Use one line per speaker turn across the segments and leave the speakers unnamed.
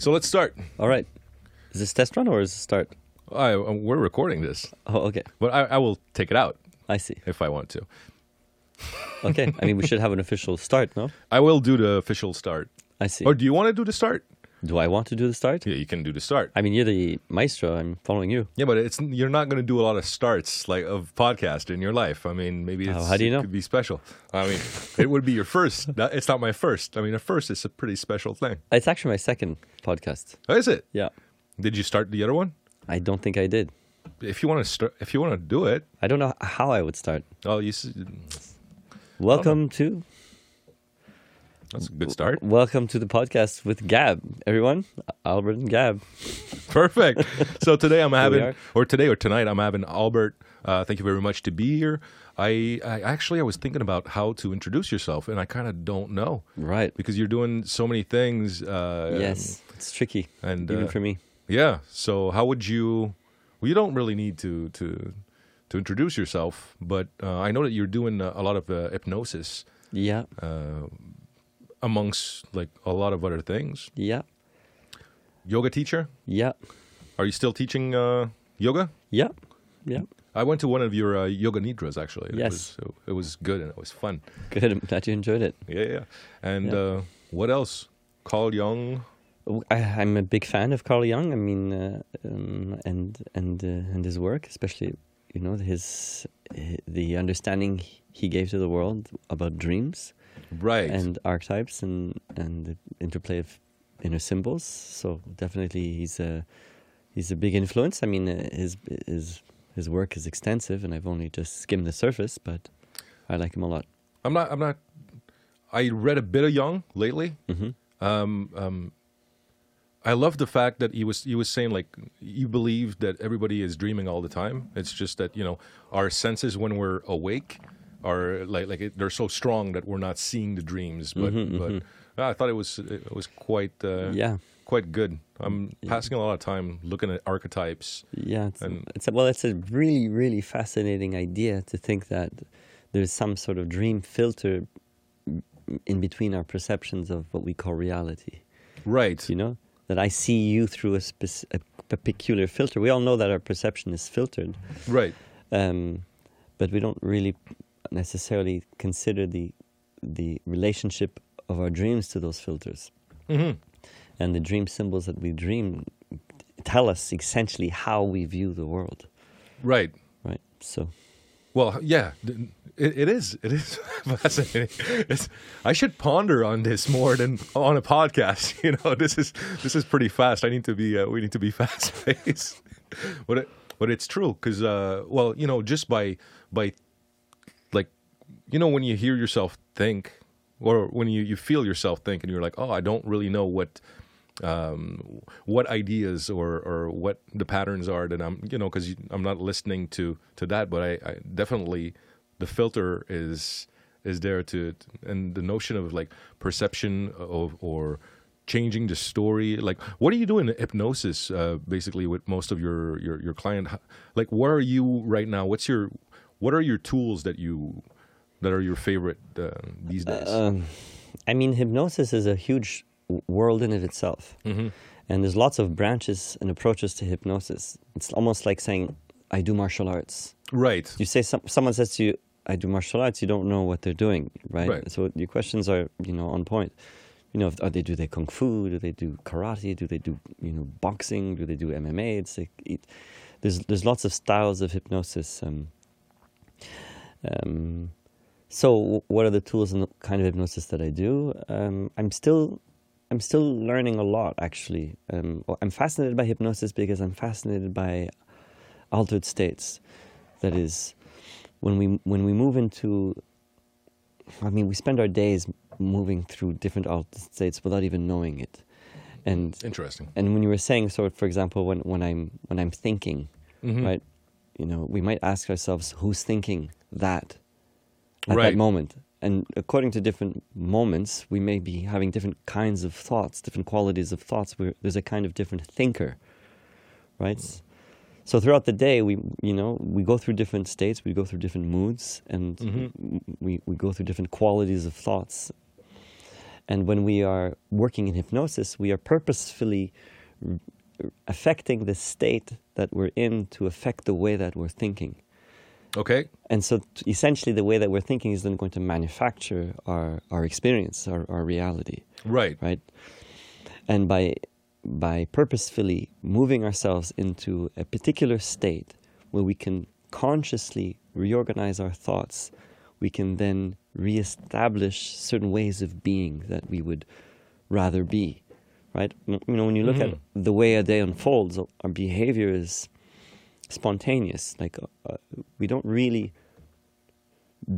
So let's start.
All right. Is this test run or is this start?
I, um, we're recording this,
Oh, okay.
but I, I will take it out
I see.
if I want to.
Okay. I mean, we should have an official start, no?
I will do the official start.
I see.
Or do you want to do the start?
do I want to do the start?
Yeah, you can do the start.
I mean, you're the maestro. I'm following you.
Yeah, but it's you're not going to do a lot of starts like of podcast in your life. I mean, maybe it's,
how do you
it
know?
could be special. I mean, it would be your first. No, It's not my first. I mean, a first is a pretty special thing.
It's actually my second podcast.
Oh, Is it?
Yeah.
Did you start the other one?
I don't think I did.
If you want to start, if you want to do it,
I don't know how I would start.
oh, you. s- Uh-huh.
Welcome to
That's a good start.
Welcome to the podcast with Gab, everyone. Albert and Gab.
Perfect. So today I'm
we
having,
are.
or today or tonight I'm having Albert. Uh, thank you very much to be here. I, I actually I was thinking about how to introduce yourself, and I kind of don't know
Right.
because you're doing so many things. Uh,
Yes. It's tricky.
and,
even
uh,
for me.
Yeah. So how would you? Well, you don't really need to to to introduce yourself, but uh, I know that you're doing a, a lot of uh, hypnosis
Yeah.
uh, amongst like a lot of other things.
Yeah.
Yoga teacher?
Yeah.
Are you still teaching uh, yoga?
Yeah. Yeah.
I went to one of your uh, yoga nidras actually. It
Yes.
was, it was good and it was fun.
Good. I'm glad you enjoyed it.
Yeah, yeah. And
Yeah.
Uh, what else? Carl Jung.
I, I'm a big fan of Carl Jung. I mean, uh, um, and and uh, and his work, especially you know his hi- the understanding he gave to the world about dreams
Right.
and archetypes and and the interplay of inner symbols. So definitely, he's a he's a big influence. I mean, uh, his his his work is extensive, and I've only just skimmed the surface, but I like him a lot.
I'm not. I'm not. I read a bit of Jung lately.
Mhm.
Um, um, I love the fact that he was he was saying like you believe that everybody is dreaming all the time. It's just that you know our senses when we're awake are like like it, they're so strong that we're not seeing the dreams. But but I thought it was it was quite uh,
Yeah.
quite good. I'm passing a lot of time looking at archetypes.
Yeah, it's,
And-
it's a, well, it's a really, really fascinating idea to think that there's some sort of dream filter in between our perceptions of what we call reality.
Right.
You know, that I see you through a, spec- a peculiar filter. We all know that our perception is filtered,
Right.
um, but we don't really necessarily consider the the relationship of our dreams to those filters
hmm
and the dream symbols that we dream tell us essentially how we view the world
Right.
right so
Well, yeah, th- it, it is. It is fascinating. It's, I should ponder on this more than on a podcast. You know, this is this is pretty fast. I need to be. Uh, we need to be fast paced. but it, but it's true because uh, well, you know, just by by like you know when you hear yourself think or when you, you feel yourself think and you're like oh i don't really know what um, what ideas or, or what the patterns are that i'm you know because i'm not listening to to that but I, I definitely the filter is is there to and the notion of like perception of or changing the story like what do you do in hypnosis uh, basically with most of your your, your client How- like where are you right now what's your what are your tools that you that are your favorite uh, these days?
Um, I mean, hypnosis is a huge w- world in of itself, and there's lots of branches and approaches to hypnosis. It's almost like saying, "I do martial arts."
right.
You say some, someone says to you, "I do martial arts," you don't know what they're doing, right?
Right.
So your questions are, you know, on point. You know, if, are they do they kung fu? Do they do karate? Do they do you know boxing? Do they do MMA? It's like it, there's there's lots of styles of hypnosis. Um, um, so, w- what are the tools and the kind of hypnosis that I do? Um, I'm still, I'm still learning a lot. Actually, um, well, I'm fascinated by hypnosis because I'm fascinated by altered states. That is, when we when we move into, I mean, we spend our days moving through different altered states without even knowing it, and
Interesting.
and when you were saying sort of for example when, when i'm when i'm thinking right you know we might ask ourselves who's thinking that at
Right.
that moment and according to different moments we may be having different kinds of thoughts different qualities of thoughts where there's a kind of different thinker right so throughout the day we you know we go through different states we go through different moods and we, we go through different qualities of thoughts And when we are working in hypnosis, we are purposefully r- affecting the state that we're in to affect the way that we're thinking.
Okay.
And so, t- essentially, the way that we're thinking is then going to manufacture our, our experience, our, our reality,
Right.
right? And by, by purposefully moving ourselves into a particular state where we can consciously reorganize our thoughts, we can then reestablish certain ways of being that we would rather be, right? You know, when you look
Mm-hmm.
at the way a day unfolds, our behavior is spontaneous. Like uh, we don't really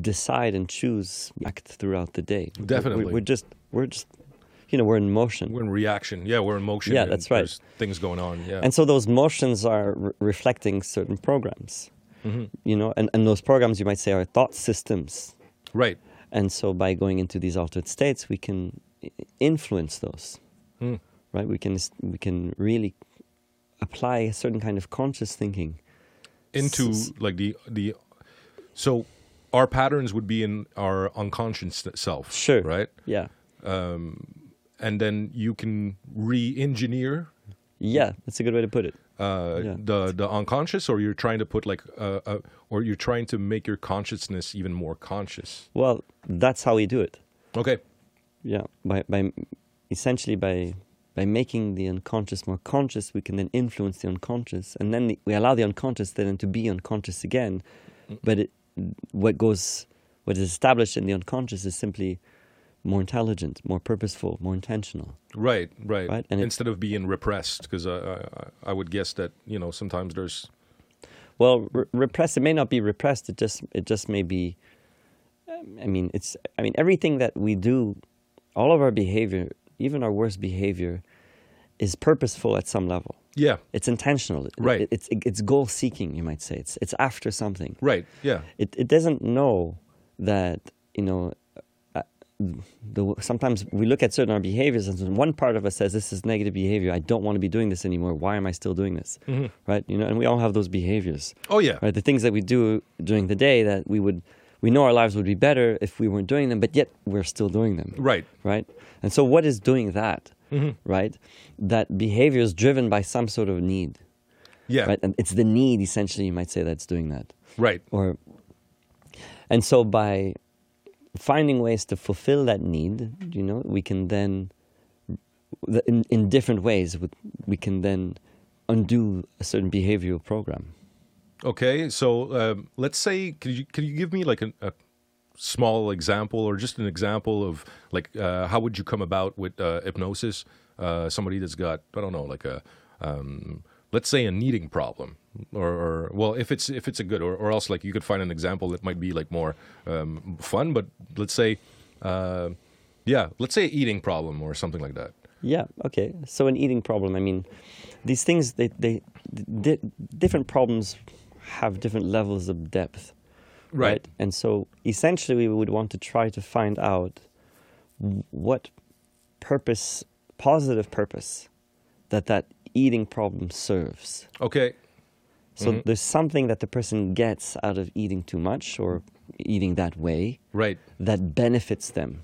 decide and choose act throughout the day. We're- we're-
Definitely.
we're, just we're just you know we're in motion.
We're in reaction. Yeah, we're in motion.
Yeah,
and
that's right.
There's things going on. Yeah.
and so those motions are re- reflecting certain programs,
Mm-hmm.
you know, and, and those programs you might say are thought systems.
right.
And so by going into these altered states, we can i- influence those,
Mm.
right? We can s- we can really apply a certain kind of conscious thinking.
Into
S-
like the the so our patterns would be in our unconscious self.
Sure.
Right.
Yeah.
And then you can re-engineer
Yeah, that's a good way to put it.
uh,
Yeah.
the the unconscious, or you're trying to put like uh, uh, or you're trying to make your consciousness even more conscious.
Well, that's how we do it.
Okay.
Yeah, by by essentially by by making the unconscious more conscious, we can then influence the unconscious, and then the, we allow the unconscious then to be unconscious again. But it, what goes, what is established in the unconscious is simply more intelligent, more purposeful, more intentional.
Right, right.
Right, and it-
Instead of being repressed, because I, uh, I- I would guess that you know sometimes there's
Well, re- repressed. It may not be repressed. It just it just may be. um, I mean, it's. I mean, everything that we do, all of our behavior, even our worst behavior, is purposeful at some level.
yeah,
It's intentional. It-
Right.
it's it's goal seeking. You might say it's it's after something.
right, yeah,
It it doesn't know that you know. uh, The, sometimes we look at certain our behaviors, and one part of us says, "This is negative behavior. I don't want to be doing this anymore. Why am I still doing this?"
Mm-hmm.
Right? You know, and we all have those behaviors
oh yeah,
right? The things that we do during the day that we would, we know our lives would be better if we weren't doing them, but yet we're still doing them,
right, Mm-hmm.
right? And so, what is doing that, right? That behavior is driven by some sort of need,
yeah,
right?
right,
And it's the need, essentially, you might say that's doing that, or, and so by finding ways to fulfill that need, you know, we can then, the- in, in different ways, with- we can then undo a certain behavioral program.
okay. So um, let's say, can you can you give me like an, a small example or just an example of like uh, how would you come about with uh, hypnosis? Uh, somebody that's got I don't know, like a um, let's say a needing problem, or, or well, if it's if it's a good, or, or else like you could find an example that might be like more um, fun, but let's say. Uh, yeah, let's say eating problem or something like that.
Yeah. Okay. So an eating problem. I mean, these things they they di- different problems have different levels of depth,
Right.
And so essentially, we would want to try to find out w- what purpose, positive purpose, that that eating problem serves.
Okay.
So there's something that the person gets out of eating too much or eating that way
Right.
that benefits them.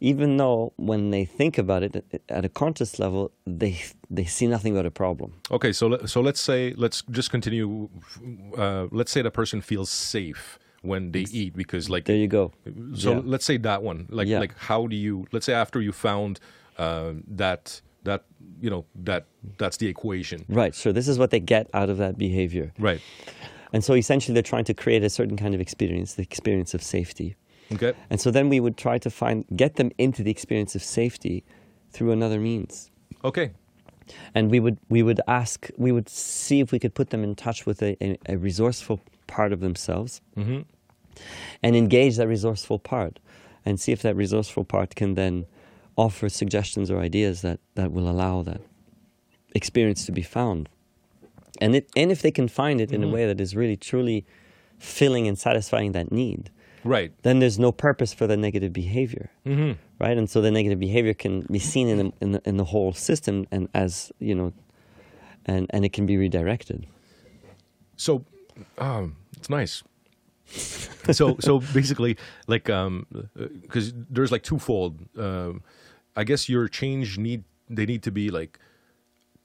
Even though when they think about it at- at a conscious level, they they see nothing but a problem.
Okay. So le- so let's say let's just continue. Uh, let's say the person feels safe when they eat because like
There you go.
so
Yeah.
let's say that one like
Yeah.
like how do you let's say after you found uh, that that you know that that's the equation
Right. So this is what they get out of that behavior.
right
And so essentially, they're trying to create a certain kind of experience, the experience of safety.
okay
And so then we would try to find get them into the experience of safety through another means.
okay
and we would we would ask we would see if we could put them in touch with a, a, a resourceful part of themselves and engage that resourceful part and see if that resourceful part can then offer suggestions or ideas that, that will allow that experience to be found and it, and if they can find it in a way that is really truly filling and satisfying that need
right
then there's no purpose for the negative behavior, mm-hmm. right? And so the negative behavior can be seen in the, in the in the whole system, and as you know, and and it can be redirected.
so um, it's nice uh, so so basically like um because there's like twofold um I guess your change need they need to be like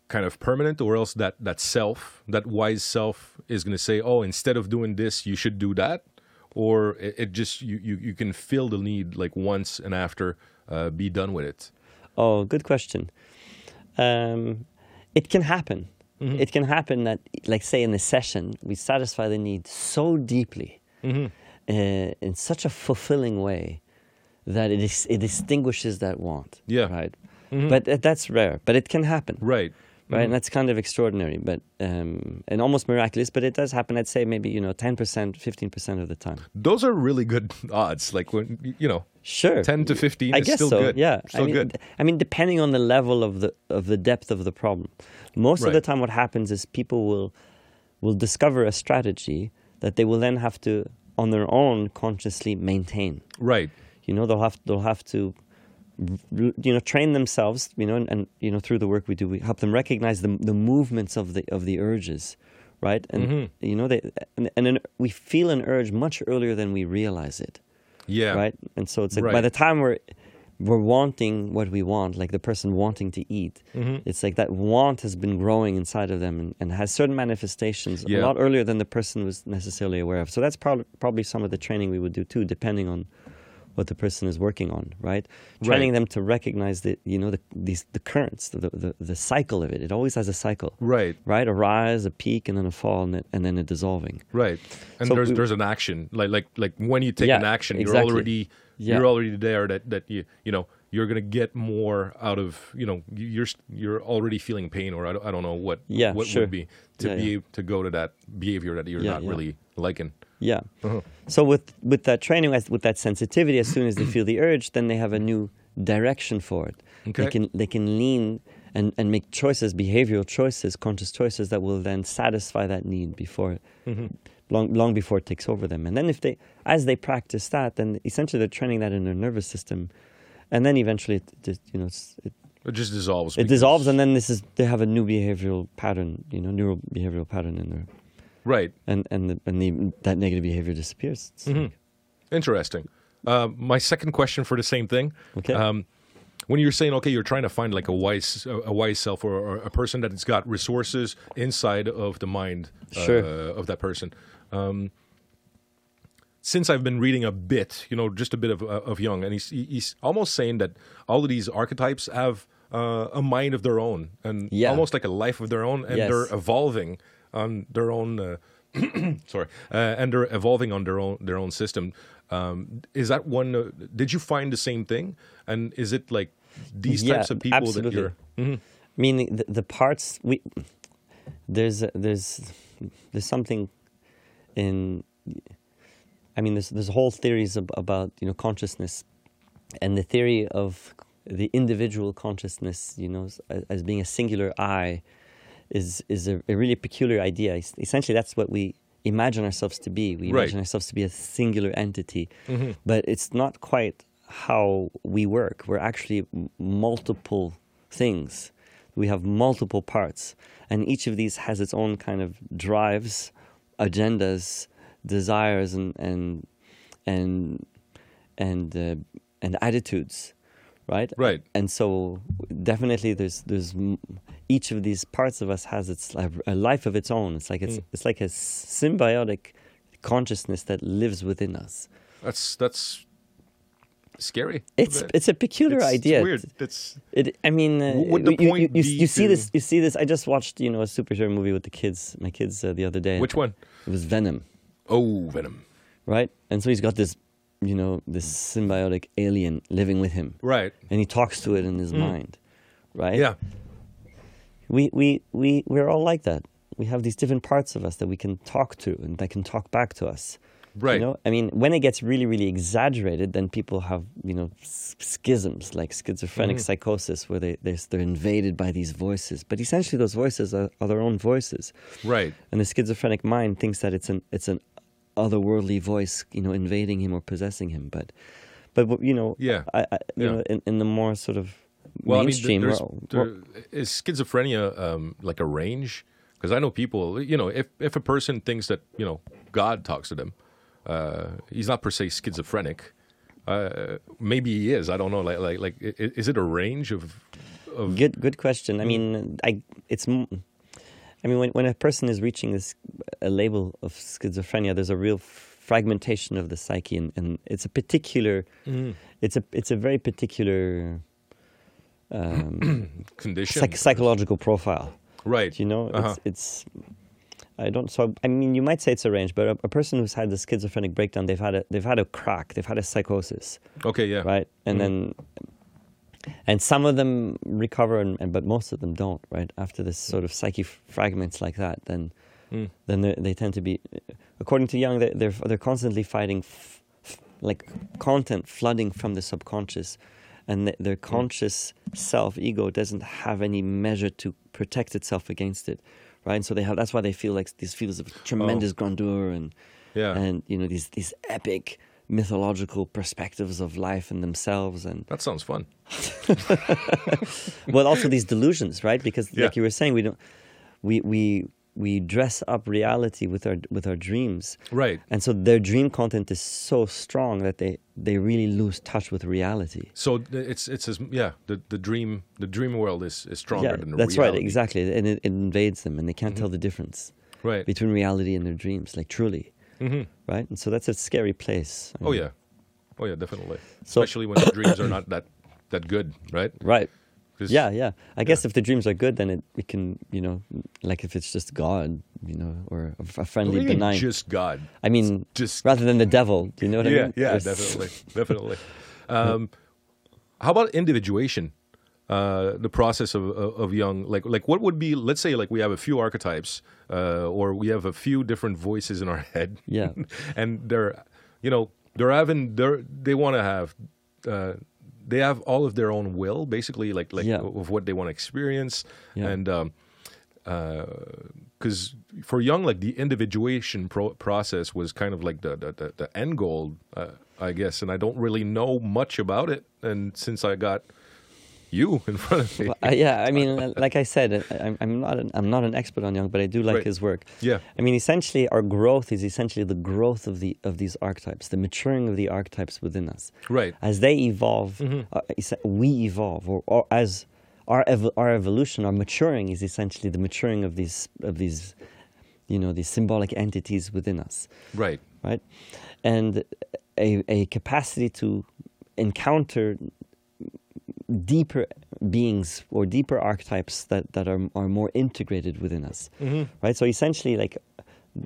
kind of permanent, or else that that self, that wise self, is going to say, "Oh, instead of doing this, you should do that," or it, it just you, you you can feel the need like once and after uh, be done with it.
Oh, good question. Um, it can happen. It can happen that, like, say, in a session, we satisfy the need so deeply, uh, in such a fulfilling way, that it is it distinguishes that want.
Yeah.
Right. But that that's rare. But it can happen.
Right.
Right.
Mm-hmm.
And that's kind of extraordinary, but um, and almost miraculous. But it does happen. I'd say maybe you know ten percent, fifteen percent of the time.
Those are really good odds. Like when you know,
Sure.
ten to fifteen
I
is
guess
still
so.
good.
Yeah,
still
I mean,
good.
d- I mean, depending on the level of the of the depth of the problem, most of the
Right.
time, what happens is people will will discover a strategy that they will then have to, on their own, consciously maintain.
Right.
You know, they'll have they'll have to, r- you know, train themselves. You know, and, and you know, through the work we do, we help them recognize the the movements of the of the urges, right? And you know, they and, and an, we feel an urge much earlier than we realize it
Yeah.
right? And so it's like by
Right.
the time we're we're wanting what we want, like the person wanting to eat,
Mm-hmm.
it's like that want has been growing inside of them and, and has certain manifestations a
Yeah.
lot earlier than the person was necessarily aware of. So that's prob- probably some of the training we would do too, depending on what the person is working on, right? Training
Right.
them to recognize the you know the these the currents, the, the the cycle of it. It always has a cycle,
Right.
right? A rise, a peak, and then a fall, and then, and then a dissolving.
Right. And
So
there's
we-
there's an action. Like like like when you take
Yeah,
an action,
exactly.
you're already
Yeah.
you're already there that that you you know, you're going to get more out of, you know, you- you're s- you're already feeling pain or I don't, I don't know what
Yeah,
what
sure.
would be to
Yeah,
be
yeah.
able to go to that behavior that you're
Yeah,
not
yeah.
really liking.
Yeah. So with with that training, as- with that sensitivity, as soon as they feel the urge, then they have a new direction for it. They
Okay.
can they can lean and, and make choices, behavioral choices, conscious choices that will then satisfy that need before long long before it takes over them. And then if they as they practice that, then essentially they're training that in their nervous system, and then eventually it, just you know it's, it,
It just dissolves.
it dissolves, and then this is they have a new behavioral pattern, you know, neural behavioral pattern in their
Right.
and and the, and the, that negative behavior disappears. It's like-
Interesting. Uh, my second question for the same thing.
Okay.
Um, when you're saying okay, you're trying to find like a wise a a wise self or, or a person that's got resources inside of the mind uh,
Sure.
of that person. Um, since I've been reading a bit, you know, just a bit of uh, of Jung, and he's he- he's almost saying that all of these archetypes have uh, a mind of their own and
Yeah.
almost like a life of their own, and
Yes.
they're evolving on their own. Uh, sorry, uh, and they're evolving on their own their own system. Um, is that one? Uh, did you find the same thing? And is it like these
Yeah,
types of people that
absolutely. Mm-hmm.
you're? Mm-hmm.
Meaning the, the parts we there's a- there's there's something in I mean there's there's whole theories ab- about you know consciousness and the theory of the individual consciousness you know as, as being a singular I is is a, a really peculiar idea. Es- Essentially, that's what we imagine ourselves to be. We
Right.
imagine ourselves to be a singular entity, but it's not quite how we work. We're actually m- multiple things. We have multiple parts, and each of these has its own kind of drives, agendas, desires, and and and and uh, and attitudes, right?
Right.
and so definitely there's there's m- each of these parts of us has its li- a life of its own it's like it's
Mm.
it's like a symbiotic consciousness that lives within us
That's that's scary.
it's
That-
it's a peculiar
it's-
idea
It's weird. It's
It, I mean, uh,
What would the
you- you,
point
you,
be
you see this.
to-
You see this. I just watched, you know, a superhero movie with the kids, my kids, uh, the other day.
which one?
It was Venom.
Oh, Venom.
right? And so he's got this, you know, this symbiotic alien living with him,
Right.
and he talks to it in his mind, right?
Mm. Yeah.
We we we we're all like that. We have these different parts of us that we can talk to and that can talk back to us.
Right.
You know, I mean, when it gets really, really exaggerated, then people have, you know, s- schisms like schizophrenic
Mm-hmm.
psychosis, where they they're, they're invaded by these voices. But essentially, those voices are, are their own voices
Right.
and the schizophrenic mind thinks that it's an it's an otherworldly voice, you know, invading him or possessing him. But but what- you know,
Yeah.
I, I, you
Yeah.
know, in, in the more sort of
Well,
mainstream,
I mean, th-
well,
there's, there- is schizophrenia um, like a range? Because I know people, you know, if if a person thinks that you know God talks to them, uh, he's not per se schizophrenic. Uh, maybe he is. I don't know. Like, like, like, i- i- is it a range of, of
Good, good question. I mean, I it's. m- I mean, when when a person is reaching this a label of schizophrenia, there's a real fragmentation of the psyche, and, and it's a particular. It's a it's a very particular
condition?
psych- psychological profile.
right.
You know,
Uh-huh.
it's it's. I don't. So I mean, you might say it's a range, but a, a person who's had the schizophrenic breakdown, they've had a they've had a crack, they've had a psychosis.
okay. Yeah.
right? And then, and some of them recover, and, and but most of them don't, right? After this sort of psyche f- fragments like that, then then they- they tend to be, according to Jung, they're they're, they're constantly fighting f- f- like content flooding from the subconscious, and th- their conscious self ego doesn't have any measure to protect itself against it. Right, and so they have. That's why they feel like these feelings of tremendous grandeur and
Yeah.
and you know these these epic mythological perspectives of life and themselves and
That sounds fun.
well also these delusions right because
Yeah.
like you were saying we don't we we we dress up reality with our with our dreams
Right.
and so their dream content is so strong that they they really lose touch with reality
So th- it's it's as, yeah the, the dream the dream world is, is stronger than the
that's
reality. Mm-hmm.
right exactly and it, it invades them and they can't tell the difference
Right.
between reality and their dreams like truly right and so that's a scary place I
Mm-hmm. Oh
mean,
yeah, oh yeah, definitely.
So-
Especially when the dreams are not that that good, right?
right
'Cause-
Yeah, yeah. I guess if the dreams are good, then it, it can, you know, like if it's just God, you know, or a f- a
What do
friendly,
you mean
benign.
just God.
I mean,
just-
rather than the devil. Do you know what I
yeah,
mean?
yeah,
Yes.
definitely, definitely. Um, how about individuation? Uh, the process of, of of young, like like what would be? Let's say like we have a few archetypes, uh, or we have a few different voices in our head.
Yeah.
and they're, you know, they're having they're they want to have, uh, they have all of their own will, basically, like like
Yeah.
of what they want to experience,
Yeah.
and um, because for young like the individuation pro- process was kind of like the the, the, the end goal uh, i guess and i don't really know much about it and since i got you in front of me
Well, I- yeah, I mean, uh, like I said, I- I'm, I'm not an, I'm not an expert on Jung, but I do like
Right.
his work.
Yeah.
I mean, essentially, our growth is essentially the growth of the of these archetypes, the maturing of the archetypes within us.
Right.
As they evolve, uh, es- we evolve, or, or as our ev- our evolution, our maturing is essentially the maturing of these of these, you know, these symbolic entities within us
right
right? And a, a capacity to encounter deeper beings or deeper archetypes that, that are, are more integrated within us, right? So essentially, like,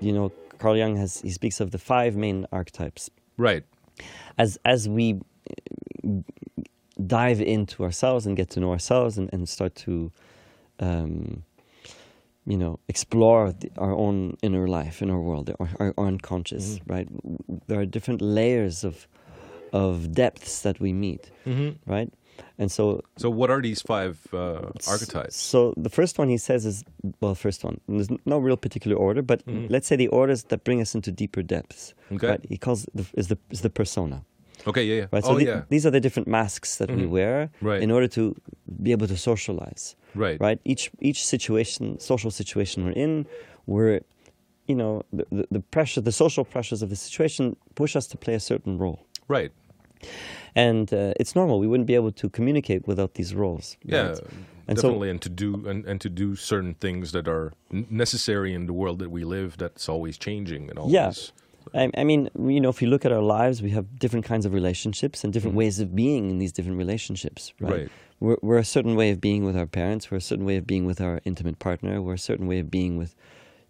you know, Carl Jung has, he speaks of the five main archetypes.
right
As, as we uh, dive into ourselves and get to know ourselves and, and start to, um, you know, explore the, our own inner life, inner world, our, our unconscious,
Mm-hmm.
right? W- w- There are different layers of of depths that we meet, right? And so,
Mm-hmm. so what are these five uh, archetypes
so the first one he says is well, first one. and There's no real particular order, but let's say the orders that bring us into deeper depths.
Mm-hmm. Okay.
right? He calls the, is the is the persona.
okay yeah, yeah.
Right. So
oh
the-
yeah Mm-hmm.
these are the different masks that we wear
Right.
in order to be able to socialize.
Right.
Right. Each each situation, social situation we're in, we're, you know, the, the, the pressure, the social pressures of the situation push us to play a certain role,
right
and uh, it's normal. We wouldn't be able to communicate without these roles.
yeah
right? And so-
definitely and to do and, and to do certain things that are n- necessary in the world that we live that's always changing and always
Yes. I, I mean, you know, if you look at our lives, we have different kinds of relationships and different ways of being in these different relationships, right?
Mm-hmm. Right.
We're, we're a certain way of being with our parents. We're a certain way of being with our intimate partner. We're a certain way of being with,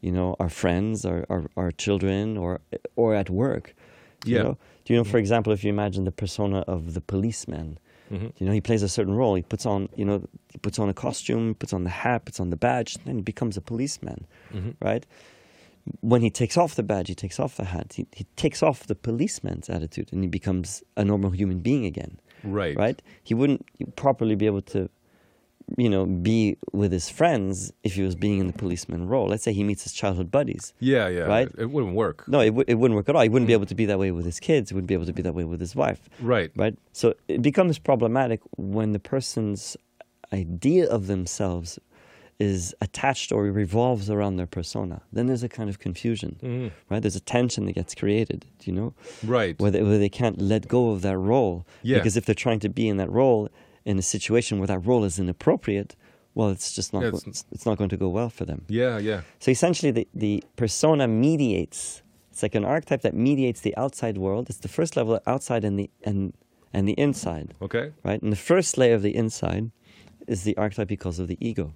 you know, our friends, our our, our children, or or at work. You
Yeah.
know? Do you know, for example, if you imagine the persona of the policeman,
Mm-hmm.
you know, he plays a certain role. He puts on, you know, he puts on a costume, puts on the hat, puts on the badge, and then he becomes a policeman,
Mm-hmm.
right? When he takes off the badge, he takes off the hat, he, he takes off the policeman's attitude, and he becomes a normal human being again,
right
right? He wouldn't properly be able to, you know, be with his friends if he was being in the policeman role. Let's say he meets his childhood buddies.
yeah yeah
Right.
it, it wouldn't work
No, it, w- it wouldn't work at all. He wouldn't be able to be that way with his kids. He wouldn't be able to be that way with his wife.
right
Right? So it becomes problematic when the person's idea of themselves is attached or revolves around their persona, then there's a kind of confusion, right? There's a tension that gets created, you know,
Right.
where they, where they can't let go of that role.
Yeah.
Because if they're trying to be in that role in a situation where that role is inappropriate, well, it's just not,
Yeah,
go-
it's-
it's, it's not going to go well for them.
yeah, yeah.
So essentially, the, the persona mediates. It's like an archetype that mediates the outside world. It's the first level outside and the and and the inside,
Okay.
right? And the first layer of the inside is the archetype he calls of the ego.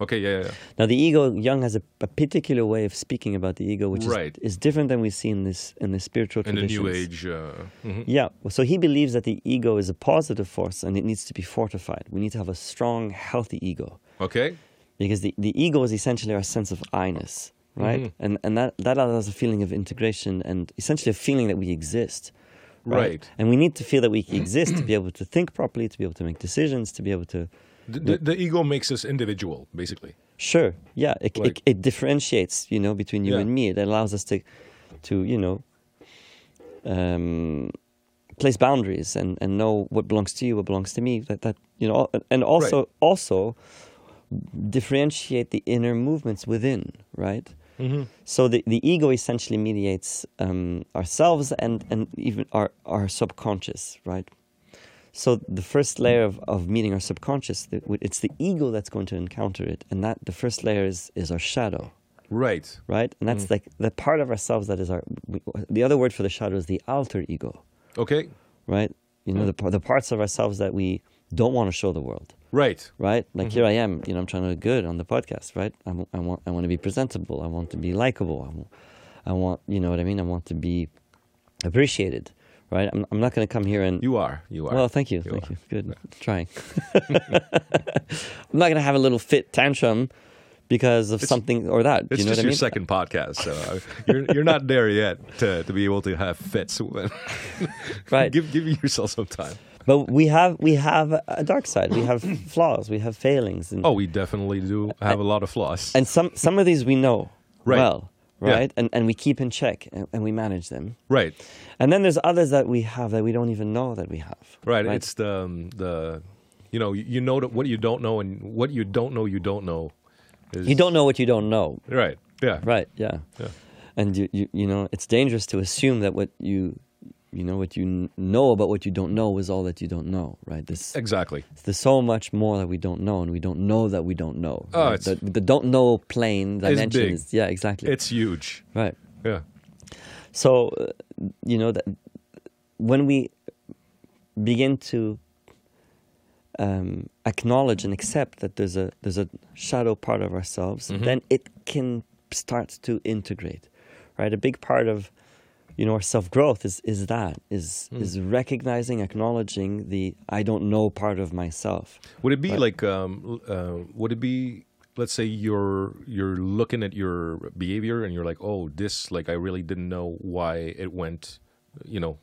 Okay, yeah, yeah, yeah.
Now, the ego, Jung has a, a particular way of speaking about the ego, which
Right.
is, is different than we see in this in the spiritual
In the
traditions.
new age. Uh, mhm.
Yeah. So he believes that the ego is a positive force and it needs to be fortified. We need to have a strong, healthy ego
Okay.
because the, the ego is essentially our sense of I-ness, right?
Mm-hmm.
And and that, that allows a feeling of integration and essentially a feeling that we exist.
Right.
And we need to feel that we exist to be able to think properly, to be able to make decisions, to be able to
The, the, the ego makes us individual, basically.
Sure. Yeah. It,
Like-
it, it differentiates, you know, between you
Yeah.
and me. It allows us to, to you know, um, place boundaries and, and know what belongs to you, what belongs to me. That that you know, and also
Right.
also differentiate the inner movements within. Right.
Mm-hmm.
So the, the ego essentially mediates um, ourselves and, and even our, our subconscious, right? So the first layer of, of meeting our subconscious, the- w- it's the ego that's going to encounter it, and that the first layer is, is our shadow,
Right.
right? And
Mm.
that's like the part of ourselves that is our. We, the other word for the shadow is the alter ego,
Okay.
right? You
Hmm.
know, the the, the parts of ourselves that we don't want to show the world
Right.
right?
Hmm.
Like here I am, you know, I'm trying to look good on the podcast, right? I, w- I want I want to be presentable. I want to be likable. I want, I want, you know what I mean? I want to be appreciated, right? I'm, I'm not going to come here and
You are. You are.
well, thank you, thank
are.
you. Good trying. I'm not going to have a little fit tantrum because of something or that.
It's
you know
just
what I
your
mean?
second podcast, so uh, you're, you're not there yet to, to be able to have fits.
Right.
give, give yourself some time.
But we have we have a dark side. We have flaws. We have failings. And,
Oh, we definitely do have a lot of flaws.
and some some of these we know
Right.
well,
Yeah.
right? And and we keep in check and, and we manage them.
right.
And then there's others that we have that we don't even know that we have.
Right. It's the um, the you know you- you know that what you don't know and what you don't know you don't know. Is,
you don't know what you don't know.
Right. Yeah.
Right. Yeah.
Yeah.
And you, you you know it's dangerous to assume that what you you know what you kn- know about what you don't know is all that you don't know. Right. This
Exactly.
there's so much more that we don't know, and we don't know that we don't know.
Oh,
right?
it's-
the, the don't know plane dimension
big.
is yeah exactly
It's huge.
right.
Yeah.
So uh, you know that when we begin to um, acknowledge and accept that there's a there's a shadow part of ourselves,
Mm-hmm.
then it can start to integrate, right? A big part of you know our self growth is is that is
Hmm.
is recognizing, acknowledging the I don't know part of myself.
Would it be like um l- uh, would it be let's say you're you're looking at your behavior and you're like oh this like I really didn't know why it went you know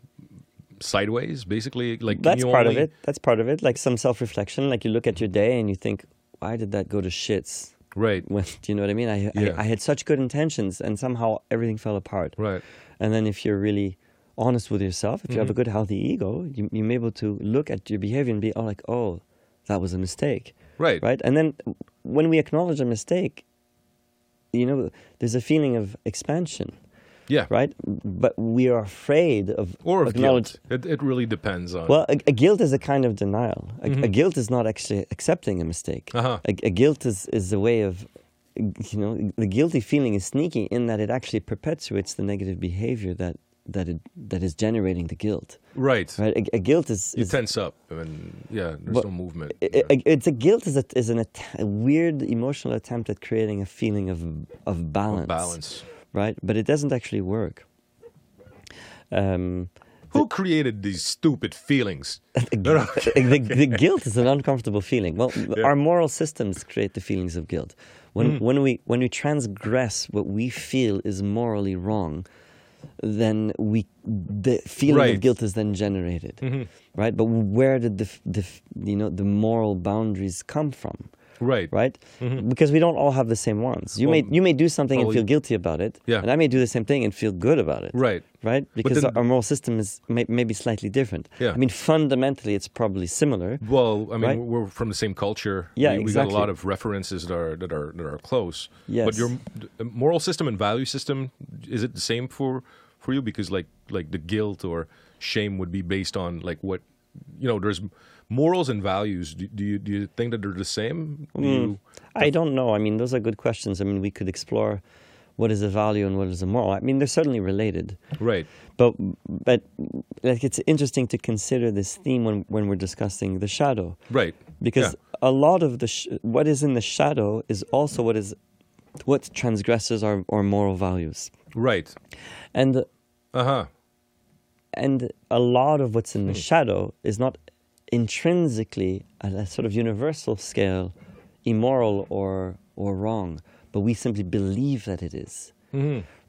sideways basically like can
That's
you
part
only-
of it. That's part of it. Like some self reflection. Like you look at your day and you think, why did that go to shits?
right
when do you know what I mean? I,
Yeah.
I I had such good intentions and somehow everything fell apart.
right
And then if you're really honest with yourself, if you
Mm-hmm.
have a good healthy ego, you you're able to look at your behavior and be all like, oh, that was a mistake,
right
right? And then when we acknowledge a mistake, you know, there's a feeling of expansion,
yeah
right? But we are afraid of
or of
acknowledge.
guilt it, it really depends on
Well, a, a guilt is a kind of denial. A,
Mm-hmm.
a guilt is not actually accepting a mistake.
Uh-huh.
A, a guilt is, is a way of, you know, the guilty feeling is sneaky in that it actually perpetuates the negative behavior that that it, that is generating the guilt.
right
Right? A, a guilt is,
you
is
tense up and yeah there's
Well, e,
no movement
i- i- it's a guilt is a, is an att- a weird emotional attempt at creating a feeling of of balance.
balance
Right, but it doesn't actually work. Um,
who created these stupid feelings
the, the guilt is an uncomfortable feeling. Well, our moral systems create the feelings of guilt. When when we when we transgress what we feel is morally wrong, then we the feeling
Right.
of guilt is then generated, right? But where did the f- the f- you know the moral boundaries come from?
Right.
right? Because we don't all have the same wants. You
Mm-hmm. Well,
may you may do something and
well,
feel
you-
guilty about it,
Yeah.
and I may do the same thing and feel good about it,
Right.
Right? Because
then-
our moral system is may, maybe slightly different.
Yeah.
I mean, fundamentally, it's probably similar.
Well, I mean,
Right?
we're from the same culture.
Yeah,
we, we got
exactly.
a lot of references that are that are that are close. But
Yes.
your the moral system and value system is it the same for for you? Because like like the guilt or shame would be based on like what you know. There's morals and values. Do, do you do you think that they're the same? Do you,
Mm, I don't know. I mean, those are good questions. I mean, we could explore what is a value and what is a moral. I mean, they're certainly related.
right.
but but like it's interesting to consider this theme when when we're discussing the shadow
Right.
because a lot of the sh- what is in the shadow is also what is what transgresses our, our moral values
Yeah. Right.
and
Uh huh.
and a lot of what's in the shadow is not intrinsically at a sort of universal scale immoral or or wrong but we simply believe that it is.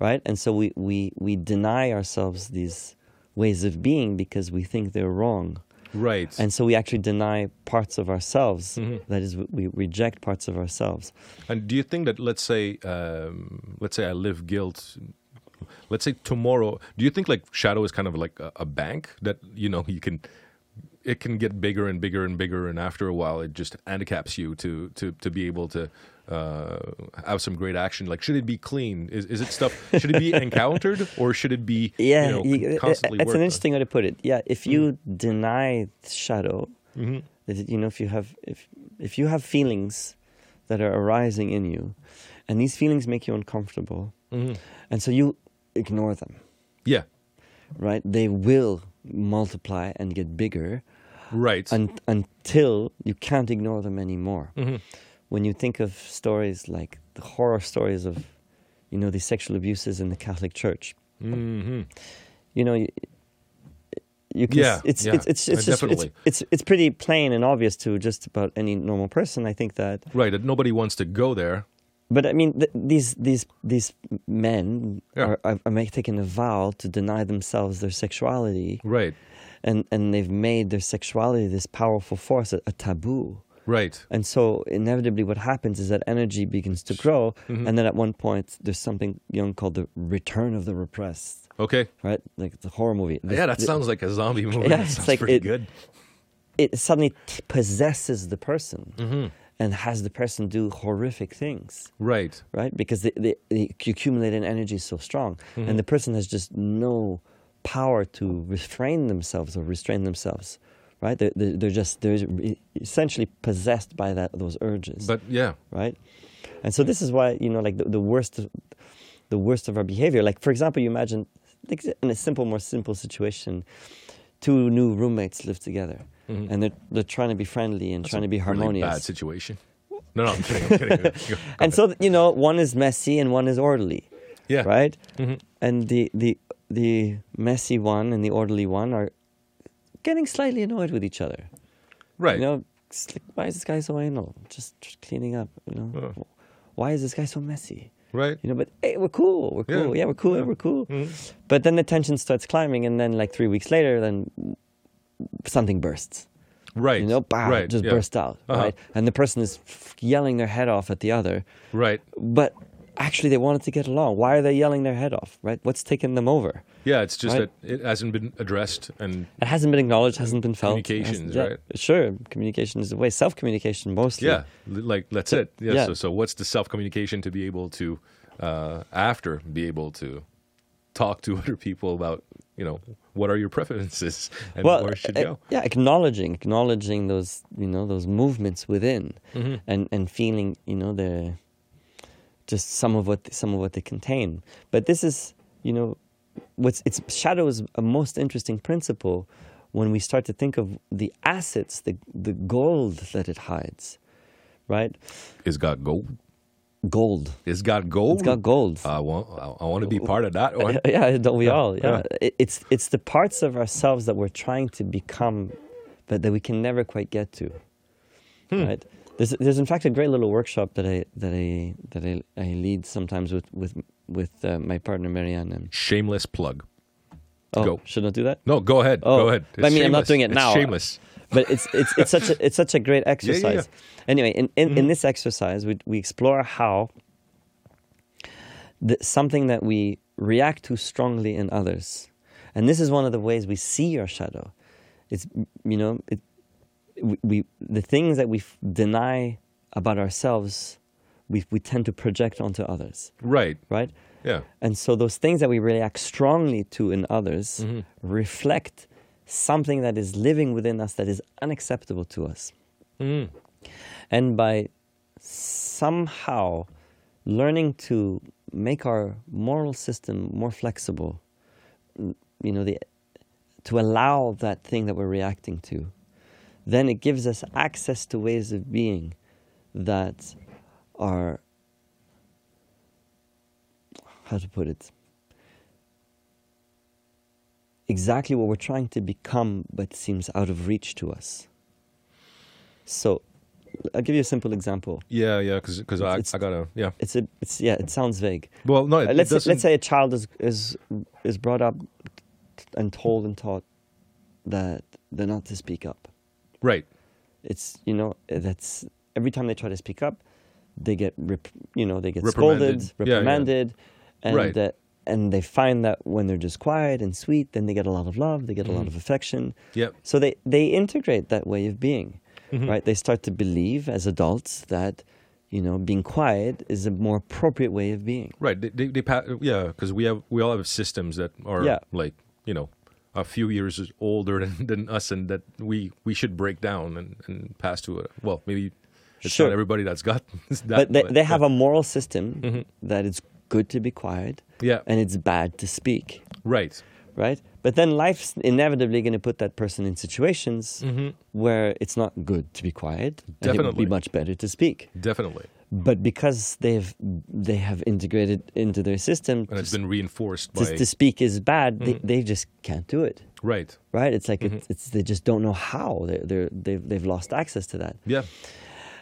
right and so we we we deny ourselves these ways of being because we think they're wrong
Right.
and so we actually deny parts of ourselves
Mm-hmm.
that is we reject parts of ourselves
And do you think that let's say um, let's say I live guilt. Let's say tomorrow. Do you think like shadow is kind of like a, a bank that you know you can it can get bigger and bigger and bigger, and after a while it just handicaps you to to to be able to uh, have some great action. Like should it be clean? Is is it stuff? Should it be encountered or should it be
yeah
You know,
you-
con-
it-
constantly
it's
worked
an
on? Mm-hmm.
interesting way to put it yeah if you deny the shadow is it- you know if you have if if you have feelings that are arising in you and these feelings make you uncomfortable
Mm-hmm.
and so you ignore them
Yeah.
right they will multiply and get bigger
Right.
un- until you can't ignore them anymore.
Mm-hmm.
When you think of stories like the horror stories of, you know, the sexual abuses in the Catholic Church,
hmm
you know, you, you can,
Yeah,
it's,
yeah,
it's it's it's
uh,
just it's,
definitely.
it's it's pretty plain and obvious to just about any normal person. I think that,
Right. That nobody wants to go there.
but I mean, th- these these these men
Yeah.
are, are, are make, taking a vow to deny themselves their sexuality,
Right.
and and they've made their sexuality this powerful force, a, a taboo.
Right.
And so inevitably what happens is that energy begins to grow and then at one point there's something young called the return of the repressed,
Okay.
right? Like it's a horror movie. The-
Yeah, that
the-
sounds like a zombie movie.
Yeah,
that
it's
sounds
like
pretty
it-
good.
it suddenly t- possesses the person and has the person do horrific things,
Right.
right? Because the, the, the accumulated energy is so strong and the person has just no power to refrain themselves or restrain themselves. Right, they're, they're they're just they're essentially possessed by that those urges.
But yeah,
right? And so this is why you know, like the, the worst, of, the worst of our behavior. Like for example, you imagine like in a simple, more simple situation, two new roommates live together, and they're they're trying to be friendly and trying to be
Mm-hmm. really
harmonious.
bad situation. No, no, I'm kidding. I'm kidding. Go-
and so you know, one is messy and one is orderly,
yeah, Mm-hmm.
right? And the the the messy one and the orderly one are getting slightly annoyed with each other.
right.
You know, it's like, why is this guy so anal? Just, just cleaning up. You know, why is this guy so messy?
right.
you know but hey we're cool we're
Yeah. Mm-hmm.
cool yeah, we're cool we're cool but then the tension starts climbing and then like three weeks later then something bursts
right.
you know bah,
right.
just
yeah.
bursts out
Uh-huh.
right and the person is f- yelling their head off at the other
Right.
but actually they wanted to get along why are they yelling their head off right what's taken them over
Yeah, it's just
Right.
that it hasn't been addressed, and
it hasn't been acknowledged hasn't been felt
Communications,
hasn't- yeah,
right?
sure communication is the way self-communication mostly
yeah, li- like that's it. Yeah.
yeah.
So, so what's the self communication to be able to, uh, after be able to talk to other people about you know what are your preferences and where should
a-
you go?
Yeah, acknowledging, acknowledging those, you know, those movements within,
Mm-hmm.
and and feeling, you know, the just some of what some of what they contain. But this is, you know, what's it's shadow is a most interesting principle when we start to think of the assets, the the gold that it hides, right?
Is got gold?
Gold.
Is got gold?
It's got gold.
I want. I, I want to be part of that one.
yeah, don't we all? Yeah,
yeah.
It, it's it's the parts of ourselves that we're trying to become, but that we can never quite get to.
Hmm.
Right? There's there's in fact a great little workshop that I that I that I, I lead sometimes with with with uh, my partner Marianne. And,
Shameless plug.
oh,
Go.
should not do that.
No, go ahead.
Oh,
go ahead.
but I mean, I'm not
shameless.
doing it
It's
now.
shameless.
but it's it's it's such a it's such a great exercise. Anyway, in in, in this exercise, we we explore how the, something that we react to strongly in others, and this is one of the ways we see our shadow. It's you know it, we, we the things that we f- deny about ourselves, we we tend to project onto others,
Right.
right?
Yeah.
And so those things that we react strongly to in others reflect something that is living within us that is unacceptable to us. And by somehow learning to make our moral system more flexible, n- you know, the, to allow that thing that we're reacting to, then it gives us access to ways of being that are how to put it exactly what we're trying to become but seems out of reach to us so i'll give you a simple example
Yeah. Yeah. Because I,
It's-
I gotta. Yeah.
it's a it's yeah it sounds vague
Well, no. It,
Uh,
it
let's say,
doesn't-
let's say a child is is is brought up and told and taught that they're not to speak up
Right.
it's you know that's every time they try to speak up they get rep, you know they get
Reprimanded.
scolded
Yeah, yeah.
reprimanded and
Right.
that and they find that when they're just quiet and sweet then they get a lot of love they get a lot of affection
Mm-hmm. Yep. Mm-hmm.
so they they integrate that way of being right they start to believe as adults that you know being quiet is a more appropriate way of being
Right. They, they, they pa- yeah, because we have we all have systems that are
Yeah.
like you know a few years is older than, than us, and that we we should break down and, and pass to a well maybe it's
Sure.
not everybody that's got that, Mm-hmm.
but they, they have a moral system that it's good to be quiet
Yeah.
and it's bad to speak
right
right? But then life's inevitably going to put that person in situations where it's not good to be quiet,
Mm-hmm.
and it would be
Definitely.
much better to speak.
definitely,
But because they've they have integrated into their system
and
to,
it's been Mm-hmm. reinforced by
to, to speak is bad, they, they just can't do it,
right.
right? It's like
Mm-hmm.
it's, it's they just don't know how they're, they're they've they've lost access to that.
Yeah.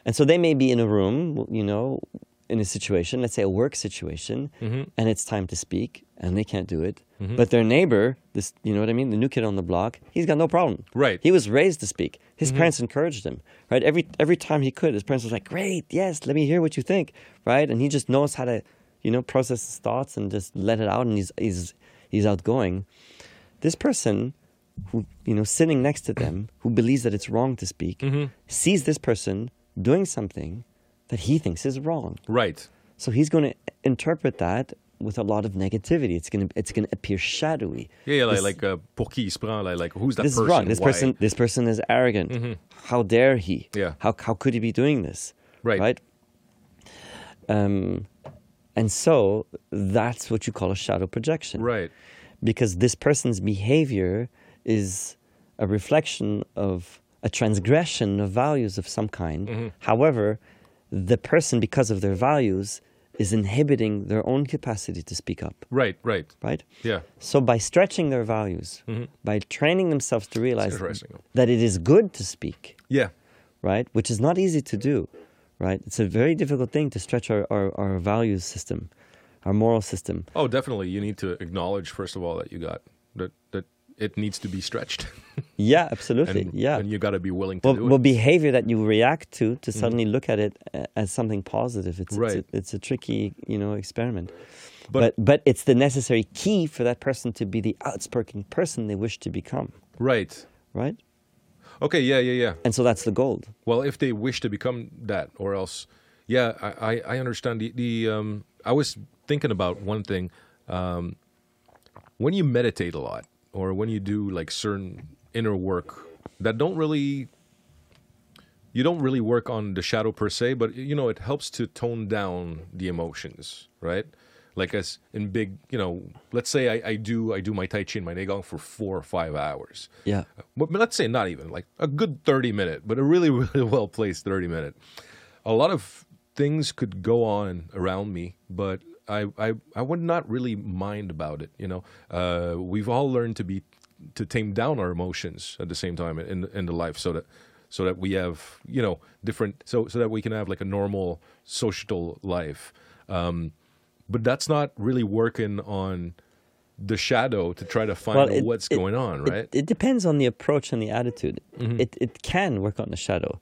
And so they may be in a room, you know, in a situation, let's say a work situation, and it's time to speak, and they can't do it. But their neighbor, this, you know what I mean, the new kid on the block, he's got no problem.
Right.
He was raised to speak. His
Mm-hmm.
parents encouraged him. Right. Every every time he could, his parents was like, "Great, yes, let me hear what you think." Right. And he just knows how to, you know, process his thoughts and just let it out, and he's he's he's outgoing this person who you know sitting next to them who believes that it's wrong to speak
Mm-hmm.
sees this person doing something that he thinks is wrong
Right.
so he's going to interpret that with a lot of negativity it's going to it's going to appear shadowy
Yeah, yeah like,
This-
like uh, pour qui il se prend, like, like who's that
this
person?
is wrong. This
Why? Mm-hmm.
person, this person is arrogant. How dare he?
Yeah.
How how could he be doing this?
Right.
Right. Um, and so that's what you call a shadow projection.
Right.
Because this person's behavior is a reflection of a transgression of values of some kind.
Mm-hmm.
However, the person, because of their values, is inhibiting their own capacity to speak up.
Right. Right.
Right.
Yeah.
So by stretching their values,
Mm-hmm.
by training themselves to realize
interesting.
that it is good to speak,
Yeah.
right? Which is not easy to do, right? It's a very difficult thing to stretch our, our, our values system, our moral system.
Oh, definitely. You need to acknowledge first of all that you got that that it needs to be stretched.
Yeah, absolutely.
and,
yeah.
and you got to be willing to
well,
do it. Mm-hmm.
well, behavior that you react to to suddenly look at it a- as something positive. It's,
Right.
it's, a, it's a tricky, you know, experiment.
But-
But, but it's the necessary key for that person to be the outspoken person they wish to become,
Right.
right?
Okay. Yeah. Yeah. Yeah.
And so that's the gold.
Well, if they wish to become that, or else, yeah, I, I, I understand the the. Um, I was thinking about one thing. Um, when you meditate a lot, or when you do like certain inner work that don't really, you don't really work on the shadow per se, but you know it helps to tone down the emotions, right? Like as in big, you know, let's say I, I do I do my tai chi and my qigong for four or five hours
Yeah.
well, let's say not even like a good 30 minute, but a really, really well placed 30 minute. A lot of things could go on around me, but I, I, I would not really mind about it. You know, uh, we've all learned to be, to tame down our emotions at the same time in, in the life so that, so that we have, you know, different, so, so that we can have like a normal social life. Um, but that's not really working on the shadow to try to find
Well,
out
it-
what's
it-
going on,
it-
right? Mm-hmm.
It, depends on the approach and the attitude. It it can work on the shadow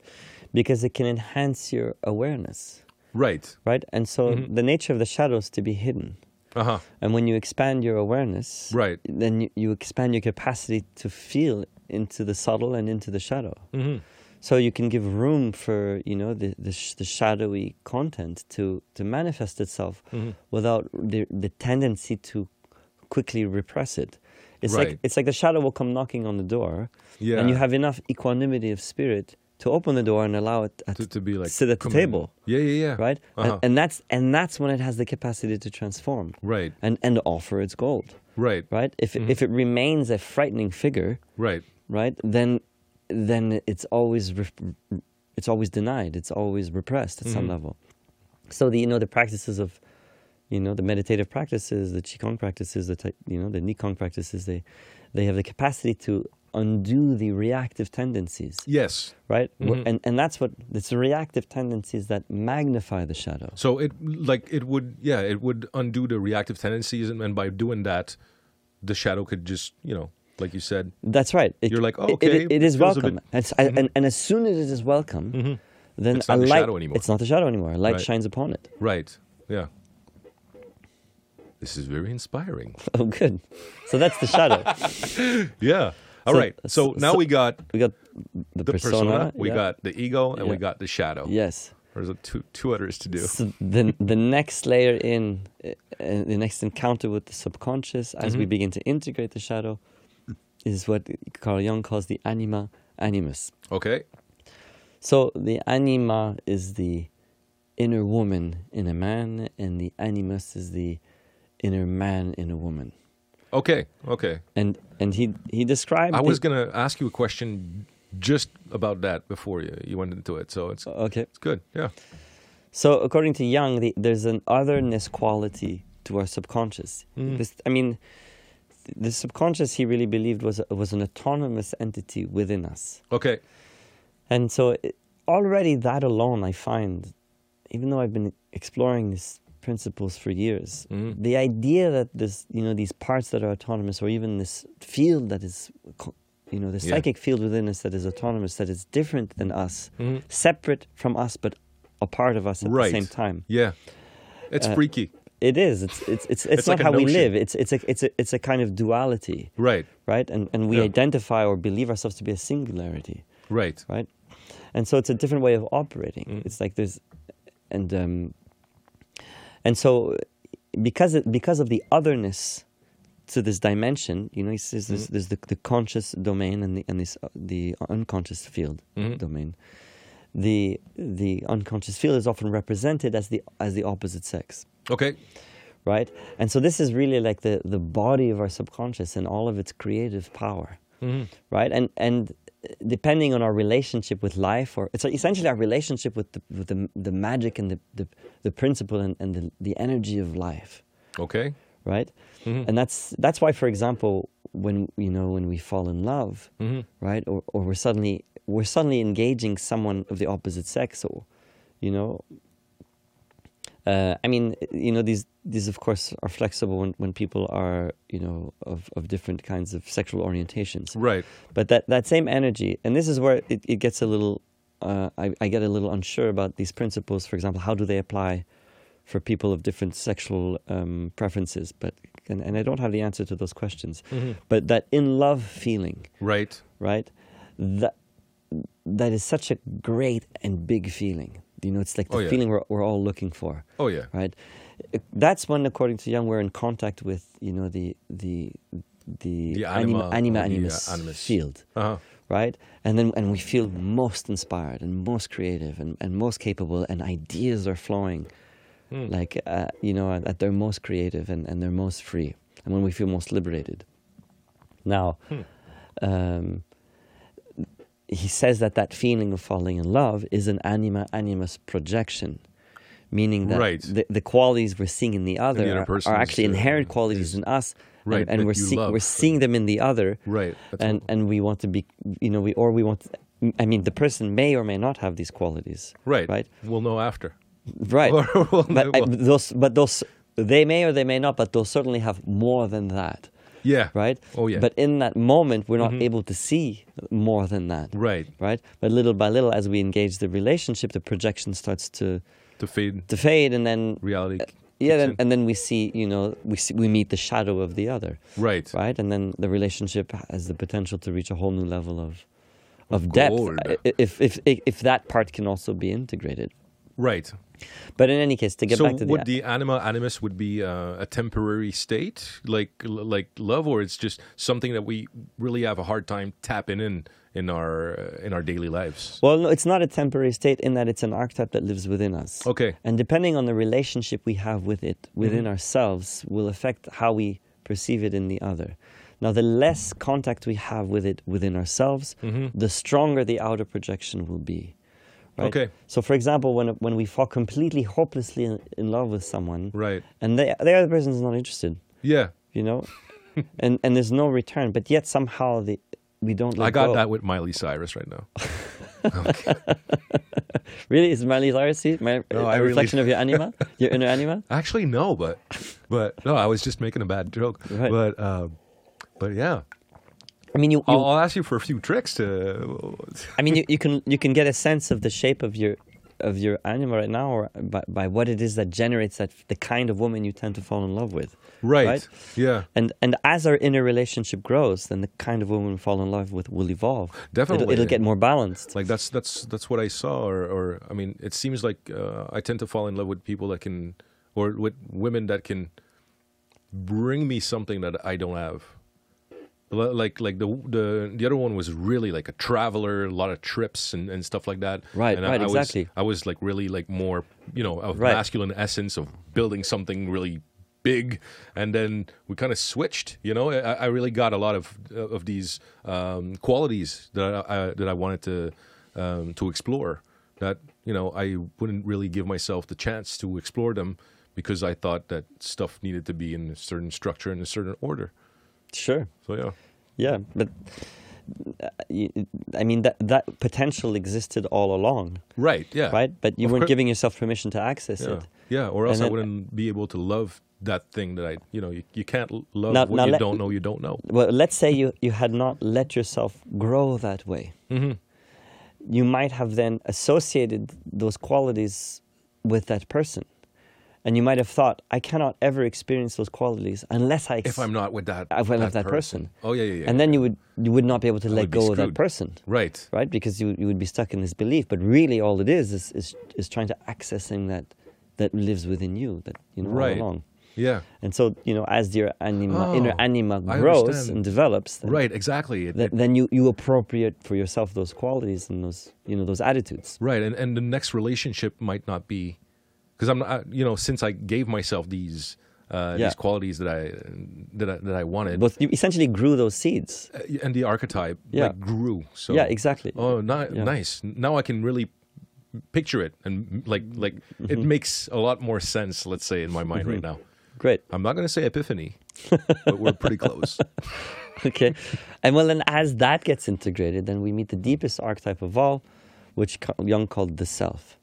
because it can enhance your awareness,
right.
right? And so
Mm-hmm.
the nature of the shadow is to be hidden.
Uh huh.
And when you expand your awareness,
Right.
then you, you expand your capacity to feel into the subtle and into the shadow.
Mm-hmm.
So you can give room for you know the the, sh- the shadowy content to to manifest itself
Mm-hmm.
without the the tendency to quickly repress it. It's like
Right.
it's like the shadow will come knocking on the door, and you
Yeah.
have enough equanimity of spirit to open the door and allow it at,
To, to be like
sit at the
come in.
table
Yeah, yeah, yeah.
right? And-
Uh-huh.
And, that's and that's when it has the capacity to transform,
Right.
And and offer its gold,
right. Right.
right? If if it remains a frightening figure, right? Then then it's always re- it's always denied. It's always repressed at some level. So the you know the practices of you know the meditative practices, the qigong practices, the tai- you know the nikong practices. They they have the capacity to undo the reactive tendencies
Yes.
right Wh- and and that's what it's the reactive tendencies that magnify the shadow
So it like it would yeah it would undo the reactive tendencies and, and by doing that, the shadow could just you know like you said
That's right. It-
You're like, "Oh,
it-
okay,
it-
it
it is
feels a bit- Mm-hmm.
welcome. And, s- and, and as soon as it is welcome, then
It's
a
not the
light,
shadow anymore.
It's not the shadow anymore. A light
Right.
shines upon it.
right yeah. This is very inspiring.
Oh, good. So that's the shadow.
Yeah. All
So-
right. So,
so-
now we got
we got the,
the persona, we
yeah.
got the ego, and we
Yeah.
got the shadow.
yes.
There's a two two others to do.
So the the next layer in, uh, uh, the next encounter with the subconscious, as
Mm-hmm.
we begin to integrate the shadow,
Mm.
is what Carl Jung calls the anima animus.
Okay.
So the anima is the inner woman in a man, and the animus is the inner man in a woman.
Okay. Okay.
And and he he described.
I
the-
was gonna ask you a question just about that before you, you went into it. So it's
okay.
it's good. Yeah.
So according to Jung, the, there's an otherness quality to our subconscious.
Mm.
This, I mean, th- the subconscious he really believed was was an autonomous entity within us.
Okay.
And so it, already that alone, I find, even though I've been exploring these principles for years,
Mm.
the idea that this, you know, these parts that are autonomous, or even this field that is, co- you know, the
Yeah.
psychic field within us that is autonomous, that is different than us, separate from us, but a part of us at
Mm. Right.
the same time.
Yeah. It's
Uh,
freaky.
It is. It's it's it's, it's,
It's
not
like a
how we
notion.
live. It's it's a it's a it's a kind of duality,
Right.
right? And and we
Yeah.
identify or believe ourselves to be a singularity
Right.
right? And so it's a different way of operating. It's like there's, and um, and so because it, because of the otherness to this dimension, you know, he says there's, there's the, the conscious domain and the and this uh, the unconscious field domain. The the unconscious field is often represented as the as the opposite sex
Okay.
right? And so this is really like the the body of our subconscious and all of its creative power, right? And and depending on our relationship with life, or it's essentially our relationship with the with the, the magic and the the, the principle and, and the, the energy of life,
Okay.
right? And that's that's why, for example, when you know when we fall in love, right, or or we're suddenly we're suddenly engaging someone of the opposite sex, or you know, uh, I mean, you know, these these of course are flexible when, when people are you know of, of different kinds of sexual orientations,
Right.
but that, that same energy, and this is where it, it gets a little, uh, I, I get a little unsure about these principles. For example, how do they apply for people of different sexual um, preferences? But and, and I don't have the answer to those questions. But that in love feeling,
Right.
right? That that is such a great and big feeling. You know, it's like the
Oh, yeah.
feeling we're, we're all looking for
Oh yeah.
right? That's when, according to Jung, we're in contact with you know the the the,
The
anima,
anima
anima
or the, uh,
animus,
animus.
field,
Uh-huh.
right? And then and we feel most inspired and most creative and, and most capable, and ideas are flowing,
Hmm.
like uh, you know at their most creative and and their most free, and when we feel most liberated. Now.
Hmm.
Um, he says that that feeling of falling in love is an anima animus projection, meaning that
Right.
the, the qualities we're seeing in the other,
other
are-
person
are,
is,
actually
uh,
inherent qualities in us, and-
Right,
and,
that
we're,
you
see,
love.
we're seeing them in the other,
Right. That's
and, and we want to be, you know, we or we want, I mean, the person may or may not have these qualities,
Right.
right,
We'll know after.
right.
Or we'll
but I,
know-
those, but those they may or they may not, but they'll certainly have more than that,
Yeah.
right?
Oh yeah. Mm-hmm.
But in that moment, we're not able to see more than that,
right
right? But little by little, as we engage the relationship, the projection starts to
to fade
to fade, and then
reality.
yeah,
kicks
then, and then we see, you know, we see, we meet the shadow of the other,
in. right.
right? And then the relationship has the potential to reach a whole new level of of depth
gold.
i- i- if if if that part can also be integrated.
Right.
But in any case, to get
so
back to
would
the
the anima animus would be uh, a temporary state like like love or it's just something that we really have a hard time tapping in in our uh, in our daily lives
well, no, it's not a temporary state in that it's an archetype that lives within us.
okay
And depending on the relationship we have with it within
Mm-hmm.
ourselves will affect how we perceive it in the other. Now, the less contact we have with it within ourselves,
Mm-hmm.
the stronger the outer projection will be. right?
Okay.
So, for example, when, when we fall completely hopelessly in, in love with someone,
right
and they, the other person's not interested,
yeah
you know, and, and there's no return, but yet somehow the, we don't let
i got
go.
that with miley cyrus right now
Really? Is Miley Cyrus my,
No,
a
I really-
reflection of your anima? Your inner anima?
actually no but but no i was just making a bad joke
Right.
but um but yeah
I mean, you, you
I'll, I'll ask you for a few tricks to uh,
I mean, you, you can you can get a sense of the shape of your of your anima right now, or by, by what it is that generates that the kind of woman you tend to fall in love with.
right,
Right.
yeah
And and as our inner relationship grows, then the kind of woman we fall in love with will evolve. it'll,
Definitely.
it'll get more balanced.
like that's that's that's what I saw, or, or I mean, it seems like uh, I tend to fall in love with people that can, or with women that can bring me something that I don't have. Li- Like like the the the other one was really like a traveler, a lot of trips and, and stuff like that.
Right,
and
right,
I, I
exactly.
Was, I was like really like more you know of
Right.
masculine essence of building something really big, and then we kind of switched. You know, I, I really got a lot of uh, of these um, qualities that I, I that I wanted to um, to explore. That you know I wouldn't really give myself the chance to explore them because I thought that stuff needed to be in a certain structure and a certain order.
Sure.
So yeah,
Yeah, but uh, you- I mean that that potential existed all along,
right, yeah,
right? But you
Of
weren't
course.
giving yourself permission to access
Yeah,
it.
yeah. Or else
And
I
then-
wouldn't be able to love that thing that I, you know, you, you can't l- love
Now-
what
now
you
let-
don't know. You don't know.
well, let's say you, you had not let yourself grow that way.
Mm-hmm.
You might have then associated those qualities with that person. And you might have thought, I cannot ever experience those qualities unless I.
If I'm not with that,
I will love that person.
Oh yeah, yeah, yeah.
and then you would, you would not be able to let
would be
go of that
screwed.
person,
right,
right? Because you, you would be stuck in this belief. But really, all it is is, is, is trying to accessing that, that lives within you, that you know,
Right.
all along.
yeah,
And so, you know, as your anima, inner
Oh,
anima
I
grows
understand.
and develops, then
right, exactly. It-
th- then you, you appropriate for yourself those qualities and those you know those attitudes.
Right, and and the next relationship might not be because I'm not, I- you know, since I gave myself these uh,
Yeah.
these qualities that I that I, that I wanted,
But you essentially grew those seeds.
uh, and the archetype
Yeah.
like, grew. So
Yeah, exactly.
Oh, ni-
Yeah.
nice. Now I can really picture it, and like like it
Mm-hmm.
makes a lot more sense. Let's say in my mind right now.
Great.
I'm not going to say epiphany, but we're pretty close.
Okay. and well, then as that gets integrated, then we meet the deepest archetype of all, which Ca- Jung called the self.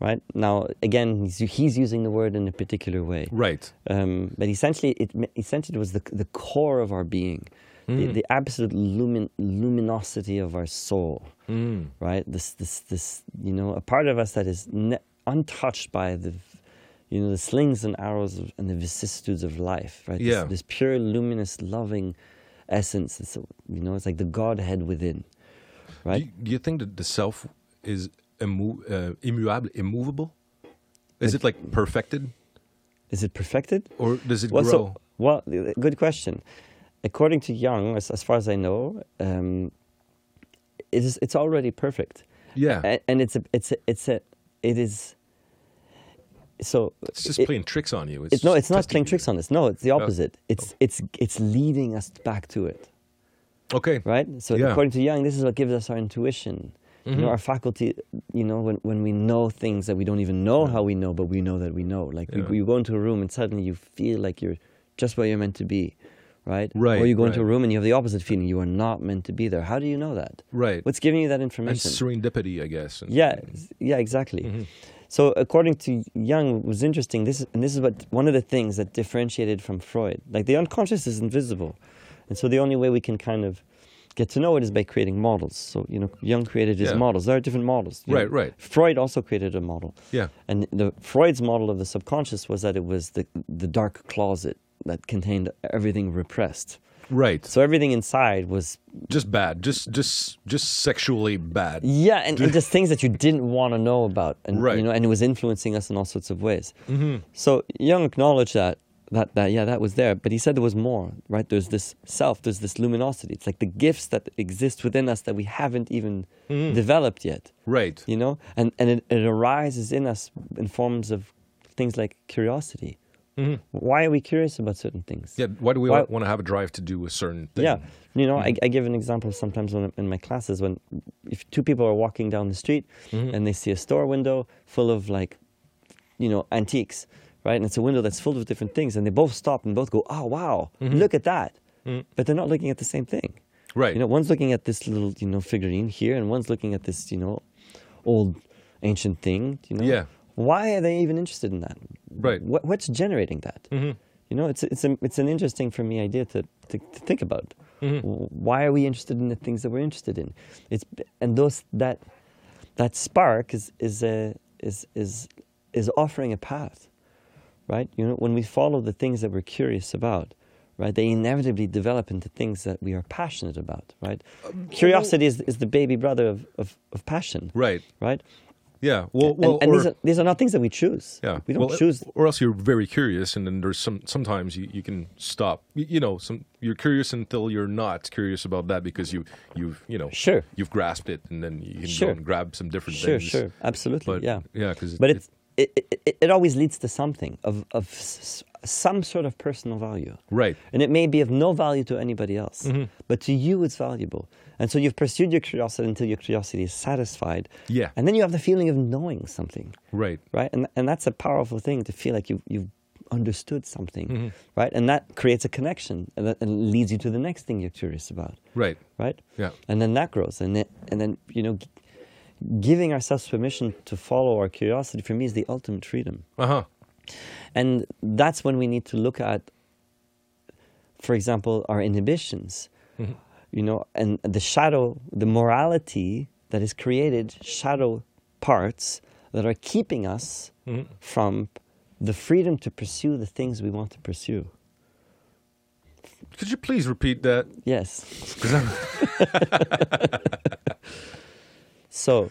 Right now, again, he's, he's using the word in a particular way.
Right.
um, but essentially it me- essentially it was the the core of our being,
Hmm.
the, the absolute lumin, luminosity of our soul,
Hmm.
right? This this this you know a part of us that is ne- untouched by the you know the slings and arrows of, and the vicissitudes of life, right?
Yeah.
This, this pure luminous loving essence. It's, you know, it's like the Godhead within,
Do
right?
you, do you think that the self is immo- uh, immuable, immovable? Is it like perfected,
is it perfected?
or does it
Well,
grow?
so, well, uh, good question. According to Young, as, as far as I know, um, it is it's already perfect,
yeah,
and, and it's a it's a, it's a it is. So
it's just
it-
playing tricks on you.
it- no,
just
it's
testing
not
Oh.
playing
you.
tricks on us. No, it's the opposite. It's it's it's leading us back to it,
Okay,
right? So
Yeah. Mm-hmm.
according to Young, this is what gives us our intuition. You know, our faculty. You know, when, when we know things that we don't even know how we know, but we know that we know. Like
Yeah.
you, you go into a room and suddenly you feel like you're just where you're meant to be, right?
Right,
Or you go into a
right.
room and you have the opposite feeling. You are not meant to be there. How do you know that?
right.
What's giving you that
and
information?
serendipity, I guess. and- Mm-hmm.
yeah, yeah, exactly. So according to Jung, it was interesting. This is- and this is what one of the things that differentiated from Freud. Like the unconscious is invisible, and so the only way we can kind of get to know it is by creating models. So you know, Jung created his
Yeah.
models. There are different models. you know.
Right, right.
Freud also created a model.
Yeah.
And the Freud's model of the subconscious was that it was the the dark closet that contained everything repressed.
Right.
So everything inside was
just bad. Just just just sexually bad.
yeah, and, and just things that you didn't want to know about, and
Right.
you know, and it was influencing us in all sorts of ways. So Jung acknowledged that that that yeah, that was there, but he said there was more. Right? There's this self. There's this luminosity. It's like the gifts that exist within us that we haven't even developed yet.
Right.
You know, and and it, it arises in us in forms of things like curiosity. Why are we curious about certain things?
Yeah. Why do we
Why-
want to have a drive to do a certain thing?
Yeah, you know, I, I give an example sometimes when, I'm in my classes when if two people are walking down the street and they see a store window full of like, you know, antiques, right? And it's a window that's full of different things, and they both stop and both go, "Oh wow, look at that!" But they're not looking at the same thing.
Right.
You know, one's looking at this little, you know, figurine here, and one's looking at this, you know, old ancient thing. You know.
Yeah.
Why are they even interested in that?
Right. Mm-hmm.
What, what's generating that? You know, it's it's a, it's an interesting for me idea to to, to think about.
Mm-hmm.
W- Why are we interested in the things that we're interested in? It's and those that that spark is is a is is is offering a path, right? You know, when we follow the things that we're curious about. Right, they inevitably develop into things that we are passionate about. Right, curiosity is, is the baby brother of, of, of passion.
Um, Right.
right,
Yeah. Well.
and,
well
and
or,
these are these are not things that we choose.
yeah.
we don't
well, uh,
choose.
Or else you're very curious, and then there's some. Sometimes you, you can stop. You, you know, some you're curious until you're not curious about that because you you've you know
Sure.
you've grasped it, and then you can
Sure.
go and grab some different
Sure,
things.
sure, absolutely,
But
yeah.
Yeah. Because
But it's it, it, it, it always leads to something of of s- s- some sort of personal value,
right.
and it may be of no value to anybody else,
Mm-hmm.
but to you it's valuable. And so you've pursued your curiosity until your curiosity is satisfied.
Yeah.
and then you have the feeling of knowing something
Right.
right? And and that's a powerful thing to feel like you you've understood something,
Mm-hmm.
right? And that creates a connection and that and leads you to the next thing you're curious about,
Right.
right?
Yeah.
And then that grows, and it, and then you know, g- giving ourselves permission to follow our curiosity for me is the ultimate freedom,
Uh huh.
and that's when we need to look at, for example, our inhibitions, you know, and the shadow, the morality that is created, shadow parts that are keeping us from the freedom to pursue the things we want to pursue.
Could you please repeat that?
Yes.
'Cause I'm-
So,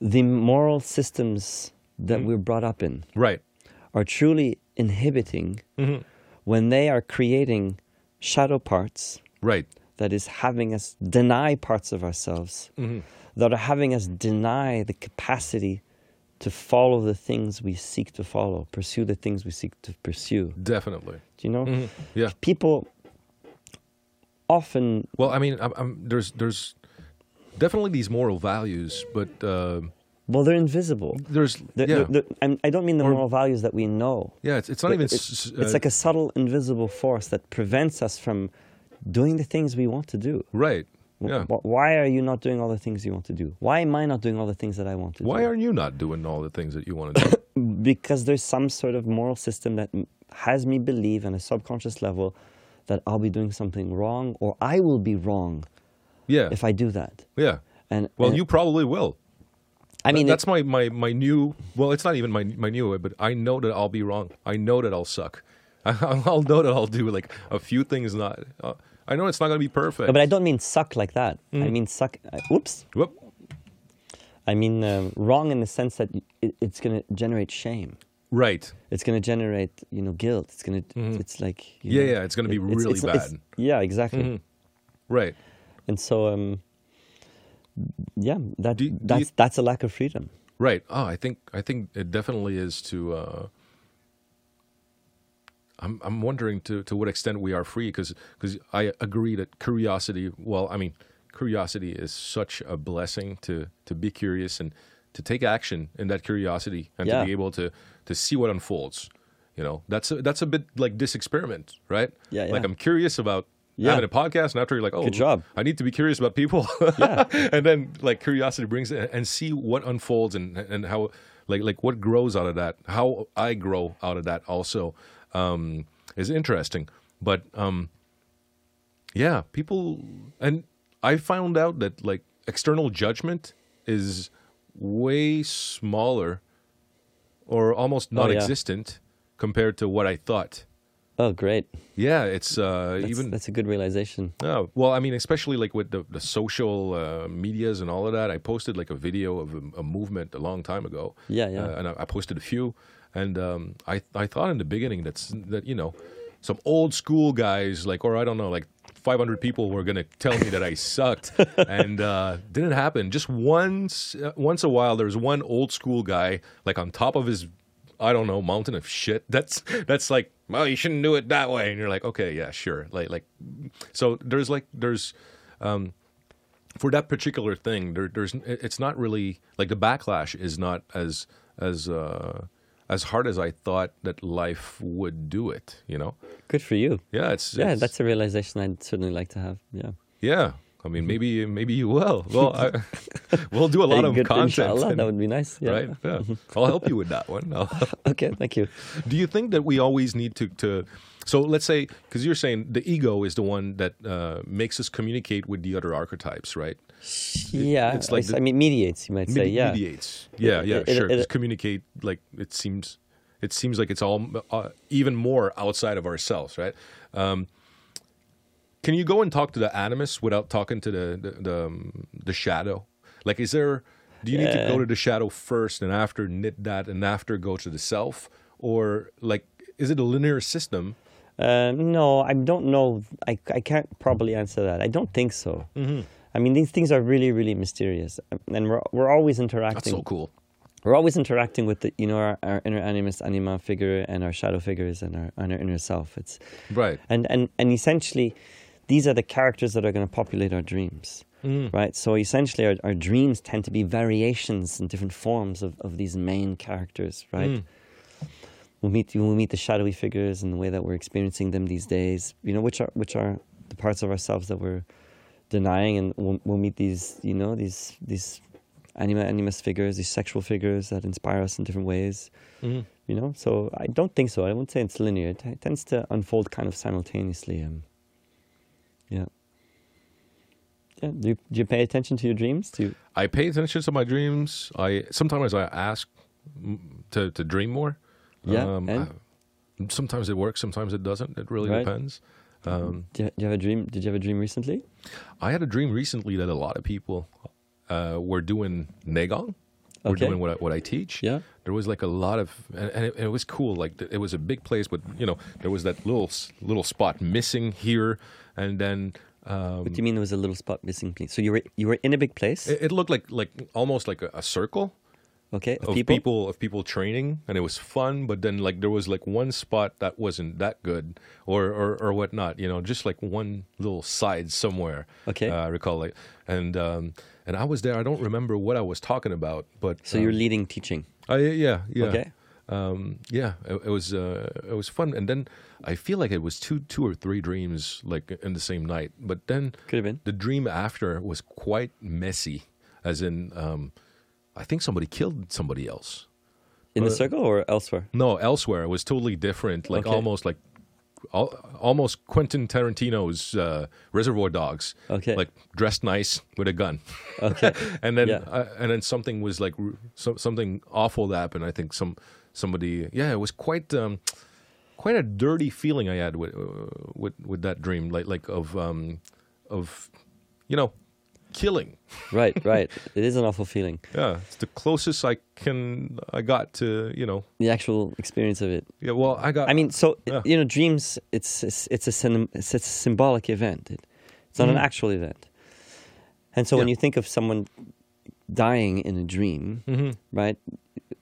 the moral systems that we're brought up in
right.
are truly inhibiting when they are creating shadow parts
Right.
that is having us deny parts of ourselves, that are having us deny the capacity to follow the things we seek to follow, pursue the things we seek to pursue.
Definitely.
Do you know?
Yeah.
People often,
Well, I mean, I'm, I'm, there's there's definitely these moral values, but uh,
well, they're invisible.
there's
The-
yeah,
the- the- I'm- I don't mean the moral values that we know.
yeah. It's, it's not even.
It-
s-
it's
uh,
like a subtle, invisible force that prevents us from doing the things we want to do.
right. Yeah.
W- Why are you not doing all the things you want to do? Why am I not doing all the things that I want to do?
Why aren't you not doing all the things that you want to do?
because there's some sort of moral system that m- has me believe on a subconscious level that I'll be doing something wrong or I will be wrong
Yeah.
if I do that.
yeah.
And
Well,
and-
you probably will.
I mean,
that's
it-
my, my my new. Well, it's not even my my new way, but I know that I'll be wrong. I know that I'll suck. I'll know that I'll do like a few things. Not. Uh, I know it's not going to be perfect.
but I don't mean suck like that.
Mm.
I mean suck. uh, Whoops.
Whoop.
I mean um, wrong in the sense that y- it, it's going to generate shame.
Right.
It's going to generate, you know, guilt. It's going to. It's like. you
Mm-hmm. Yeah,
know,
yeah, it's gonna be
it- it's-
really
it's- it's-
bad. Mm-hmm.
yeah, exactly.
Right.
And so, um, yeah, that
Do- do you-
that's that's a lack of freedom.
Right. Oh, I think I think it definitely is to. Uh, I'm I'm wondering to to what extent we are free because I agree that curiosity. Well, I mean, curiosity is such a blessing to to be curious and to take action in that curiosity and
Yeah.
to be able to to see what unfolds. You know, that's a, that's a bit like this experiment, right?
Yeah,
Like
yeah.
I'm curious about
Yeah.
having a podcast, and after you're like, oh,
Good job.
I need to be curious about people.
Yeah.
and then like curiosity brings it and see what unfolds and and how like like what grows out of that. How I grow out of that also um, is interesting. But um, yeah, people and I found out that like external judgment is way smaller or almost non-existent compared to what I thought.
Oh, great.
Yeah, it's uh,
That's,
even
that's a good realization.
Oh, well, I mean, especially like with the, the social uh, medias and all of that. I posted like a video of a, a movement a long time ago.
Yeah, yeah.
Uh, and I, I posted a few, and um, I I thought in the beginning that's that you know, some old school guys like or I don't know like. 500 people were gonna tell me that I sucked, and uh, didn't happen. Just once, uh, once a while, there was one old school guy, like on top of his, I don't know, mountain of shit. That's that's like, well, you shouldn't do it that way, and you're like, okay, yeah, sure. Like like, so there's like there's for that particular thing, there, there's it's not really like the backlash is not as as uh, as hard as I thought that life would do it. You know,
Good for you.
yeah, it's
Yeah,
it's-
that's a realization I'd certainly like to have. Yeah.
yeah. I mean, maybe maybe you will. Well, I, we'll do a lot
Hey,
of
good,
content,
Inshallah,
and-
that would be nice. Yeah.
right? Yeah. I'll help you with that one. I'll-
Okay, thank you.
Do you think that we always need to to so let's say because you're saying the ego is the one that uh, makes us communicate with the other archetypes, right?
yeah,
it's like
it's-
the-
I mean, mediates, you might say.
Medi-
Yeah.
mediates. Yeah, yeah,
it- it-
sure.
it-
Just communicate like it seems. It seems like it's all uh, even more outside of ourselves, right? Um, can you go and talk to the animus without talking to the the, the, um, the shadow? Like, is there? Do you need to go to
Uh,
the shadow first, and after knit that, and after go to the self, or like, is it a linear system?
Uh, no, I don't know. I, I can't probably answer that. I don't think so. I mean, these things are really, really mysterious, Um, and we're we're always
That's
interacting.
so cool.
We're always interacting with the you know our, our inner animus, anima figure, and our shadow figures, and our, and our inner self. It's
Right.
and and and essentially, these are the characters that are going to populate our dreams. Right, so essentially, our, our dreams tend to be variations and different forms of, of these main characters, right? we meet we meet the shadowy figures and the way that we're experiencing them these days. You know, which are which are the parts of ourselves that we're denying, and we'll, we'll meet these you know these these anima animus figures, these sexual figures that inspire us in different ways. You know, so I don't think so. I wouldn't say it's linear. It, it tends to unfold kind of simultaneously. Um, yeah. Yeah. Do you, do you pay attention to your dreams? Do you,
I pay attention to my dreams. I sometimes I ask mm, to to dream more. Um,
Yeah, and?
I- sometimes it works. Sometimes it doesn't. It really
Right.
depends.
do you do you have a dream? Did you have a dream recently?
I had a dream recently that a lot of people uh, were doing negong. Were
Okay.
doing what I, what I teach.
Yeah.
There was like a lot of, and, and it, it was cool. Like th- it was a big place, but you know there was that little s- little spot missing here, and then um,
What do you mean there was a little spot missing? Please? So you were you were in a big place,
it, it looked like like almost like a, a circle.
okay? of
of people? of people training and it was fun but then like there was like one spot that wasn't that good or or, or whatnot you know just like one little side somewhere
Okay.
uh, i recall like and um and i was there i don't remember what i was talking about but
So
um,
you're leading teaching,
I, yeah yeah
okay?
um, yeah, it, it was uh, it was fun, and then I feel like it was two two or three dreams like in the same night. But then
Could have been.
the dream after was quite messy, as in um, I think somebody killed somebody else.
In the
Well-
circle or elsewhere?
No, elsewhere it was totally different. Like
Okay.
almost like al- almost Quentin Tarantino's uh, Reservoir Dogs.
Okay.
Like dressed nice with a gun.
Okay.
and then
Yeah.
uh, and then something was like r- so, something awful that happened. I think some somebody yeah, it was quite um, quite a dirty feeling I had with uh, with with that dream like like of um of you know killing.
right, right. It is an awful feeling.
Yeah, it's the closest I can I got to, you know.
The actual experience of it.
Yeah, well, I got
I mean, so
Yeah.
you know, dreams. It's it's, it's a syn- it's a symbolic event. It, it's not an actual event. And so when
Mm-hmm. Yeah.
you think of someone dying in a dream,
Mm-hmm.
right?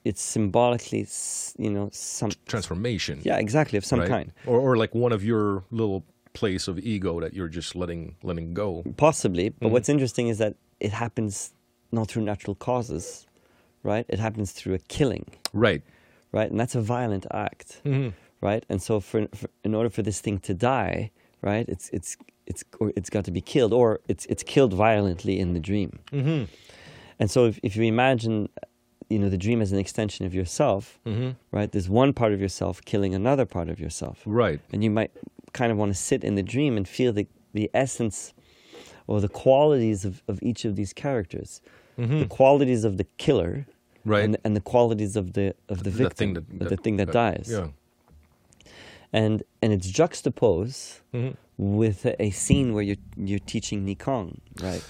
It's symbolically, s- you know, some
transformation.
yeah, exactly of some
right?
kind.
or or like one of your little place of ego that you're just letting letting go.
Possibly, but
Mm-hmm.
what's interesting is that it happens not through natural causes, right? It happens through a killing,
Right. Mm-hmm.
right? And that's a violent act, right? And so, for, for in order for this thing to die, right? It's it's it's or it's got to be killed, or it's it's killed violently in the dream.
Mhm.
And so, if if you imagine, you know, the dream as an extension of yourself,
Mhm.
right? There's one part of yourself killing another part of yourself,
Right.
and you might kind of want to sit in the dream and feel the the essence or the qualities of, of each of these characters, the qualities of the killer,
Mm-hmm. Right.
and, and the qualities of the of the victim,
the thing that, uh,
of the thing that, dies,
Yeah.
and and it's juxtaposed
Mhm.
with a, a scene where you're you're teaching Nikong, right?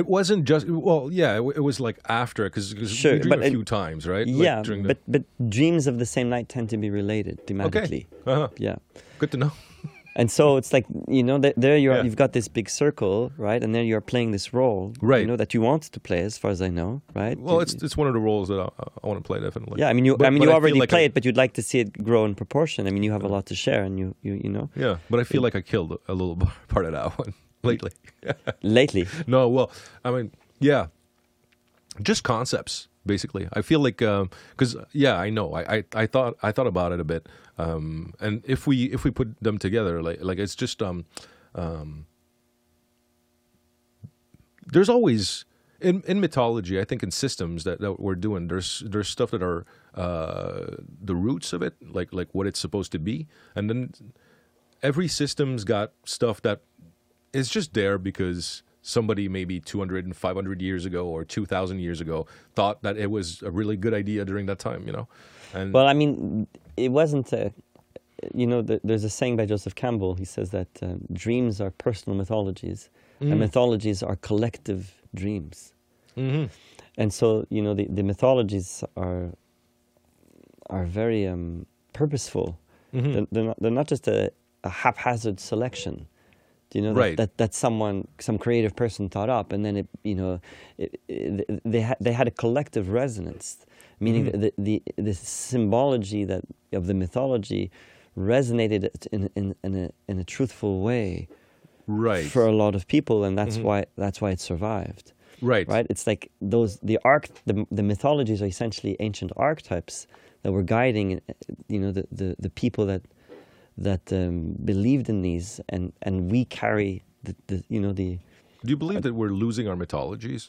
It wasn't just well, yeah. It, w- it was like after because
Sure,
we dream
but
a
it-
few times, right? Like,
yeah,
during the-
but but dreams of the same night tend to be related
okay.
thematically.
Uh-huh.
Yeah.
Good to know.
And so it's like you know that there you're
Yeah.
you've got this big circle right, and there you're playing this role
Right.
you know that you want to play as far as I know right.
Well,
You-
it's it's one of the roles that I, I want to play definitely.
yeah, I mean you
But-
I mean
but
you
feel
already
like I-
play it, but you'd like to see it grow in proportion. I mean you have a lot to share, and you you you know
Yeah, but I feel like I killed a little part of that one lately.
lately
no, well, I mean, yeah, just concepts basically. I feel like because yeah, I know. I, I I thought I thought about it a bit, um, and if we if we put them together, like like it's just um, um, there's always in in mythology. I think in systems that, that we're doing, there's there's stuff that are uh, the roots of it, like like what it's supposed to be, and then every system's got stuff that is just there because somebody maybe 200 and 500 years ago or 2000 years ago thought that it was a really good idea during that time you know and
Well, I mean, it wasn't. A, you know, th there's a saying by Joseph Campbell. He says that uh, dreams are personal mythologies, and mythologies are collective dreams.
Mhm.
And so, you know, the, the mythologies are are very um, purposeful.
Mm-hmm.
They're, they're, not, they're not just a, a haphazard selection. Do You know, that,
Right.
that that someone, some creative person thought up, and then it, you know, it, it, they had they had a collective resonance, meaning
Mm-hmm.
that the, the the symbology that of the mythology resonated in in in a, in a truthful way
right Mm-hmm.
for a lot of people, and that's why that's why it survived
right
right? It's like those the arc the, the mythologies are essentially ancient archetypes that were guiding, uh, you know, the the, the people that that um, believed in these, and and we carry the, the you know the
do you believe that we're losing our mythologies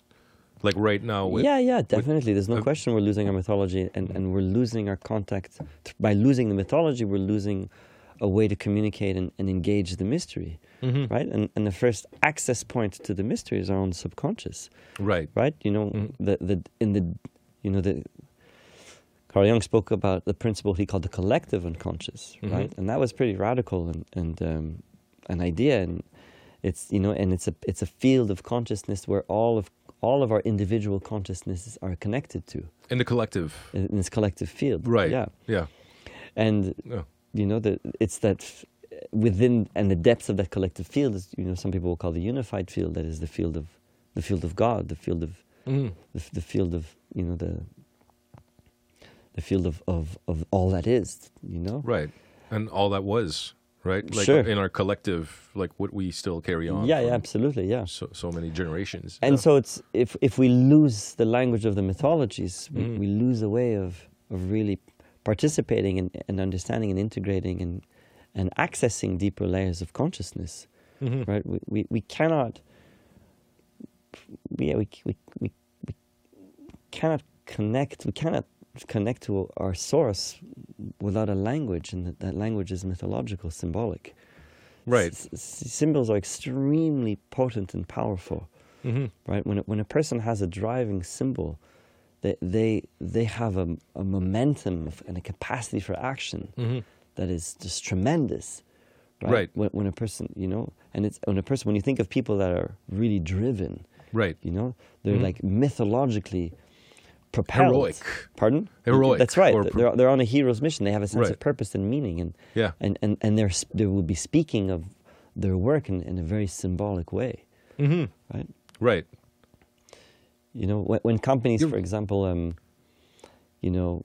like right now with uh,
yeah yeah definitely. There's no question we're losing our mythology, and and we're losing our contact Th- by losing the mythology. We're losing a way to communicate and, and engage the mystery,
Mm-hmm.
right? And and the first access point to the mystery is our own subconscious.
right
right? You know, the, the in the you know the Carl Jung spoke about the principle he called the collective unconscious, right? And that was pretty radical and and um, an idea, and it's you know, and it's a it's a field of consciousness where all of all of our individual consciousnesses are connected to
in the collective
in in this collective field,
right
Yeah,
yeah
and
yeah
you know the it's that f- within and the depths of that collective field is you know some people will call the unified field that is the field of the field of God, the field of
Mhm.
the, f- the field of you know the the field of, of, of all that is you know
right and all that was right like
Sure.
in our collective like what we still carry on
yeah
from
yeah absolutely yeah
so, so many generations
and
Yeah.
so it's if if we lose the language of the mythologies we,
Mm.
we lose a way of of really participating and, and understanding and integrating and and accessing deeper layers of consciousness
Mm-hmm.
right we, we we cannot yeah, we, we we we cannot connect we cannot connect to our source without a language and that, that language is mythological symbolic
right
S- s- symbols are extremely potent and powerful
Mhm.
right? When a, when a person has a driving symbol, they they they have a, a momentum of- and a capacity for action that is just tremendous, right?
Mm-hmm. Right.
When, when a person, you know, and it's when a person when you think of people that are really driven,
right
you know, they're like mythologically propelled.
Mm-hmm. Heroic.
Pardon?
Heroic
That's right.
or
they're, they're on a hero's mission. They have a sense
Right.
of purpose and meaning, and
Yeah.
and and, and they're, sp- they will be speaking of their work in, in a very symbolic way, mm-hmm. right?
right
You know, when, when companies,
You're-
for example, um, you know,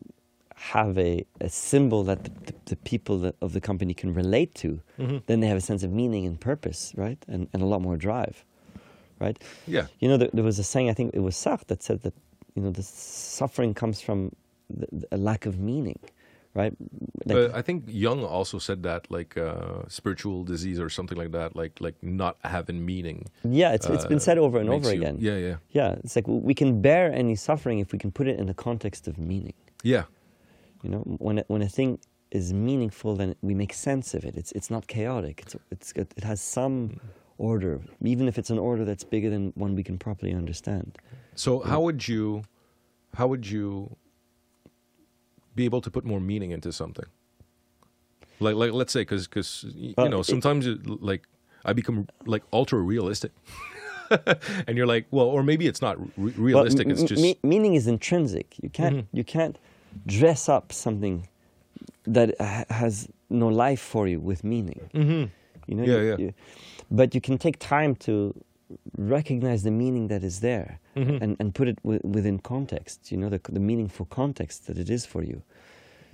have a, a symbol that the, the, the people that, of the company can relate to,
Mm-hmm.
then they have a sense of meaning and purpose, right? And, and a lot more drive, right?
yeah
You know, there, there was a saying, I think it was Sartre, that said that, you know, the suffering comes from the, the, a lack of meaning, right? Like,
But I think Jung also said that, like uh, spiritual disease or something like that, like like not having meaning.
yeah, it's it's been
uh,
said over and
makes
over
you-
again.
Yeah, yeah,
yeah, it's like we can bear any suffering if we can put it in the context of meaning.
yeah,
You know, when a, when a thing is meaningful, then we make sense of it. It's it's not chaotic. It's it's got- it has some order, even if it's an order that's bigger than one we can properly understand.
So how would you, how would you be able to put more meaning into something? Like like let's say because because you
Well,
know
Uh, it-
sometimes it, like I become like ultra realistic, and you're like well or maybe it's not re-
Well,
realistic.
m-
it's
m-
just Mm-hmm.
me- meaning is intrinsic. You can't you can't dress up something that ha- has no life for you with meaning.
Mhm.
You know,
Yeah,
you-
yeah.
you- but you can take time to recognize the meaning that is there
Mm-hmm.
and, and put it wi- within context. You know, the, the meaningful context that it is for you.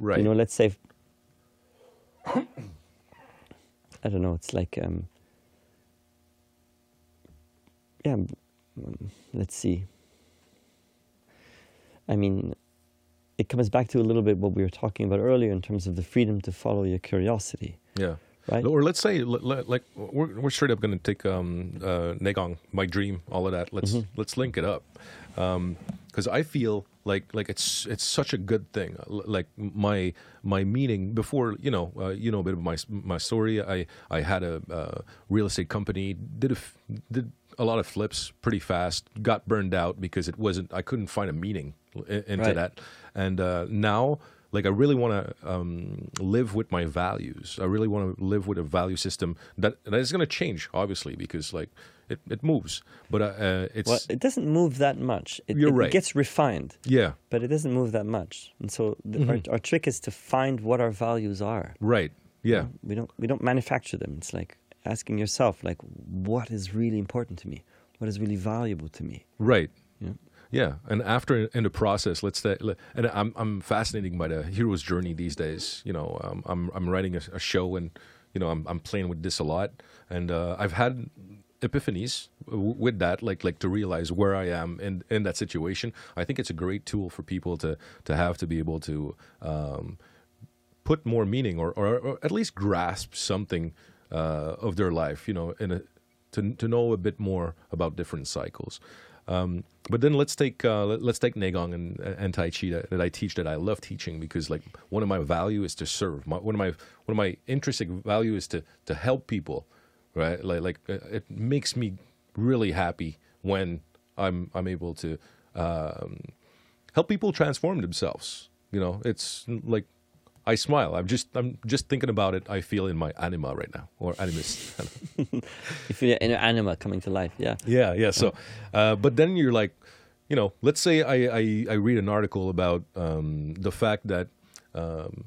right.
You know, let's say, I don't know, it's like, um, yeah, um, let's see. I mean, it comes back to a little bit what we were talking about earlier in terms of the freedom to follow your curiosity,
Yeah.
right?
Or let's say, l- l- like, we're, we're straight up going to take um, uh, Negong, my dream, all of that. Let's
Mm-hmm.
let's link it up, because I feel like like it's it's such a good thing. Uh, L- Like my my meaning before, you know, uh, you know a bit of my s- my story. I I had a uh, real estate company, did a f- did a lot of flips pretty fast, got burned out because it wasn't. I couldn't find a meaning i- into
Right.
that that. And uh, now, like, I really want to um, live with my values. I really want to live with a value system that that is going to change, obviously, because like it, it moves. But uh, uh, it's
Well, it doesn't move that much. It,
You're
it
right.
gets refined,
yeah,
but it doesn't move that much. And so the,
Mm-hmm.
our, our trick is to find what our values are.
right, yeah,
we don't we don't manufacture them it's like asking yourself like what is really important to me what is really valuable to me
right.
Yeah.
Yeah, and after in the process, let's say, le- and I'm I'm fascinated by the hero's journey these days. You know, um, I'm I'm writing a, a show, and you know, I'm I'm playing with this a lot, and uh, I've had epiphanies w- with that, like like to realize where I am in in that situation. I think it's a great tool for people to to have to be able to um, put more meaning or, or, or at least grasp something uh, of their life, you know, in a, to, to know a bit more about different cycles. Um, but then let's take uh, let- let's take Negong and, and Tai Chi that, that I teach that I love teaching because like one of my value is to serve. My, one of my one of my intrinsic value is to to help people, right? Like like uh, it makes me really happy when I'm I'm able to um, help people transform themselves. You know, it's like I smile. I'm just I'm just thinking about it. I feel in my anima right now, or animus.
if you're an anima coming to life yeah
yeah, yeah. So, uh, but then you're like, you know, let's say I I, I read an article about um, the fact that um,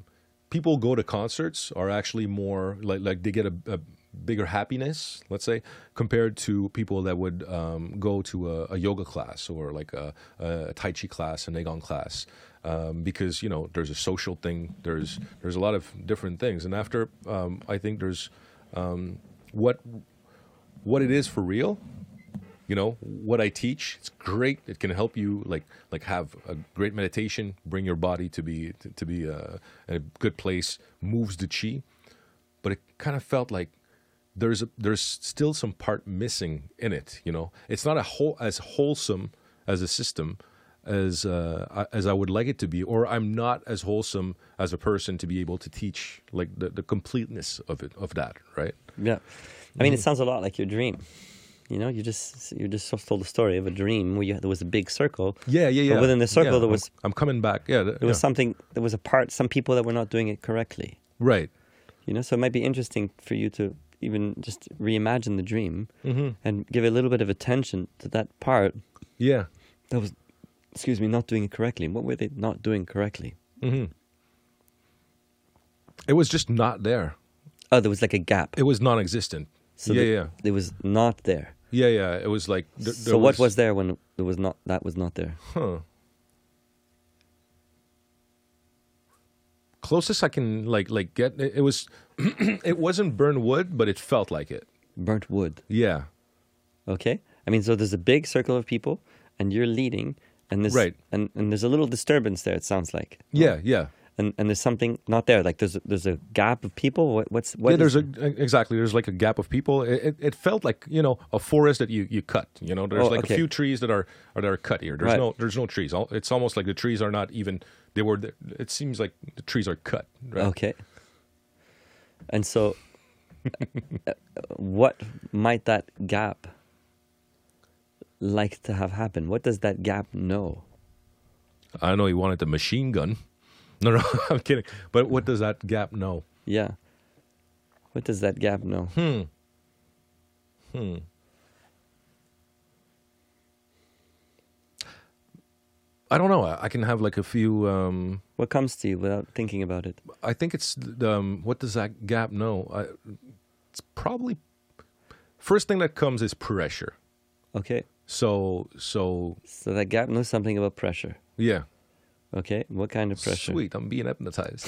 people go to concerts are actually more like like they get a, a bigger happiness, let's say, compared to people that would um, go to a, a yoga class or like a, a tai chi class, a nagong class, um, because you know there's a social thing, there's there's a lot of different things, and after um, I think there's um, what what it is for real you know what i teach it's great it can help you like like have a great meditation bring your body to be to, to be uh, in a good place moves the chi but it kind of felt like there's a, there's still some part missing in it you know it's not a whole as wholesome as a system as uh, I- as I would like it to be or I'm not as wholesome as a person to be able to teach like the, the completeness of it of that right
yeah i mean it sounds a lot like your dream you know you just you just told the story of a dream where you, there was a big circle
yeah yeah yeah
but within the circle
Yeah,
there
I'm-
was
I'm, coming back yeah th-
there was
yeah.
something there was a part some people that were not doing it correctly
Right.
you know so it might be interesting for you to even just reimagine the dream
Mm-hmm.
and give a little bit of attention to that part
Yeah.
that was excuse me not doing it correctly what were they not doing correctly
It was just not there.
Oh, there was like a gap.
It was non-existent. yeah,
the-
yeah,
It was not there.
yeah, yeah. It was like. Th-
so what was there when there was not that was not there?
Huh. Closest I can like like get it, it was, it wasn't burned wood, but it felt like it.
Burnt wood.
Yeah.
Okay. I mean, so there's a big circle of people, and you're leading, and this
Right.
and, and there's a little disturbance there. It sounds like.
Yeah. Yeah.
and and there's something not there. Like there's a, there's a gap of people. What, what's what
yeah,
is-
there's a e, exactly. There's like a gap of people. It, it, it felt like you know a forest that you, you cut. You know, there's
Oh,
like
okay.
a few trees that are, are that are cut here. There's
Right.
no there's no trees. Al- It's almost like the trees are not even. They were. th- It seems like the trees are cut. Right?
okay. And so, uh, what might that gap like to have happen? What does that gap know?
I know he wanted the machine gun. No, no, I'm kidding. But what does that gap know?
Yeah. What does that gap know?
Hmm. I don't know. I, I can have like a few. Um,
What comes to you without thinking about it?
I think it's th- um, what does that gap know? I, it's probably first thing that comes is pressure.
Okay.
So so
So that gap knows something about pressure.
yeah.
Okay. What kind of pressure?
Sweet, I'm being hypnotized.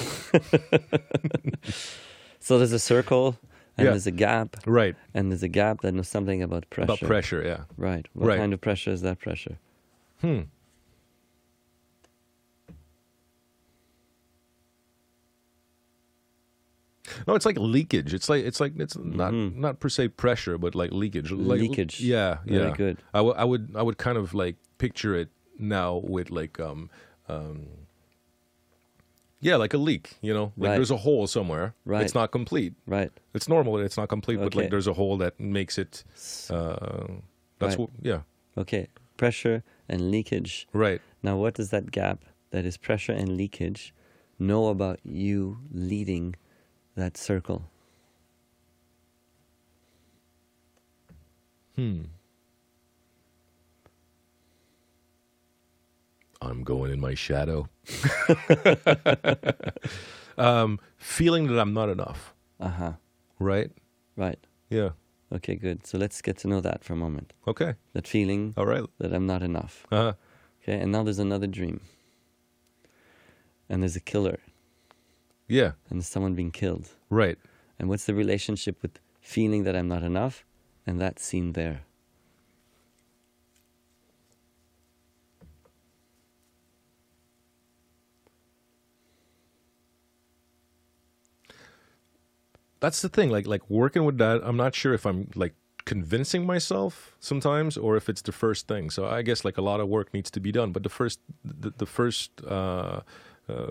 So there's a circle and
Yeah.
there's a gap
right.
and there's a gap that knows something about pressure.
About pressure, yeah.
Right. What
Right.
kind of pressure is that pressure?
Hmm. No, it's like leakage. It's like it's like it's not not per se pressure, but like leakage. Like,
Mm-hmm. Leakage.
Yeah, yeah.
Very good.
I would I would I would kind of like picture it now with like um um yeah, like a leak, you know? Like
Right.
there's a hole somewhere.
Right.
It's not complete.
Right.
It's normal that it's not complete, but
Okay.
like there's a hole that makes it
S-
uh that's
Right.
what yeah.
Okay. Pressure and leakage.
Right.
Now, what does that gap that is pressure and leakage know about you leading that circle?
I'm going in my shadow. um, feeling that I'm not enough,
Uh huh.
right?
Right.
Yeah.
Okay, good. So let's get to know that for a moment.
Okay.
That feeling
All right.
that I'm not enough.
Uh,
Okay, and now there's another dream. And there's a killer,
yeah.
and there's someone being killed.
Right.
And what's the relationship with feeling that I'm not enough and that scene there?
That's the thing. Like, like working with that, I'm not sure if I'm like convincing myself sometimes, or if it's the first thing. So I guess like a lot of work needs to be done. But the first, the, the first, uh, uh,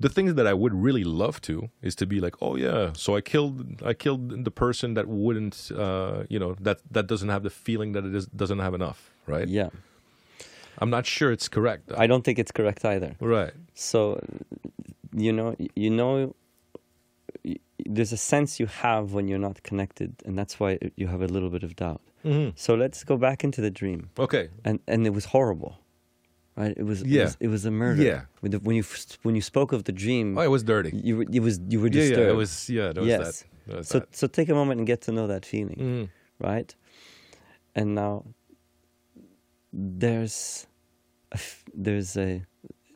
the thing that I would really love to is to be like, oh yeah, so I killed, I killed the person that wouldn't, uh, you know, that that doesn't have the feeling that it is, doesn't have enough, right?
Yeah.
I'm not sure it's correct.
I don't think it's correct either.
right.
So, you know, you know, y- there's a sense you have when you're not connected, and that's why you have a little bit of doubt.
Mhm.
So let's go back into the dream.
Okay.
and and it was horrible, right? It was it
Yeah.
was, it was a murder.
Yeah.
When, the, when you f- when you spoke of the dream,
Oh, it was dirty.
you were, it was you were
Yeah,
disturbed.
yeah. It was. Yeah. There was
yes.
that. There was
so
that.
so take a moment and get to know that feeling,
Mhm.
right? And now there's a f- there's a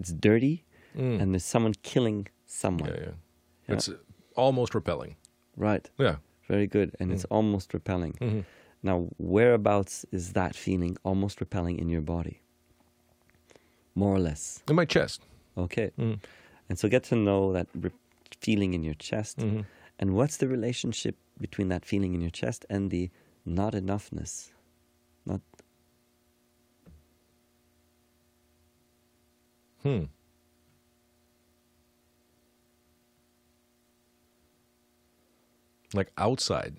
it's dirty,
Mm.
and there's someone killing someone,
Yeah, yeah. It's almost repelling.
right?
Yeah. Hmm. Mm-hmm.
Very good, and it's almost repelling. Now, whereabouts is that feeling almost repelling in your body? More or less.
In my chest.
Okay.
Hmm.
And so get to know that re- feeling in your chest.
Mm-hmm.
And what's the relationship between that feeling in your chest and the not enoughness? Not
Hmm. Like outside.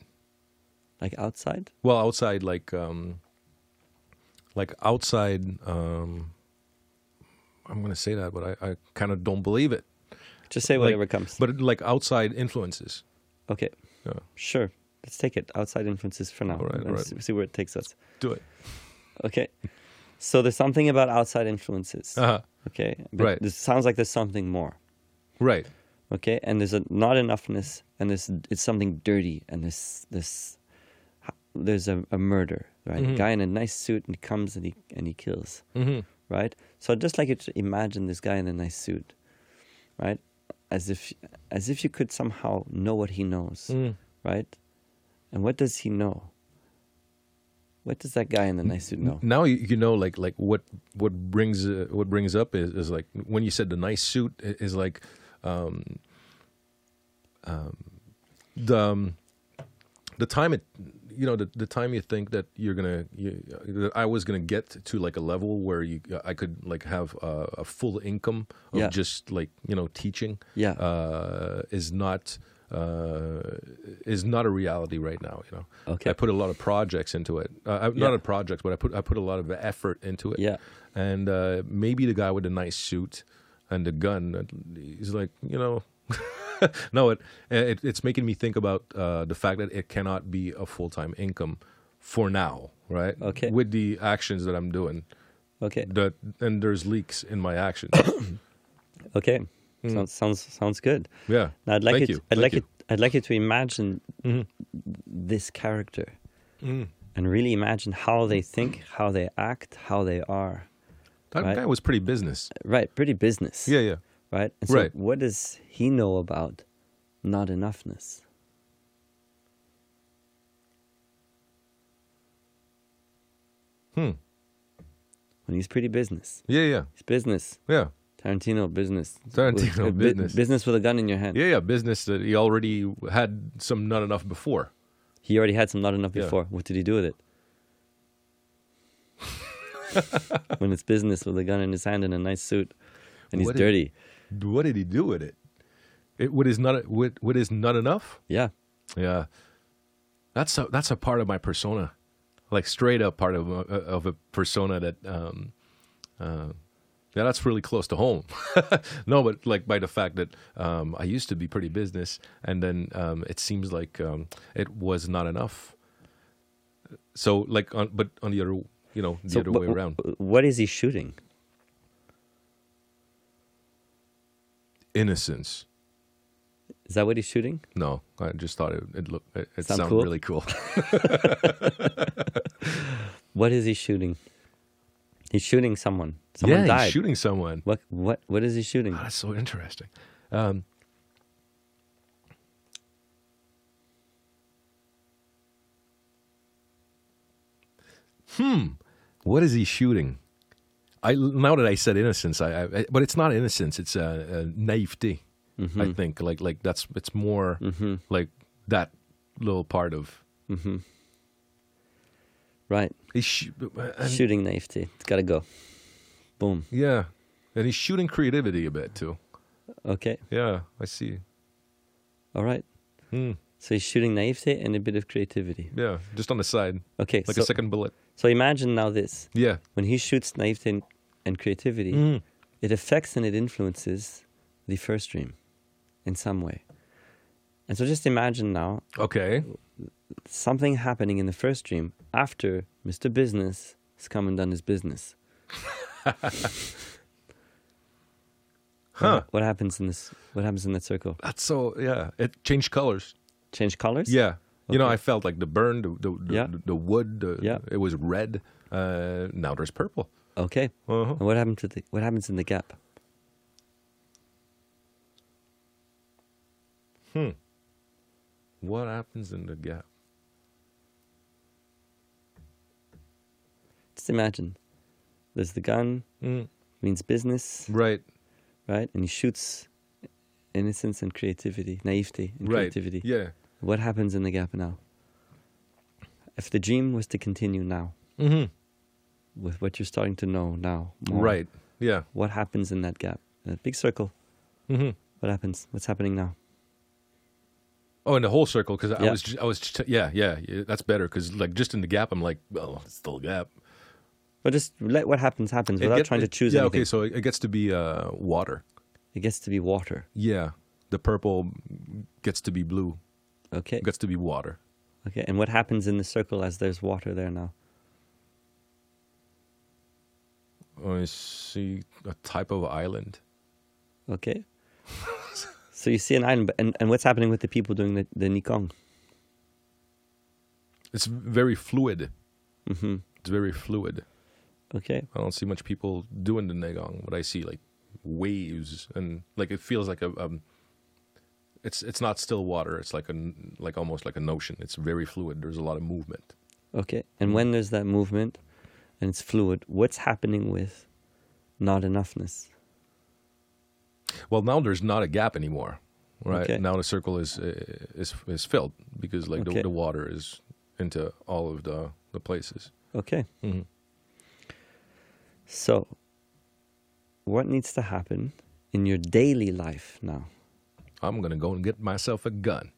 like outside?
Well, outside like um like outside um I'm going to say that, but I, I kind of don't believe it.
Just say
Like-
whatever comes.
But like outside influences.
okay.
Yeah.
Sure. Let's take it. Outside influences for now.
All right, all
Let's
right.
see where it takes us.
Do it.
Okay. so there's something about outside influences.
Uh-huh.
Okay. But
Right.
This sounds like there's something more.
Right.
okay and there's a not enoughness and there's it's something dirty and this this there's a, a murder right a
Mhm.
guy in a nice suit and he comes and he and he kills
Mm-hmm.
right so i'd just like you to imagine this guy in a nice suit right as if as if you could somehow know what he knows
Mm.
right and what does he know What does that guy in the nice suit know?
Now you, you know, like like what what brings uh, what brings up is, is like when you said the nice suit i- is like um, um, the um, the time it you know the, the time you think that you're gonna you, that I was gonna get to like a level where you I could like have a, a full income of
Yeah.
just like you know teaching
Yeah.
uh, is not uh, is not a reality right now. You know,
Okay.
I put a lot of projects into it. Uh, I,
Yeah.
Not a project, but I put I put a lot of effort into it.
Yeah.
And uh, maybe the guy with the nice suit and the gun, uh, he's like, you know, no, it, it it's making me think about uh, the fact that it cannot be a full time income for now, right?
Okay.
With the actions that I'm doing,
Okay.
that and there's leaks in my actions.
Okay.
Mm.
Sounds sounds sounds good.
yeah.
Now, I'd like
Thank you.
it.
Thank
I'd like
you. Mm-hmm.
it. I'd like you to imagine this character,
Mm.
and really imagine how they think, how they act, how they are.
That
right?
guy was pretty business.
Right. Pretty business.
Yeah, yeah.
Right. And so
Right.
What does he know about not enoughness?
Hmm.
When he's pretty business.
Yeah, yeah,
He's business.
yeah,
Tarantino business.
Tarantino
With- uh,
business.
business with a gun in your hand.
yeah, yeah. Business that he already had some not enough before.
He already had some not enough
Yeah.
before. What did he do with it? when it's business with a gun in his hand and a nice suit, and he's
What did-
dirty.
What did he do with it? It what is not what what is not enough?
Yeah.
Yeah, that's a that's a part of my persona, like straight up part of a, of a persona that um, uh, yeah, that's really close to home. no, but like by the fact that um, I used to be pretty business, and then um, it seems like um, it was not enough. So like, on, but on the other, you know, the
So
other
wh-
way around.
wh- What is he shooting?
innocence.
Is that what he's shooting?
No, I just thought it, it looked it, it
Sound
sounded
cool?
really cool.
What is he shooting? He's shooting someone. Someone
yeah,
died.
he's shooting someone.
What? What? What is he shooting?
Ah, that's so interesting. Um, Um, hmm, what is he shooting? I now that I said innocence, I, I but it's not innocence. It's uh, uh, naivety.
Mm-hmm.
I think like like that's it's more like that little part of.
Mm-hmm. Right.
He's sh- and-
shooting naivety. It's gotta go. Boom.
yeah, and he's shooting creativity a bit too.
Okay.
Yeah, I see.
All right.
Hmm.
So he's shooting naivety and a bit of creativity.
Yeah, just on the side,
Okay.
like
so,
a second bullet.
so imagine now this.
Yeah.
When he shoots naivety and, and creativity,
Mm.
it affects and it influences the first dream in some way. And so just imagine now
Okay.
something happening in the first dream after Mr. Business has come and done his business.
Huh.
What happens in this? What happens in that circle?
That's so. Yeah. It changed colors.
Change colors?
Yeah. You know,
Okay.
I felt like the burn, the the, the,
Yeah.
the, wood. The,
Yeah.
It was red. Uh, now there's purple.
Okay.
Uh-huh.
And what happened to the, what happens in the gap?
What happens in the gap?
Just imagine. There's the gun,
Mm.
means business,
Right.
right? And he shoots innocence and creativity, naivety and
Right.
creativity.
Yeah.
What happens in the gap now? If the dream was to continue now,
Mm-hmm.
with what you're starting to know now, more,
Right. Yeah.
What happens in that gap? In that big circle.
Mm-hmm.
What happens? What's happening now?
Oh, in the whole circle because I
Yeah.
was, ju- I was, ju- yeah, yeah, yeah, that's better because like just in the gap, I'm like, well, it's still a gap.
But just let what happens happens
It
without
get-
trying to
it-
choose
Yeah,
anything.
okay, so it it gets to be uh, water.
It gets to be water.
Yeah, the purple gets to be blue.
Okay.
Gets to be water.
Okay. And what happens in the circle as there's water there now?
Oh, I see a type of island.
Okay. so you see an island, but- and, and what's happening with the people doing the, the Nikong?
It's very fluid.
hmm
It's very fluid.
Okay.
I don't see much people doing the negong, but I see like waves and like it feels like a. Um, it's it's not still water. It's like a n- like almost like an ocean. It's very fluid. There's a lot of movement.
Okay. And when there's that movement and it's fluid, what's happening with not enoughness?
Well, now there's not a gap anymore, right?
Okay.
Now the circle is uh, is is filled because like
Okay.
the, the water is into all of the the places.
Okay.
Mhm.
So, what needs to happen in your daily life now?
I'm gonna go and get myself a gun.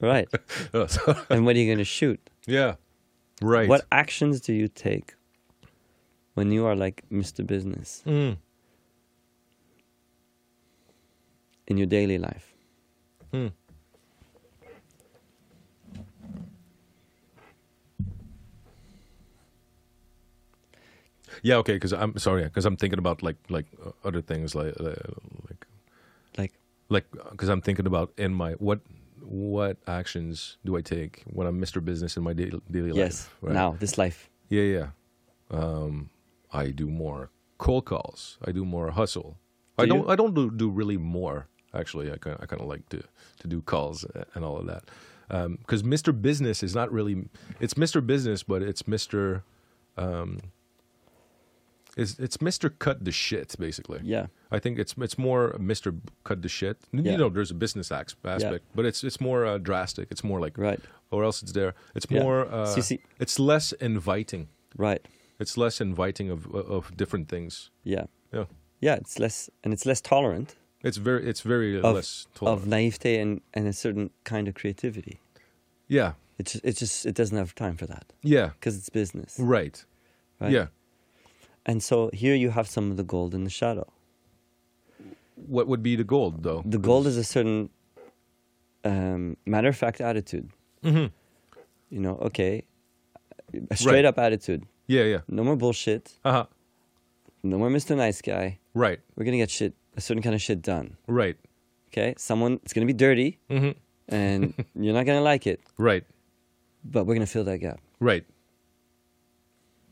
Right.
Oh, so-
and what are you going to shoot?
yeah, right.
What actions do you take when you are like Mr. Business
Mm.
in your daily life?
Hmm. Yeah, okay. Because I'm sorry, because I'm thinking about like like uh, other things, like uh, like
Like,
like because I'm thinking about in my what what actions do I take when I'm Mr. Business in my daily, daily
yes,
life? right?
now, this life.
Yeah, yeah. Um, I do more cold calls. I do more hustle. I
Do you?
don't. I don't do, do really more. Actually, I kind I kind of like to to do calls and all of that. Because Mr. Business is not really. It's Mr. Business, but it's Mr. Um, it's it's Mr. Cut the shit basically.
Yeah.
I think it's it's more Mr. Cut the shit.
Yeah.
You know, there's a business ax- aspect, but it's it's more uh, drastic. It's more like
Right.
or else it's there. It's
Yeah.
more.
So
Uh,
you see-
it's less inviting.
Right.
It's less inviting of uh, of different things.
Yeah.
Yeah,
Yeah. It's less, and it's less tolerant
it's very it's very uh,
of,
less tolerant.
of naivete and, and a certain kind of creativity.
yeah,
It's just, it's just, it doesn't have time for that
yeah,
because it's business.
right.
Right.
Mm. Yeah.
And so here you have some of the gold in the shadow.
What would be the gold though?
The gold is a certain um, matter of fact attitude.
Mhm.
You know, okay, a straight up attitude.
Yeah, yeah.
No more bullshit.
Uh huh.
No more Mr. Nice Guy.
Right,
We're gonna get shit, a certain kind of shit done.
right,
Okay, someone, it's gonna be dirty,
Mhm.
and you're not gonna like it,
right,
but we're gonna fill that gap.
right.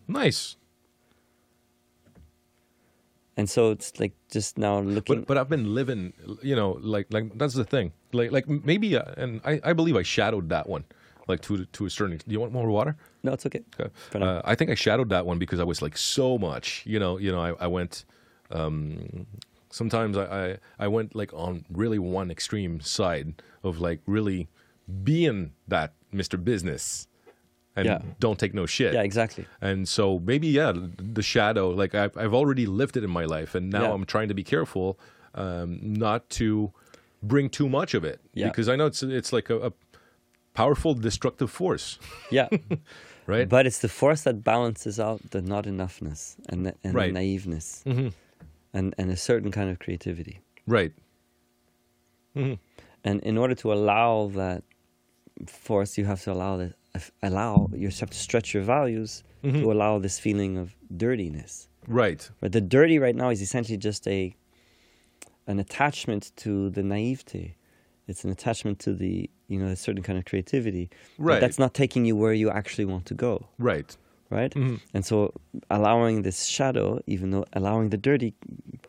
Nice.
And so it's like just now looking.
But but I've been living, you know, like like that's the thing. Like like maybe, uh, and I I believe I shadowed that one, like to to a certain. ex- Do you want more water?
no, it's okay.
Okay.
Fair enough.
Uh, I think I shadowed that one because I was like so much, you know, you know, I, I went, um, sometimes I, I, I went like on really one extreme side of like really being that Mr. Business and
Yeah.
don't take no shit.
yeah, exactly.
And so maybe, yeah, the shadow, like I've, I've already lived it in my life and now
Yeah.
I'm trying to be careful, um, not to bring too much of it
Yeah.
because I know it's, it's like a, a powerful destructive force,
Yeah,
right?
but it's the force that balances out the not enoughness and the, and
Right. Mm-hmm.
the naiveness and and a certain kind of creativity.
right.
and in order to allow that force you have to allow the allow you have to stretch your values
Mm-hmm.
to allow this feeling of dirtiness
Right.
but the dirty right now is essentially just a an attachment to the naivete it's an attachment to the you know a certain kind of creativity but
Right.
that's not taking you where you actually want to go
Right.
right
Mm-hmm.
and so allowing this shadow even though allowing the dirty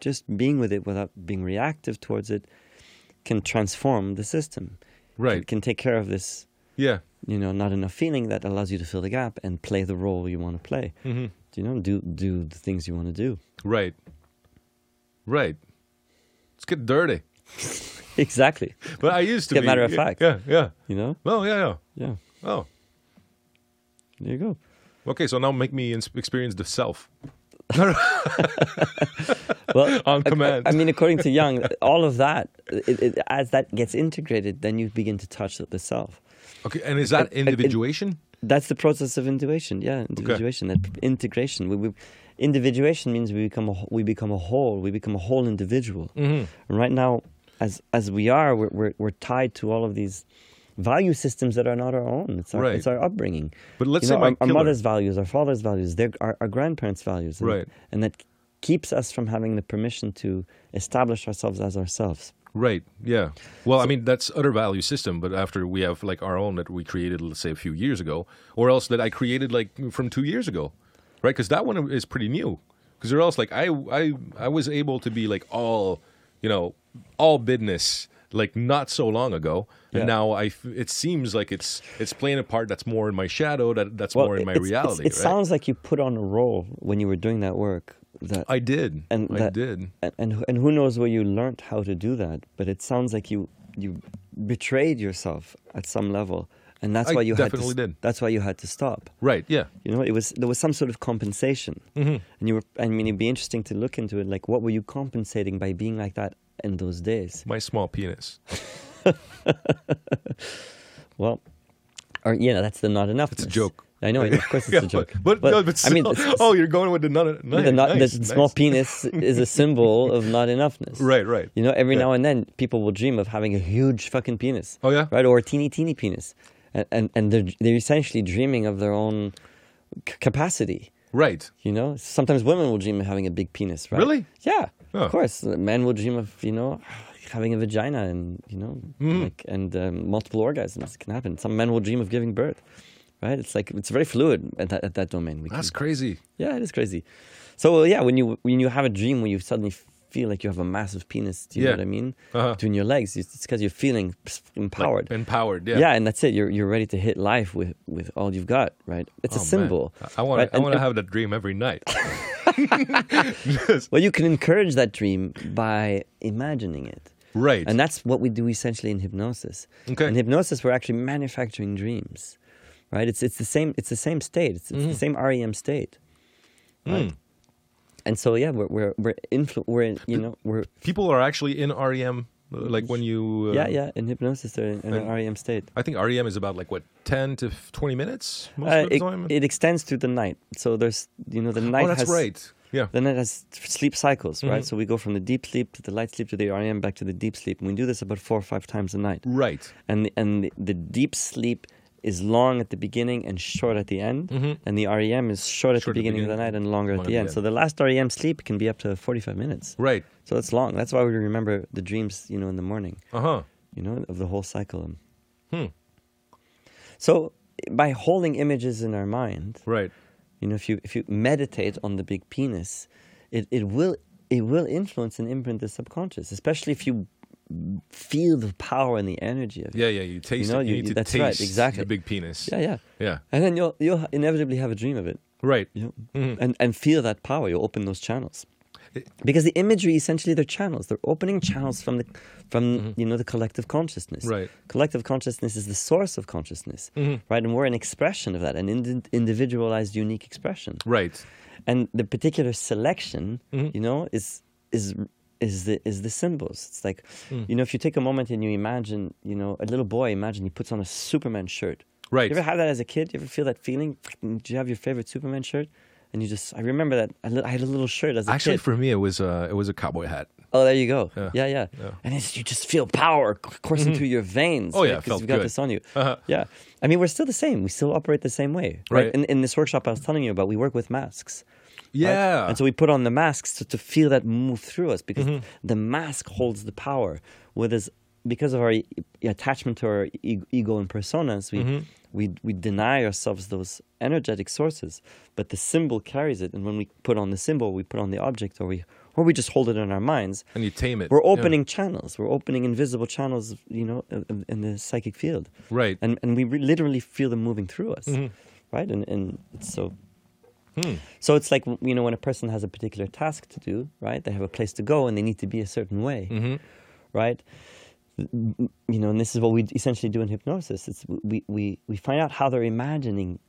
just being with it without being reactive towards it can transform the system
Right.
can, can take care of this
Yeah.
you know not enough feeling that allows you to fill the gap and play the role you want to play
Mhm.
you know do do the things you want to do
Right. Right. Let's get dirty.
exactly
But I used to
Yeah,
be.
matter of
yeah,
fact.
Yeah. Yeah.
you know
Oh yeah.
yeah
Yeah. Oh.
there you go
Okay. So now make me ins- experience the self
well
on
I-
command.
I, I mean according to young all of that it, it, as that gets integrated then you begin to touch the self
okay. And is that
I- I-
individuation?
that's the process of individuation yeah individuation that integration we, we, individuation means we become a, wh- we become a whole we become a whole individual
Mm-hmm.
and right now as as we are we're, we're, we're tied to all of these value systems that are not our own it's our,
Right.
it's our upbringing
But let's
You
say
know,
my
our, our
killer-
mother's values our father's values their, our, our grandparents values and,
Right.
and that keeps us from having the permission to establish ourselves as ourselves
Right. Yeah. Well, I mean that's other value system, but after we have like our own that we created, let's say a few years ago, or else that I created like from two years ago, right? Because that one is pretty new. Because or else like I I I was able to be like all you know all business like not so long ago,
Yeah.
and now I f- it seems like it's it's playing a part that's more in my shadow, that that's more in my
it's- it's-
reality. right?
it sounds like you put on a role when you were doing that work. That
I did,
and
I
that-
did.
and, and who- and who knows where you learnt how to do that? But it sounds like you you betrayed yourself at some level, and that's
I
why you
definitely
had to, s-
did.
That's why you had to stop.
Right? Yeah.
You know, it was there was some sort of compensation, mm-hmm. and you were. I mean, it'd be interesting to look into it. Like, what were you compensating by being like that in those days?
My small penis.
Well, or yeah, that's the not enough. It's
a joke.
I know, of course, it's
Yeah,
a joke.
But, but, no, but
I mean,
still-
it's- it's-
oh, you're going with the none. Nice,
the, not,
nice,
the
nice.
small penis is a symbol of not enoughness.
Right, right.
You know, every
Yeah.
now and then people will dream of having a huge fucking penis.
Oh, yeah?
Right, or a teeny teeny penis, and and, and they're they're essentially dreaming of their own c- capacity.
Right.
You know, sometimes women will dream of having a big penis, right?
Really?
Yeah,
Oh.
of course. Men will dream of you know having a vagina and you know
Mm-hmm.
like, and um, multiple orgasms can happen. Some men will dream of giving birth, right? It's like it's very fluid at that, at that domain. We
That's crazy.
yeah, it is crazy. So uh, yeah, when you when you have a dream where you suddenly feel like you have a massive penis, do you
Yeah.
know what I mean?
Uh-huh.
Between your legs, it's because you're feeling pss, empowered.
Empowered.
yeah.
Yeah.
and that's it. You're you're ready to hit life with with all you've got, right? It's
Oh,
a
man.
symbol.
I want.
right?
to I
And-
want to
and-
have that dream every night.
Well, you can encourage that dream by imagining it.
right.
And that's what we do essentially in hypnosis.
Okay.
In hypnosis, we're actually manufacturing dreams, right? It's it's the same it's the same state. It's,
Mm-hmm.
it's the same REM state.
Hmm.
Right? And so yeah, we're we're we're, influ- we're in, you know we're
People are actually in REM. uh, Like when you. Uh,
yeah yeah in hypnosis they're in, in an REM state.
I think REM is about like what ten to f- twenty minutes most
Uh,
of the
it,
time.
it extends through the night. So there's you know the night
oh, that's
has
right. Mm-hmm. Yeah.
the night has sleep cycles, right? So we go from the deep sleep to the light sleep to the REM back to the deep sleep, and we do this about four or five times a night.
Right.
and the, and the, the deep sleep is long at the beginning and short at the end, and the REM
Mm-hmm.
is short at
Short at
the
the
beginning of the
beginning,
night and longer
long
at the end. So the last REM sleep can be up to 45 minutes.
Right.
So that's long. That's why we remember the dreams, you know, in the morning,
Uh huh.
you know, of the whole cycle. Hmm.
Hmm.
So by holding images in our mind,
Right.
you know, if you if you meditate on the big penis, it, it will it will influence and imprint the subconscious, especially if you feel the power and the energy of it.
Yeah. Yeah. You taste.
know,
it. you
you-
need to
that's
taste
right, exactly.
the big penis.
Yeah, yeah.
Yeah.
And then you'll you'll inevitably have a dream of it,
Right.
you know, and and feel that power. You'll open those channels, because the imagery essentially they're channels. They're opening channels from the from you know the collective consciousness.
Right.
Collective consciousness is the source of consciousness, right? And we're an expression of that, an indi- individualized, unique expression.
Right.
And the particular selection, you know, is is is the is the symbols. It's like, you know, if you take a moment and you imagine, you know, a little boy, imagine he puts on a Superman shirt.
Right.
You ever have that as a kid? You ever feel that feeling? Do you have your favorite Superman shirt? And you just, I remember that I, li- I had a little shirt as a
Actually,
kid.
for me, it was uh, it was a cowboy hat.
oh, there you go.
Yeah.
Yeah, yeah. And it's, you just feel power c- coursing through your veins.
Oh, yeah,
because
felt
you've got
good.
this on you.
Uh-huh.
Yeah. I mean, we're still the same. We still operate the same way.
Right.
In, in this workshop I was telling you about, we work with masks. right?
Yeah.
And so we put on the masks to, to feel that move through us because
Mm-hmm.
the mask holds the power. Whereas because of our e- attachment to our e- ego and personas, we,
Mm-hmm.
we, we deny ourselves those energetic sources. But the symbol carries it. And when we put on the symbol, we put on the object or we, or we just hold it in our minds.
and you tame it.
We're
Yeah.
opening channels. We're opening invisible channels, you know, in, in the psychic field
Right.
and and we re- literally feel them moving through us, right? And and it's so. So it's like you know when a person has a particular task to do, right? They have a place to go and they need to be a certain way, right? You know, and this is what we essentially do in hypnosis. It's we we we find out how they're imagining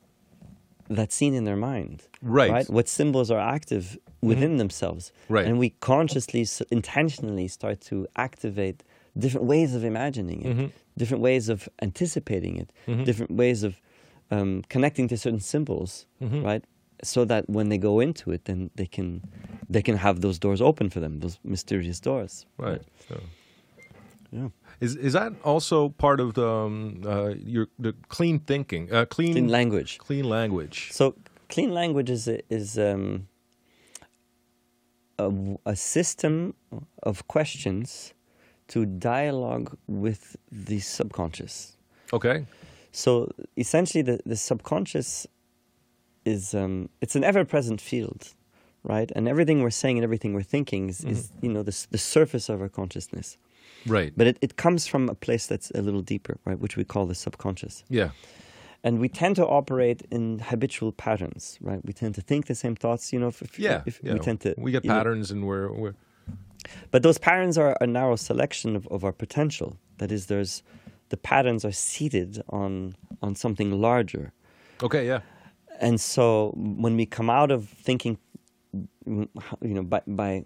that scene in their mind,
Right. Mm-hmm.
What symbols are active within themselves,
Right.
And we consciously, s- intentionally start to activate different ways of imagining it,
Mm-hmm.
different ways of anticipating it, different ways of um, connecting to certain symbols,
Mm-hmm.
right? So that when they go into it, then they can they can have those doors open for them, those mysterious doors.
Right. Yeah.
Yeah.
Is is that also part of the um, uh, your the clean thinking, uh, clean
In language.
clean language?
So clean language is a- is um, a, w- a system of questions to dialogue with the subconscious.
Okay.
So essentially, the, the subconscious is um, it's an ever present field, right? And everything we're saying and everything we're thinking is, is you know the, s- the surface of our consciousness.
Right.
But it, it comes from a place that's a little deeper, right? Which we call the subconscious.
Yeah.
And we tend to operate in habitual patterns, right? We tend to think the same thoughts, you know. If, if,
Yeah.
if
yeah.
we tend to,
we get
you know,
patterns, and we're, we're
but those patterns are a narrow selection of, of our potential. That is, there's the patterns are seated on on something larger.
okay. Yeah.
And so when we come out of thinking, you know, by, by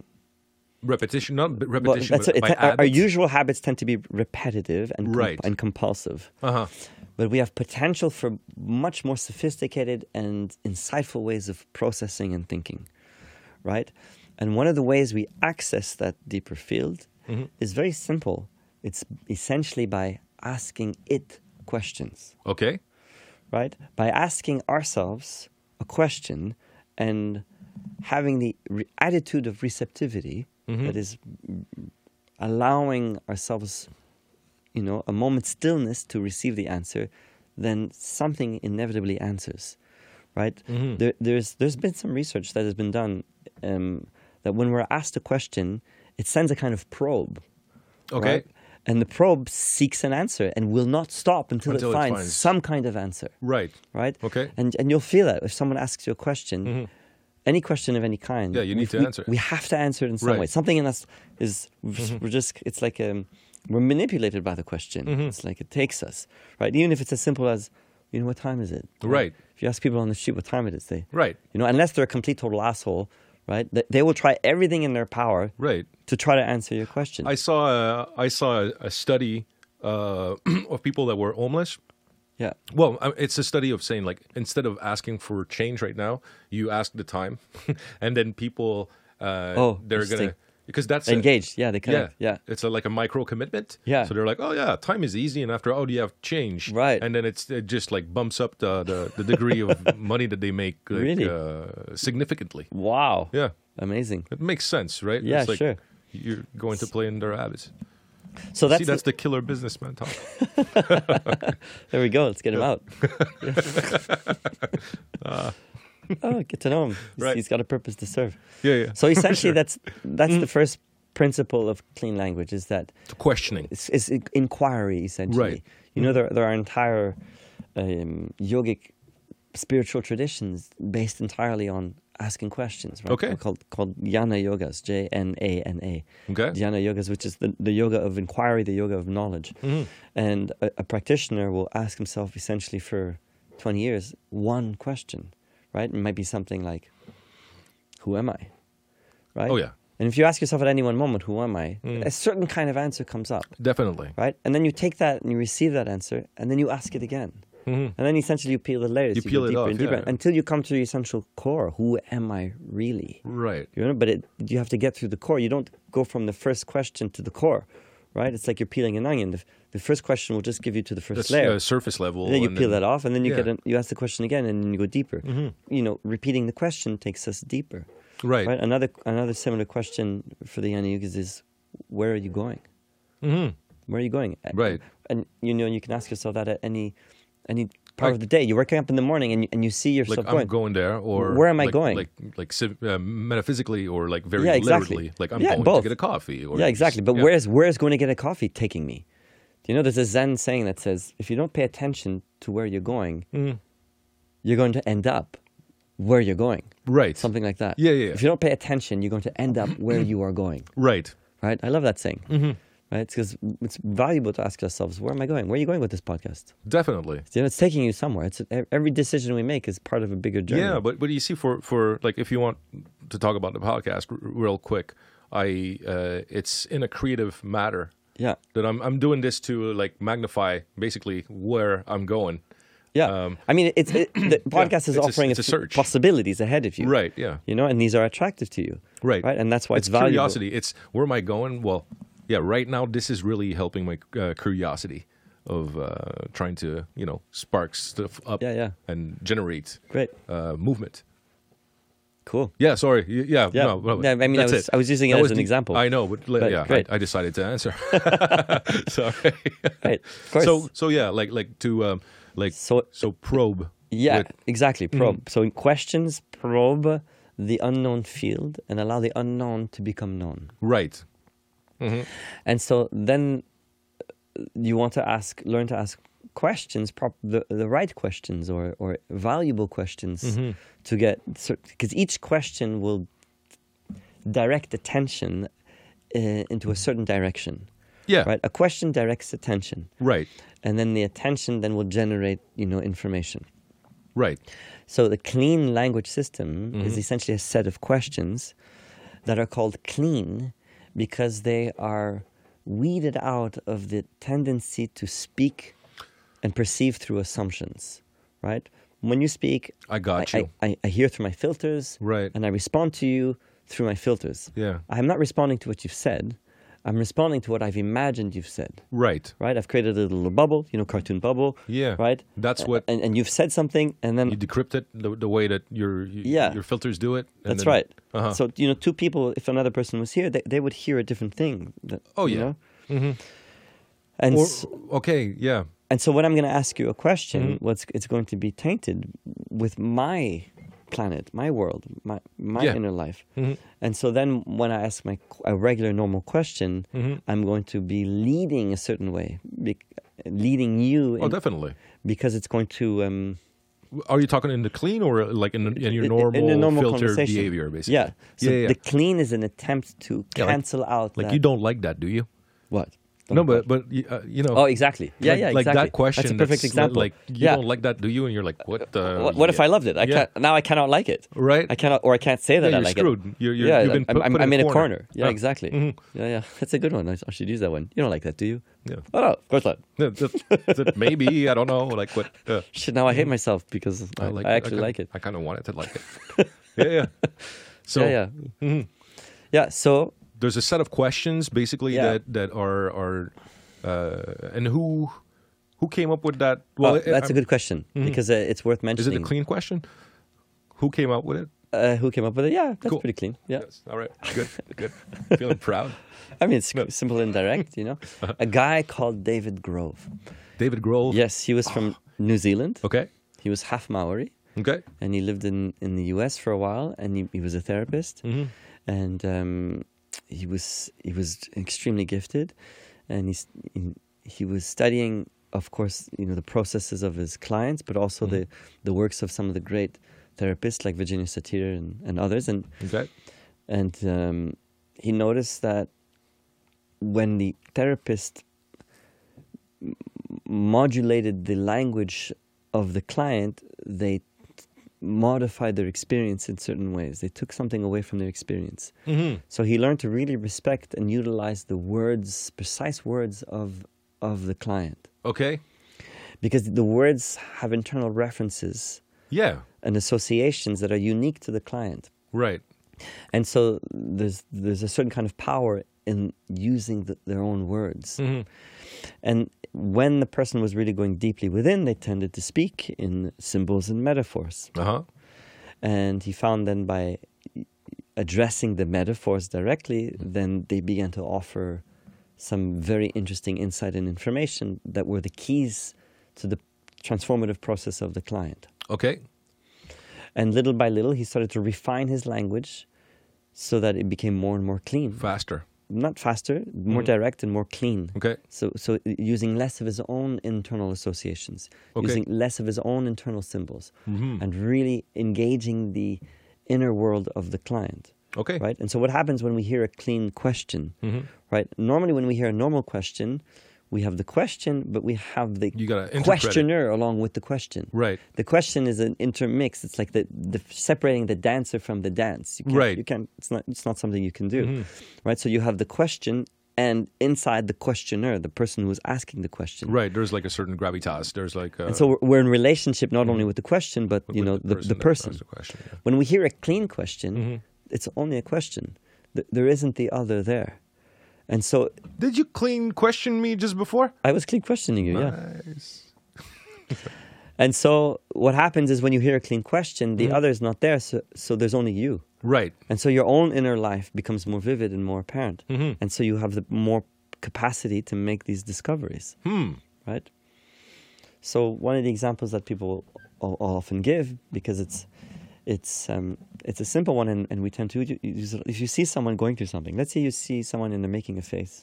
Repetition, not b-
well,
repetition,
that's
but
it,
by
our, our
habits.
usual habits tend to be repetitive and comp-
Right.
and compulsive.
Uh-huh.
But we have potential for much more sophisticated and insightful ways of processing and thinking, right? And one of the ways we access that deeper field is very simple. It's essentially by asking it questions,
Okay.
right? By asking ourselves a question and having the re- attitude of receptivity
Mm-hmm.
that is allowing ourselves, you know, a moment's stillness to receive the answer, then something inevitably answers, right?
Mm-hmm.
There, there's there's been some research that has been done um, that when we're asked a question, it sends a kind of probe,
Okay.
right? And the probe seeks an answer and will not stop until,
Until
it,
it
finds
finds-
some kind of answer
Right.
right?
Okay. Mm-hmm.
And and you'll feel that if someone asks you a question, any question of any kind.
Yeah, you
we-
need to
we-
answer it.
We have to answer it in some
Right. Mm-hmm.
way. Something in us is we're just it's like um, we're manipulated by the question.
Mm-hmm.
It's like it takes us right, even if it's as simple as you know what time is it?
Right.
If you ask people on the street what time it is, they
Right.
you know unless they're a complete total asshole, right? They, they will try everything in their power
Right.
to try to answer your question.
I saw a, I saw a, a study uh, of people that were homeless.
yeah.
Well, I- it's a study of saying like instead of asking for change right now, you ask the time, and then people uh,
Oh,
they're
interesting.
gonna because that's a-
Engaged. Yeah, they
yeah,
connect. Yeah.
It's a, like a micro commitment.
Yeah.
So they're like, oh yeah, time is easy, and after oh, do you have change?
Right.
And then it's it just like bumps up the the, the degree of money that they make like,
Really?
uh, significantly.
Wow.
Yeah.
Amazing.
It makes sense, right?
Yeah,
it's like
sure.
You're going to play in their habits.
So that's,
See, that's the killer businessman talk.
There we go. Let's get him out. oh, get to know him. He's-
Ah. Right.
he's got a purpose to serve.
Yeah, yeah. Mm.
So essentially, that's that's the first principle of clean language is that
questioning.
it's, it's in- inquiry essentially.
Right. Mm.
You know, there there are entire um, yogic spiritual traditions based entirely on asking questions. Right?
Okay.
They're Called called jnana yogas. J N A N A.
Okay.
Dhyana yogas, which is the, the yoga of inquiry, the yoga of knowledge.
Mm-hmm.
And a, a practitioner will ask himself essentially for 20 years one question, right? It might be something like, Who am I? Right?
Oh, yeah. Mm.
And if you ask yourself at any one moment, Who am I? a certain kind of answer comes up,
Definitely.
right? And then you take that and you receive that answer and then you ask it again. And then essentially you peel the layers,
Mm-hmm. You
go
peel it
deeper
off,
and deeper
yeah.
until you come to the essential core. Who am I really?
Right.
You know, but it, you have to get through the core. You don't go from the first question to the core, right? It's like you're peeling an onion. The, the first question will just give you to the first
That's
layer.
uh, surface level.
then you
and
peel
then-
that off, and then you
yeah. Mm-hmm.
get an, you ask the question again, and then you go deeper. You know, repeating the question takes us deeper,
Right.
right? Another another similar question for the Yana Yugas is, where are you going?
mm-hmm.
Where are you going? A-
Right.
And you know, you can ask yourself that at any any part
Like-
of the day. You're waking up in the morning, and you, and you see
Like
yourself
I'm going there, or
Where am I
like-
going?
Like, like civ- uh, metaphysically, or like very
Yeah, exactly.
literally. Like I'm
Yeah,
going
both.
to get a coffee. Or
yeah,
just-
exactly. But
yeah.
where's where's going to get a coffee taking me? Do you know there's a Zen saying that says if you don't pay attention to where you're going,
Mm.
you're going to end up where you're going.
right?
Something like that.
Yeah, yeah, yeah.
If you don't pay attention, you're going to end up where you are going.
Right.
Right? I love that saying.
Mm-hmm.
Right? Because it's valuable to ask ourselves, where am I going? Where are you going with this podcast?
Definitely.
You know, it's taking you somewhere. It's e-, every decision we make is part of a bigger journey.
Yeah, but but you see, for for like if you want to talk about the podcast r- real quick, I uh, it's in a creative matter
yeah.
that I'm I'm doing this to like magnify basically where I'm going.
Yeah,
Um,
I mean, it's it, the podcast is
it's a-
offering
it's a
us
search.
possibilities ahead of you,
Right, yeah.
You know, and these are attractive to you,
Right.
Right, and that's why it's,
it's
valuable.
curiosity. It's where am I going? Well, yeah, right now this is really helping my uh, curiosity of uh, trying to you know spark stuff up
Yeah, yeah.
and generate
Great,
uh, movement.
cool.
Yeah, sorry. Y- Yeah,
Yeah.
No, no,
Yeah, I mean, I
that's
was-
it.
I was using it
That
as
was
an
the-
example.
I know, but, li-
But
yeah, I,
great.
I decided to answer. sorry.
Right, of course.
So so yeah, like like to um, like so
So-
so probe.
yeah,
with-
exactly. Probe.
Mm-hmm.
So questions probe the unknown field and allow the unknown to become known.
right.
And so then uh, you want to ask, learn to ask questions, prop, the, the right questions or, or valuable questions
Mm-hmm.
to get, because each question will direct attention uh, into a certain direction.
Yeah.
Right? A question directs attention,
Right.
and then the attention then will generate, you know, information.
Right.
So the clean language system is
Mm-hmm.
essentially a set of questions that are called clean because they are weeded out of the tendency to speak and perceive through assumptions, right? When you speak,
I got
I,
you.
I, I hear through my filters,
Right.
and I respond to you through my filters.
Yeah.
I'm not responding to what you've said. I'm responding to what I've imagined you've said
Right.
right? I've created a little bubble, you know, cartoon bubble.
Yeah.
Right.
That's
A-
what-
And, and you've said something, and then
You decrypt it the, the way that your you,
Yeah.
your filters do it. and
that's
then-
right.
Uh-huh.
So you know, two people, if another person was here, they, they would hear a different thing. that-
Oh,
you
yeah.
know? And
Or-
s-
okay. Yeah.
and so when I'm going to ask you a question,
Mm-hmm.
what's it's going to be tainted with my planet, my world, my my
Yeah. Mm-hmm.
inner life. And so then when I ask my qu- a regular normal question,
Mm-hmm.
I'm going to be leading a certain way, be, leading you
Oh,
in-
definitely.
because it's going to um,
Are you talking in the clean or like in, in your
in-
normal,
in a normal
filter
conversation.
behavior, basically?
Yeah. So
yeah, yeah.
the clean is an attempt to
Yeah, like-
cancel out
like
that-
you don't like that, do you?
what?
no, but but y- uh, you know.
oh, exactly. Yeah,
like,
yeah,
like
exactly.
that question.
That's a perfect
li-
example.
Like you
yeah.
don't like that, do you? And you're like, what? Uh,
What, what if I loved it? I
Yeah.
can't, now I cannot like it.
Right.
I cannot, or I can't say that
Yeah,
I
you're
like
screwed.
it.
You're- you're-
yeah,
you've been
I'm,
put-
I'm,
put in
I'm
a
in a
corner. Mm-hmm.
corner. Yeah,
Yeah.
exactly. Yeah, yeah. That's a good one. I, I should use that one. You don't like that, do you?
Yeah.
Oh, no, of course not.
that maybe I don't know. Like what? Uh,
Shit, now I hate myself because I,
like
I
it.
actually
kinda-
like it.
I kind of wanted to like it. yeah, yeah. So Mm-hmm.
yeah, yeah. Yeah, so
there's a set of questions basically
Yeah.
that that are are uh, and who who came up with that? Well,
oh,
it-
that's
I'm-
a
Mm-hmm.
good question because uh, it's worth
Is it
mentioning.
a clean question? Who came up with it?
uh, who came up with it? Yeah, that's
Cool.
pretty clean. Yeah.
Yes. All right. Good. Good. Feeling proud.
I mean, it's simple and direct, you know. A guy called David Grove.
David Grohl.
Yes, he was
Ah.
from New Zealand.
Okay.
He was half Maori,
Okay.
and he lived in, in the U.S. for a while, and he, he was a therapist,
Mm-hmm.
and um, he was he was extremely gifted, and he's he, he was studying, of course, you know, the processes of his clients, but also
Mm-hmm.
the the works of some of the great therapists like Virginia Satir and, and others, and
Okay.
and um, he noticed that when the therapist m- modulated the language of the client, they t- modified their experience in certain ways. They took something away from their experience.
Mm-hmm.
So he learned to really respect and utilize the words, precise words of of the client,
Okay.
because the words have internal references
Yeah.
and associations that are unique to the client.
Right.
And so there's there's a certain kind of power in using the, their own words.
Mm. Mm-hmm.
And when the person was really going deeply within, they tended to speak in symbols and metaphors.
Uh huh.
And he found then by addressing the metaphors directly, then they began to offer some very interesting insight and information that were the keys to the transformative process of the client.
Okay.
And little by little, he started to refine his language so that it became more and more clean.
Faster.
Not faster, more
Mm-hmm.
direct and more clean.
Okay.
So, so uh, using less of his own internal associations,
Okay.
using less of his own internal symbols,
Mhm.
and really engaging the inner world of the client.
Okay.
Right? And so, what happens when we hear a clean question?
Mhm.
Right? Normally, when we hear a normal question, we have the question, but we have the
You gotta interpret it.
questioner along with the question.
Right.
The question is an intermix. It's like the, the separating the dancer from the dance. You can't,
Right. Mm-hmm.
You can't. It's not. It's not something you can do. Right. So you have the question, and inside the questioner, the person who's asking the question.
Right. There's like a certain gravitas. There's like a,
And so we're, we're in relationship not only with the question, but you
Mm-hmm. with
know the, the
that
person.
asked the question. Mm-hmm. yeah.
When we hear a clean question, it's only a question. Th- there isn't the other there, and so
Did you clean question me just before?
I was clean questioning you. Yeah.
Nice.
And so what happens is when you hear a clean question,
Mm-hmm.
the other is not there. So so there's only you.
Right.
And so your own inner life becomes more vivid and more apparent. And so you have the more capacity to make these discoveries,
Hmm.
right? So one of the exampls that people will often give because it's it's um, it's a simple one, and, and we tend to use it. If you see someone going through something, let's say you see someone in the making of faith,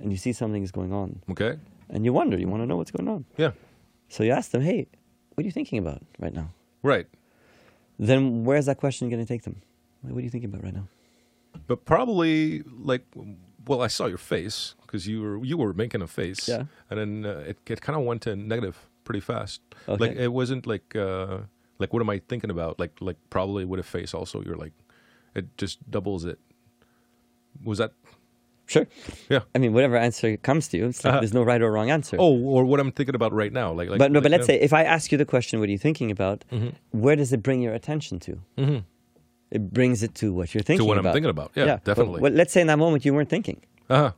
and you see something is going on,
Okay.
and you wonder, you want to know what's going on.
Yeah.
So you ask them, hey, what are you thinking about right now?
Right.
Then where's that question going to take them? What are you thinking about right now?
But probably like, well, I saw your face because you were you were making a face.
Yeah.
And then uh, it it kind of went to negative pretty fast.
Okay.
Like it wasn't like uh like what am I thinking about? Like like probably with a face also you're like, it just doubles it. Was that
Sure.
yeah?
I mean, whatever answer comes to you, it's like
Uh-huh.
there's no right or wrong answer.
Oh, or what I'm thinking about right now. Like like.
but no,
like,
but let's
yeah. Mm-hmm.
say if I ask you the question, what are you thinking about? Where does it bring your attention to? Mm-hmm. It brings it to what you're thinking
to what
about.
I'm thinking about. Yeah,
Well,
definitely.
well, let's say in that moment you weren't thinking.
uh huh.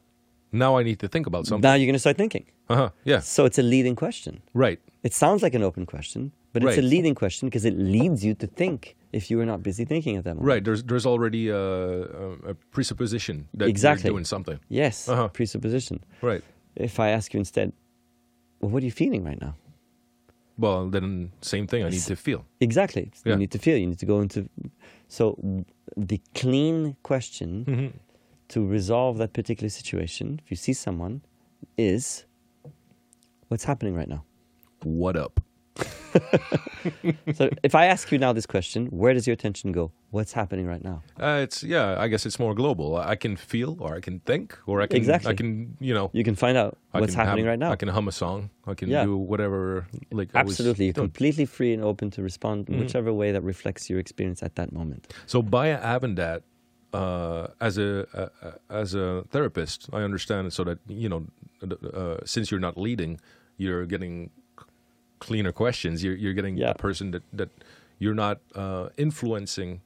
Now I need to think about something.
Now you're going to start thinking.
Uh huh. Yeah.
So it's a leading question.
Right.
It sounds like an open question, but it's a
Right.
leading question because it leads you to think if you were not busy thinking at that moment.
Right. There's there's already a, a, a presupposition that
Exactly.
you're doing something.
Yes,
Uh-huh.
presupposition.
Right.
If I ask you instead, well, what are you feeling right now?
Well, then same thing. I need to feel.
Exactly. You
Yeah.
need to feel. You need to go into. So w- the clean question
Mm-hmm.
to resolve that particular situation, if you see someone, is what's happening right now.
What up?
so if I ask you now this question, where does your attention go? What's happening right now?
Uh, it's yeah. I guess it's more global. I I can feel, or I can think, or I can
Exactly.
I can you know
You can find out
I
what's
can
happening
hum-
right now.
I can hum a song. I can
Yeah.
do whatever. Like I was
Absolutely, you're
doing.
completely free and open to respond
Mm-hmm.
in whichever way that reflects your experience at that moment.
So by having that uh, as a uh, as a therapist, I understand it so that you know, uh, since you're not leading, you're getting c- cleaner questions. You're you're getting
Yeah.
a person that that you're not uh, influencing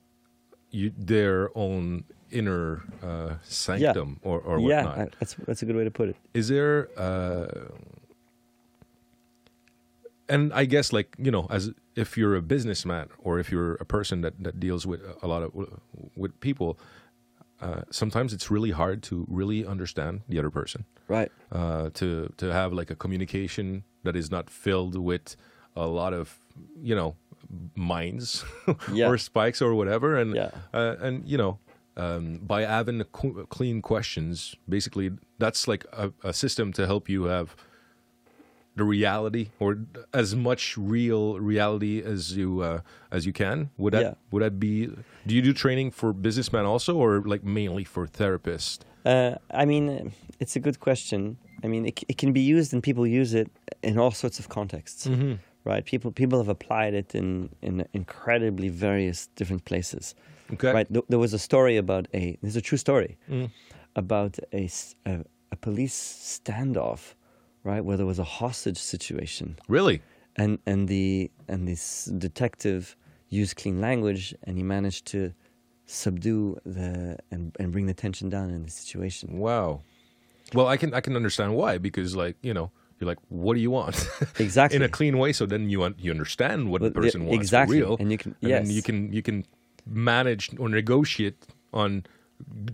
you, their own inner uh, sanctum or or
yeah,
whatnot.
I- that's that's a good way to put it.
Is there? Uh, and I guess like you know, as if you're a businessman or if you're a person that that deals with a lot of with people, uh, sometimes it's really hard to really understand the other person.
Right.
Uh, to to have like a communication that is not filled with a lot of you know mines
Yeah.
or spikes or whatever and
Yeah.
uh, and you know um, by having the co- clean questions basically that's like a, a system to help you have the reality or as much real reality as you uh, as you can would that
Yeah.
would that be do you do training for businessmen also or like mainly for therapists
Uh, I mean, it's a good question. I mean, it, c- it can be used, and people use it in all sorts of contexts, right? People people have applied it in in incredibly various different places,
Okay.
right? Th- there was a story about a this is a true story about a, s- a a police standoff, right, where there was a hostage situation,
really
and and the and this detective used clean language, and he managed to subdue the and and bring the tension down in the situation.
Wow. Well, I can I can understand why because like you know you're like what do you want
Exactly.
in a clean way so then you un- you understand what
Well,
the
the-
person wants for
exactly.
real
And you can-
then
yes.
you can you can manage or negotiate on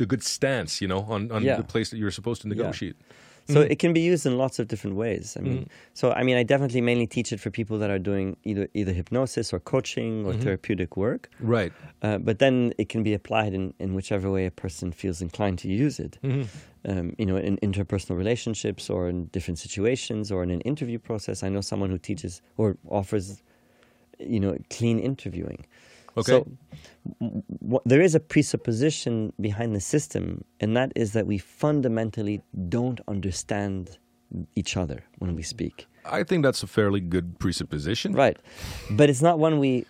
the good stance you know on on
Yeah.
the place that you're supposed to negotiate. Hmm.
So
Mm.
it can be used in lots of different ways. I mean, so I mean, I definitely mainly teach it for people that are doing either either hypnosis or coaching or therapeutic work.
Right.
Uh, but then it can be applied in, in whichever way a person feels inclined to use it. Um, you know, in interpersonal relationships or in different situations or in an interview process. I know someone who teaches or offers, you know, clean interviewing.
Okay.
So w- w- there is a presupposition behind the system, and that is that we fundamentally don't understand each other when we speak.
I think that's a fairly good presupposition.
Right. But it's not one we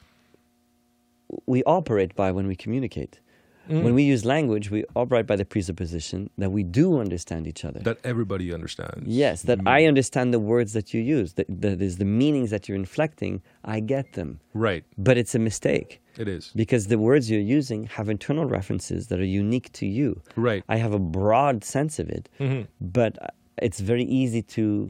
we operate by when we communicate. When we use language, we operate by the presupposition that we do understand each other.
That everybody understands.
yes, that I understand the words that you use, that, that is the meanings that you're inflecting, I get them.
Right.
But it's a mistake
It is.
because the words you're using have internal references that are unique to you.
Right.
I have a broad sense of it,
Mm-hmm.
but it's very easy to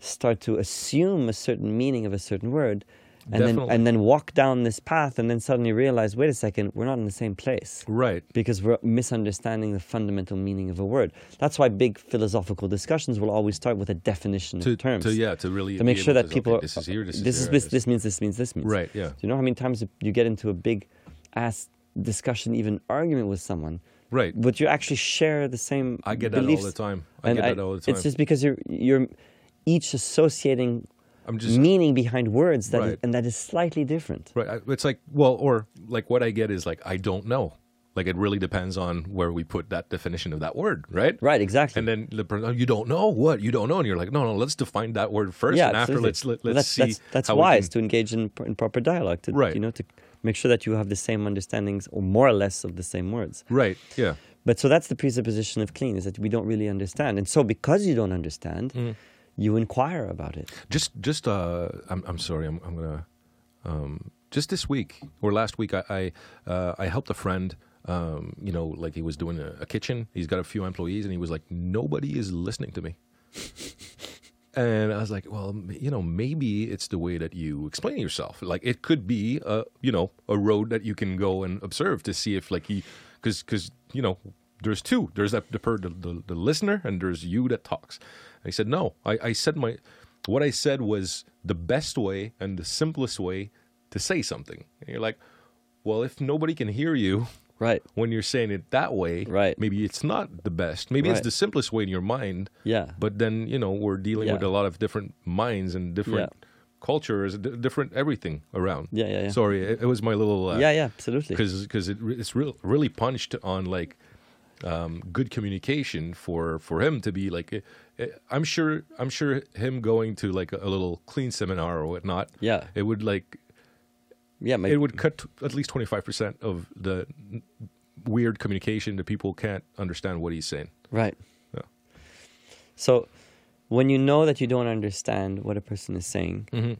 start to assume a certain meaning of a certain word and then
Definitely.
and then walk down this path and then suddenly realize wait a second we're not in the same place
Right.
because we're misunderstanding the fundamental meaning of a word that's why big philosophical discussions will always start with a definition
To,
of terms
to yeah, to really
to make
be
sure
able
that
to say,
people
okay, this is here, this,
this
is,
is
there,
this, this means this means this means
Right, yeah.
do you know how many times you get into a big ass discussion even argument with someone
Right.
but you actually share the same
I get that all
beliefs.
the time. I
And
get that all the time.
it's just because you're you're each associating
I'm just
meaning behind words that is-
Right.
and that is slightly different
Right. I- It's like, well, or like what I get is like, I don't know. Like it really depends on where we put that definition of that word, right?
right exactly
And then the person, "Oh, you don't know what you don't know, and you're like, no, no, let's define that word first,
yeah
and after
absolutely.
let's let,
Well,
let's see.
that's, that's, that's
how we
wise
can-
to engage in, pr- in proper dialogue to
Right.
you know to make sure that you have the same understandings or more or less of the same words
right. Yeah.
But so that's the presupposition of clean is that we don't really understand. And so because you don't understand,
Mm.
you inquire about it.
Just, just. Uh, I'm, I'm sorry. I'm, I'm gonna. Um, just this week or last week, I, I, uh, I helped a friend. Um, you know, like he was doing a, a kitchen. He's got a few employees, and he was like, nobody is listening to me. And I was like, well, m- you know, maybe it's the way that you explain yourself. Like, it could be a, you know, a road that you can go and observe to see if, like, he, because, because you know, there's two. There's that the, per- the, the the listener, and there's you that talks. And he said, no, I, I said my, what I said was the best way and the simplest way to say something. And you're like, well, if nobody can hear you,
Right.
when you're saying it that way,
Right.
maybe it's not the best. Maybe it's
Right.
the simplest way in your mind.
Yeah.
But then, you know, we're dealing with a
Yeah.
lot of different minds and different
Yeah.
cultures, d- different everything around.
Yeah, yeah, yeah.
Sorry, it, it was my little. Uh,
yeah, yeah, absolutely.
Because it, re- it's real, really punched on like um, good communication for, for him to be like, eh, eh, I'm sure I'm sure him going to like a, a little clean seminar or whatnot.
Yeah.
It would like
Yeah, my,
it would cut t- at least 25% of the n- weird communication that people can't understand what he's saying.
right.
Yeah.
So when you know that you don't understand what a person is saying and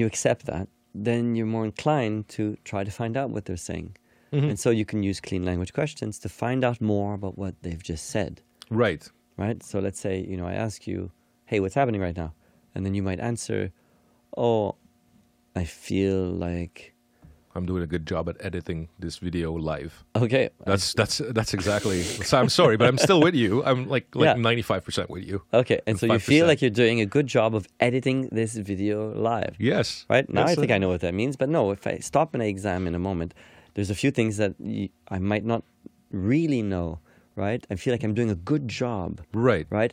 you accept that, then you're more inclined to try to find out what they're saying. And so you can use clean language questions to find out more about what they've just said.
Right.
right? So let's say, you know, I ask you, hey, what's happening right now? And then you might answer, oh, I feel like,
I'm doing a good job at editing this video live.
okay,
That's that's that's exactly. So I'm sorry, but I'm still with you. I'm like
Yeah.
like 95% with you.
okay. And so you feel
5%.
like you're doing a good job of editing this video live,
Yes.
right? Now
That's
I think
it.
I know what that means, but no, if I stop and I examine a moment, there's a few things that y- I might not really know, right? I feel like I'm doing a good job,
Right.
right?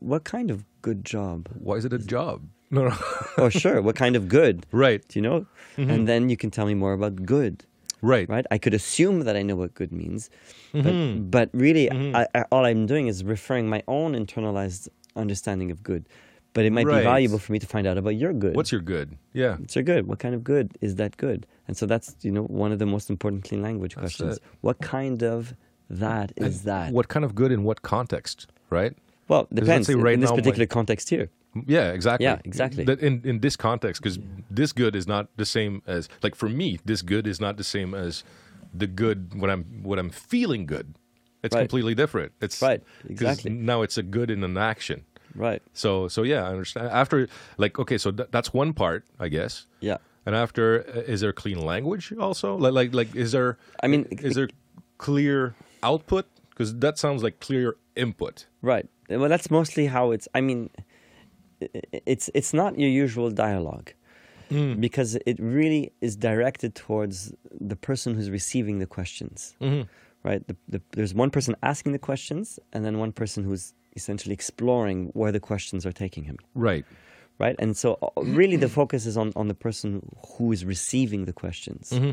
What kind of good job?
Why is it a job? No, no.
or sure, what kind of good?
right.
Do you know? And then you can tell me more about good.
Right.
right? I could assume that I know what good means, but, but really, I, I, all I'm doing is referring my own internalized understanding of good. But it might
Right.
be valuable for me to find out about your good.
What's your good? Yeah.
What's your good? What kind of good is that good? And so that's you know one of the most important clean language questions.
it.
What kind of that is that?
What kind of good in what context, right?
well,
let's
depends
say right
in this
now my-
particular context here.
Yeah, exactly.
Yeah, exactly.
That in in this context, because this good is not the same as like for me, this good is not the same as the good when I'm when I'm feeling good. It's
Right.
completely different. It's
Right,
'cause
exactly.
Now it's a good in an action.
Right.
So so yeah, I understand. After like okay, so th- that's one part, I guess.
Yeah.
And after, uh, is there clean language also? Like like like is there?
I mean,
is there clear output? Because that sounds like clear input.
Right. Well, that's mostly how it's. I mean, i- i- it's it's not your usual dialogue
Hmm.
because it really is directed towards the person who's receiving the questions.
Mm-hmm.
Right. The, the, there's one person asking the questions, and then one person who's essentially exploring where the questions are taking him.
Right.
Right. And so, uh,
Mm-hmm.
really, the focus is on on the person who is receiving the questions.
Mm-hmm.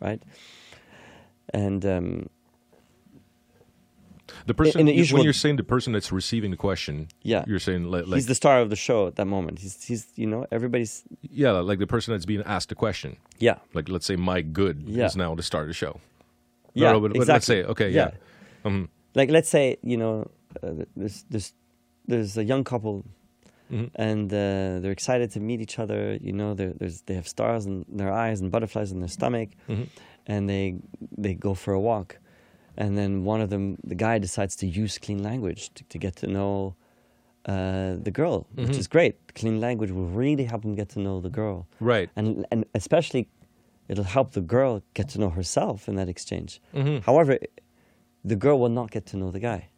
Right. And um,
The person
in the
you-
usual-
when you're saying the person that's receiving the question,
Yeah.
you're saying like, like
he's the star of the show at that moment. He's he's you know everybody's
yeah, like the person that's being asked the question.
yeah.
Like let's say my good
Yeah.
is now the star of the show. No,
Yeah,
no, but, but let's
exactly.
say okay, yeah. Mm-hmm,
Like let's say you know uh, there's there's there's a young couple,
mm-hmm,
and uh, they're excited to meet each other. You know, they're- there's they have stars in their eyes and butterflies in their stomach, and they they go for a walk, and then one of them, the guy, decides to use clean language to, to get to know uh, the girl, which is great. Clean language will really help them get to know the girl,
Right.
and and especially it'll help the girl get to know herself in that exchange.
Mm-hmm,
However, the girl will not get to know the guy,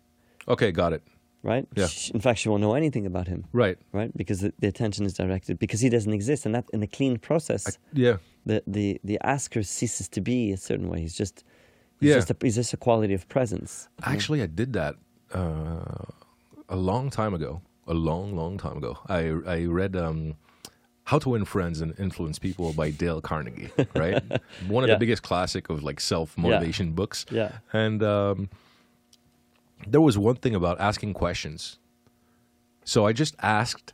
Okay, got it.
right?
Yeah.
She- in fact, she won't know anything about him,
Right.
right? Because the, the attention is directed because he doesn't exist, and that in the clean process,
Yeah.
the the the asker ceases to be a certain way. He's just he's
Yeah.
just a, he's just a quality of presence.
Actually, I did that uh, a long time ago. A long, long time ago. I I read um, How to Win Friends and Influence People by Dale Carnegie. Right, one of
Yeah.
the biggest classic of like self motivation books.
Yeah.
and um, there was one thing about asking questions. So I just asked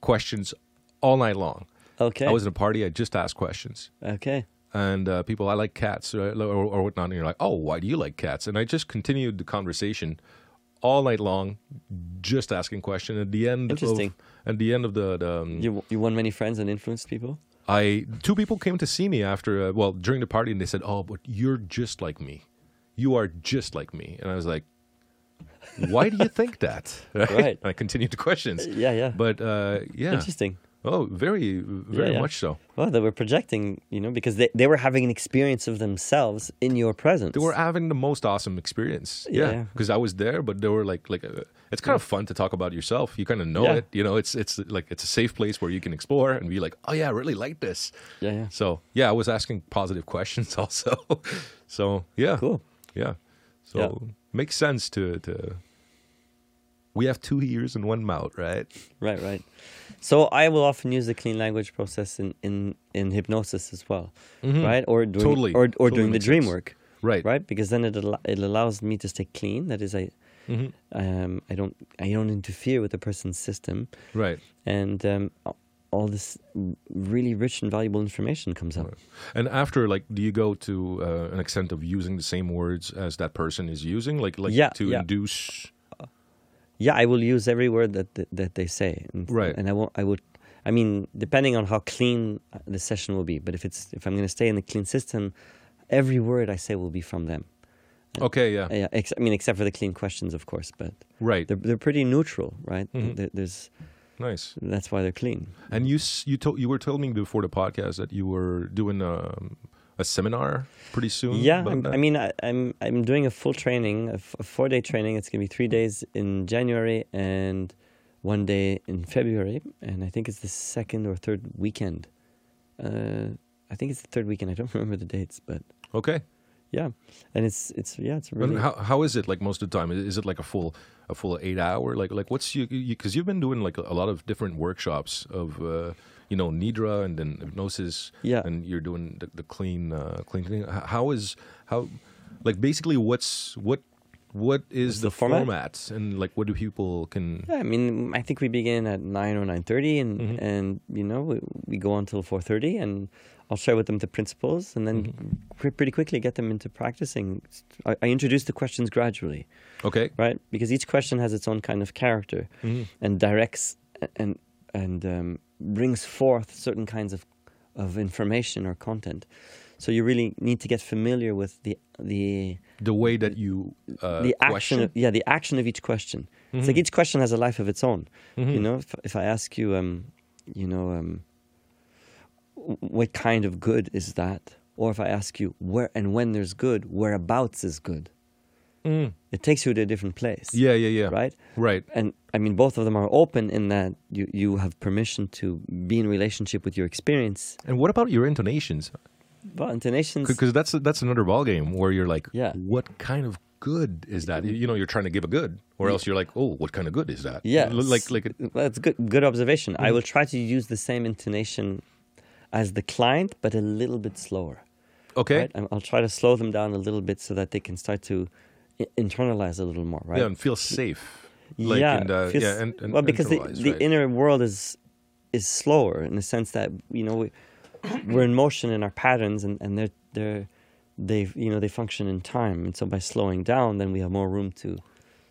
questions all night long.
Okay.
I was in a party. I just asked questions
okay.
and uh, people, I like cats or, or, or whatnot. And you're like, oh, why do you like cats? And I just continued the conversation all night long, just asking questions. At the end,
Interesting.
Of, at the end of the, the um,
You you won many friends and influenced people.
I two people came to see me after, uh, well, during the party, and they said, oh, but you're just like me. You are just like me. And I was like, why do you think that? Right.
Right.
I continued the questions.
Yeah, yeah.
But uh, yeah.
Interesting.
Oh, very, very
Yeah, yeah.
much so.
Well, they were projecting, you know, because they, they were having an experience of themselves in your presence.
they were having the most awesome experience.
Yeah.
Yeah, because I was there, but they were like, like uh, it's kind of fun to talk about yourself. You kind of know
Yeah.
it. You know, it's it's like it's a safe place where you can explore and be like, oh yeah, I really like this.
Yeah, yeah.
So yeah, I was asking positive questions also. so yeah,
Cool.
Yeah, so makes sense to to. We have two ears and one mouth, right?
Right, right. So I will often use the clean language process in in, in hypnosis as well, right? Or during,
Mm-hmm. Totally.
or or
Totally
during the
makes
dream
sense.
work,
Right.
right? Because then it al- it allows me to stay clean. That is, I
Mm-hmm.
um, I don't I don't interfere with the person's system,
Right.
and um, all this really rich and valuable information comes out.
And after, like, do you go to uh, an extent of using the same words as that person is using, like, like
Yeah,
to
yeah.
induce?
Yeah, I will use every word that that, that they say, and,
Right.
And I won't. I would. I mean, depending on how clean uh, the session will be, but if it's if I'm going to stay in the clean system, every word I say will be from them.
Okay, yeah,
Yeah, ex- I mean, except for the clean questions, of course, but
right.
they're they're pretty neutral, right?
Mm-hmm.
There, there's
Nice.
that's why they're clean.
And you s- you told you were telling me before the podcast that you were doing um, a seminar pretty soon.
Yeah,
about
I'm,
that?
I mean, I, I'm I'm doing a full training, a, f- a four day training. It's gonna be three days in January and one day in February, and I think it's the second or third weekend. Uh, I think it's the third weekend. I don't remember the dates, but
okay.
yeah, and it's it's yeah, it's really
And how how is it like most of the time? Is- Is it like a full a full eight hour? Like like what's you because you, have been doing like a, lot of different workshops of uh, you know nidra and then hypnosis.
Yeah.
and you're doing the, the clean uh, clean thing. H- How is how like basically what's what what is the,
the format?
and like what do people can
Yeah, I mean, I think we begin at nine or nine thirty, and
Mm-hmm.
and you know we, we go on till four thirty, and I'll share with them the principles, and then
Mm-hmm.
pre- pretty quickly get them into practicing. I, I introduce the questions gradually,
okay Mm-hmm.
right? Because each question has its own kind of character, and directs and and um, brings forth certain kinds of of information or content. So you really need to get familiar with the the
the way that you uh,
the action
question Mm-hmm.
of, yeah the action of each question it's like each question has a life of its own you know if, if i ask you um you know um w- what kind of good is that or if i ask you where and when there's good whereabouts is good
Mm.
it takes you to a different place
Yeah, yeah, yeah.
right
Right.
and i mean both of them are open in that you you have permission to be in relationship with your experience
And what about your intonations?
well intonations
Because that's that's another ballgame where you're like,
Yeah.
what kind of good is that? You know, you're trying to give a good, or else you're like, oh, what kind of good is that?
Yeah,
L- Like Mm. like
well, that's good. Good observation. I will try to use the same intonation as the client, but a little bit slower.
okay,
Right? I'm- I'll try to slow them down a little bit so that they can start to i- internalize a little more. Right?
yeah, and feel safe. Like, and, uh,
feels-
yeah, and, and
well, because the,
internalize,
the
right.
inner world is is slower in the sense that you know we, we're in motion in our patterns, and, and they're they're they you know they function in time, and so by slowing down, then we have more room to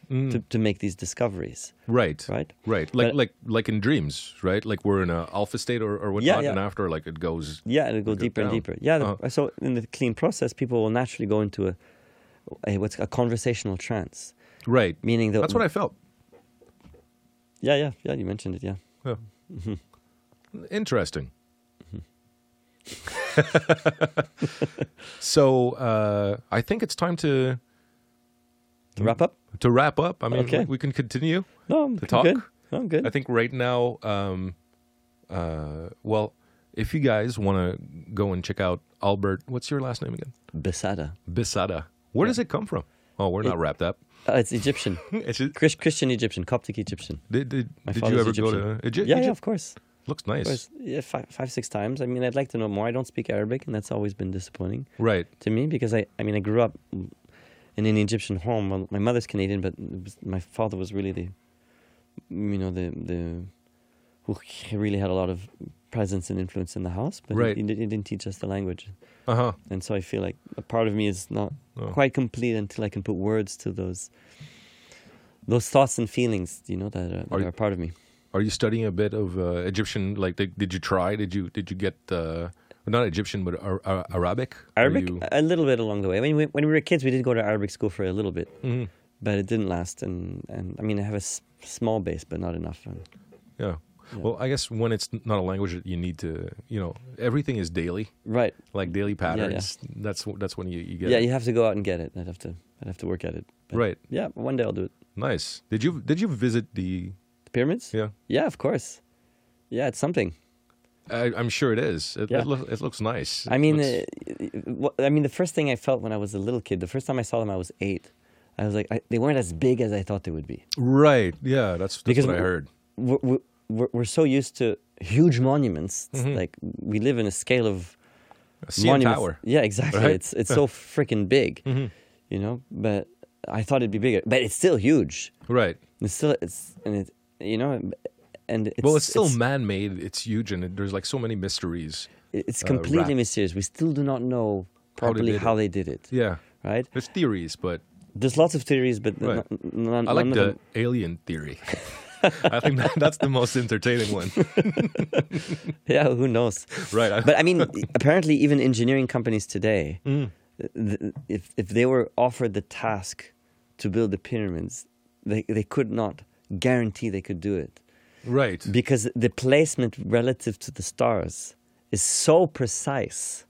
Mm.
to, to make these discoveries.
right,
right?
right, like
But-
like like in dreams, right? Like we're in a alpha state or or whatnot,
yeah.
and after like it goes
Yeah, it'll go
It'll go
deeper and
down.
deeper. Yeah, the,
Uh-huh.
so in the clean process, people will naturally go into a, a what's a conversational trance,
right.
meaning that
That's what I felt.
Yeah, yeah, yeah. You mentioned it. Yeah.
Yeah.
Mm-hmm.
Interesting.
Mm-hmm.
so uh, I think it's time to
To wrap up.
to wrap up. I mean,
Okay.
we, we can continue.
No, I'm
Hmm. To talk?
good. I'm good.
I think right now, um, uh, well, if you guys want to go and check out Albert, what's your last name again?
Besada.
Bisada. Where does it come from? Oh, we're not wrapped up.
Uh, it's Egyptian.
It's just-
Chris, Christian Egyptian, Coptic Egyptian.
did did,
My
did you
father's
ever go
Egyptian.
to Egypt?
Yeah, yeah,
Egypt?
of course.
Looks
Of
nice.
course. Yeah, five, five, six times. I mean, I'd like to know more. I don't speak Arabic, and that's always been disappointing
Right.
to me because I, I mean, I grew up in an Egyptian home. Well, my mother's Canadian, but it was, my father was really the, you know, the the who really had a lot of presence and influence in the house. But he-
Right.
he, di- he didn't teach us the language,
Uh huh.
and so I feel like a part of me is not
Oh.
quite complete until I can put words to those those thoughts and feelings. You know, that are, that
Are
are,
you-
a part of me.
Are you studying a bit of uh, Egyptian? Like, did, did you try? Did you did you get uh, not Egyptian, but Ar- Ar- Arabic? Are
Arabic Uh,
you-
a little bit along the way. I mean, we, when we were kids, we did go to Arabic school for a little bit,
Mhm.
but it didn't last. And, and I mean, I have a s- small base, but not enough. And
Yeah. Well, I guess when it's not a language that you need to, you know, everything is daily,
right?
like daily patterns. That's wh- that's when you, you get.
Yeah.
it.
you have to go out and get it. I'd have to. I'd have to work at it. But
Right.
Yeah, one day I'll do it.
Nice. Did you did you visit the?
The pyramids?
Yeah.
Yeah, of course. Yeah, it's something.
I, I'm sure it is. It,
Yeah.
it, loo- it looks nice.
I mean,
Looks-
uh, wha- I mean, the first thing I felt when I was a little kid, the first time I saw them, I was eight. I was like, I, they weren't as big as I thought they would be.
right? Yeah, that's, that's
Because
what I
w-
heard.
we're, we're- we're, we're so used to huge monuments.
Mm-hmm.
It's Like we live in a scale of
A CN
monuments.
Tower.
Yeah, exactly.
Right? Mm-hmm.
It's it's so freaking big, you know. But I thought it'd be bigger, but it's still huge.
Right.
It's still it's and it you know, and it's,
Well, it's still man-made. It's huge, and it, there's like so many mysteries.
it's
uh,
completely
wrapped.
mysterious. We still do not know properly
did
how
it.
they did it.
Yeah,
Right?
there's theories, but
There's lots of theories, but
Right.
n- n- none,
I like
none
the
of them.
alien theory. I think that, that's the most entertaining one.
Yeah, who knows?
Right. I-
but I mean, apparently, even engineering companies today,
Mm.
uh, th- th- if if they were offered the task to build the pyramids, they they could not guarantee they could do it
right.
because the placement relative to the stars is so precise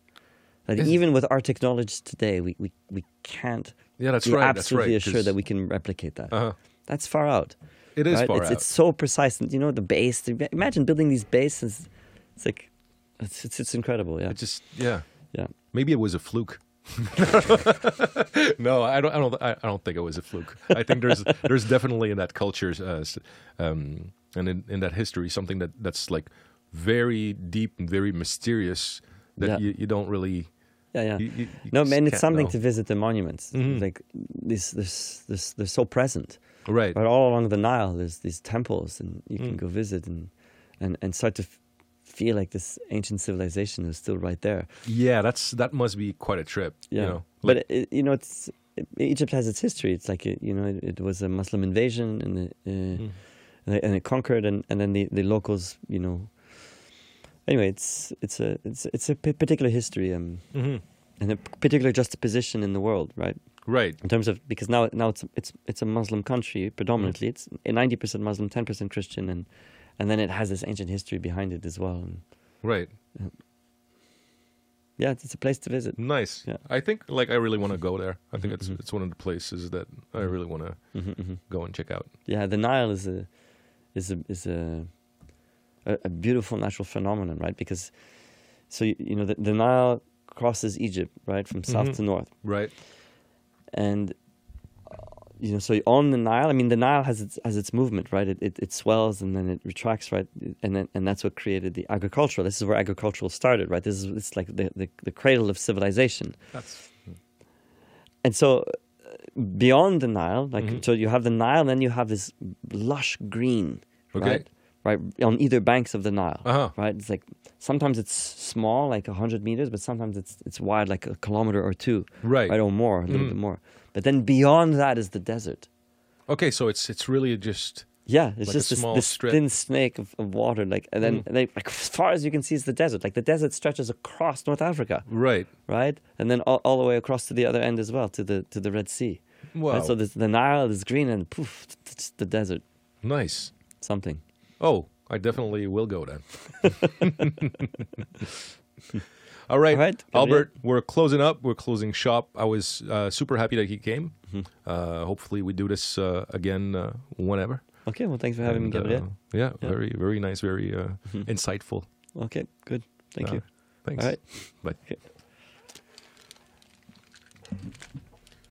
that
Is-
even with our technology today, we we, we can't.
Yeah, that's
be
right, that's
Absolutely
right,
assured that
'cause-
we can replicate that.
Uh-huh.
That's far out.
It is far
it's,
out.
It's so precise. And, You know, the base. the- Imagine building these bases. It's like, it's, it's, it's incredible. Yeah.
It just yeah.
yeah.
Maybe it was a fluke. no, I don't. I don't. I I don't think it was a fluke. I think there's there's definitely in that culture, uh, s- um, and in, in that history, something that that's like very deep and very mysterious that
Yeah.
you, you don't really.
Yeah, yeah.
You- you- you
no,
just
man, it's
can't
something
know. Mm-hmm.
to visit the monuments. Like this, this, this, they're so present.
Right.
But all along the Nile, there's these temples, and you can go visit and and and start to f- feel like this ancient civilization is still right there.
Yeah, that's that must be quite a trip.
Yeah.
You know?
but it, you know, it's Egypt has its history. It's like it, you know, it, it was a Muslim invasion, and it, uh, and, they, and it conquered, and, and then the, the locals, you know. Anyway, it's it's a it's it's a p- particular history. Um,
Mhm.
and a particular juxtaposition in the world, right?
Right.
In terms of because now now it's it's it's a Muslim country predominantly. It's ninety percent Muslim, ten percent Christian, and and then it has this ancient history behind it as well. And
Right.
yeah, it's, it's a place to visit.
Nice.
Yeah.
I think like I really want to go there. I think it's it's one of the places that I really want to go and check out.
Mm-hmm, Yeah, the Nile is a is a is a a, a beautiful natural phenomenon, right? Because so you, you know the, the Nile crosses Egypt, right, from south to north,
Right.
and uh, you know, so on the Nile, I mean, the Nile has its has its movement, right? It, it it swells and then it retracts, right? And then and that's what created the agricultural. This is where agricultural started, right? This is it's like the the, the cradle of civilization.
That's
And so uh, beyond the Nile, like so you have the Nile, then you have this lush green,
Okay.
right? Right on either banks of the Nile,
Uh-huh.
right? It's like sometimes it's small, like hundred meters, but sometimes it's it's wide, like a kilometer or two,
Right. Mm-hmm.
or more, a little bit more. But then beyond that is the desert.
okay. So it's it's really just
Yeah, it's
Like a
just this,
small
this
strip. Mm.
thin snake of, of water, like and then like, like as far as you can see is the desert. Like the desert stretches across North Africa,
right.
right? And then all, all the way across to the other end as well, to the to the Red Sea.
Wow.
Right? So this, the Nile is green, and poof, it's the desert.
Nice.
It's something.
Oh, I definitely will go then. All right,
All right,
Albert, we're closing up. We're closing shop. I was uh, super happy that he came. Uh, hopefully, we do this uh, again uh, whenever.
Okay, well, thanks for having
And,
me,
uh,
Gabriel.
yeah, very, very nice, very uh, insightful.
okay, good. Thank
Uh,
you.
Thanks.
All right.
Bye.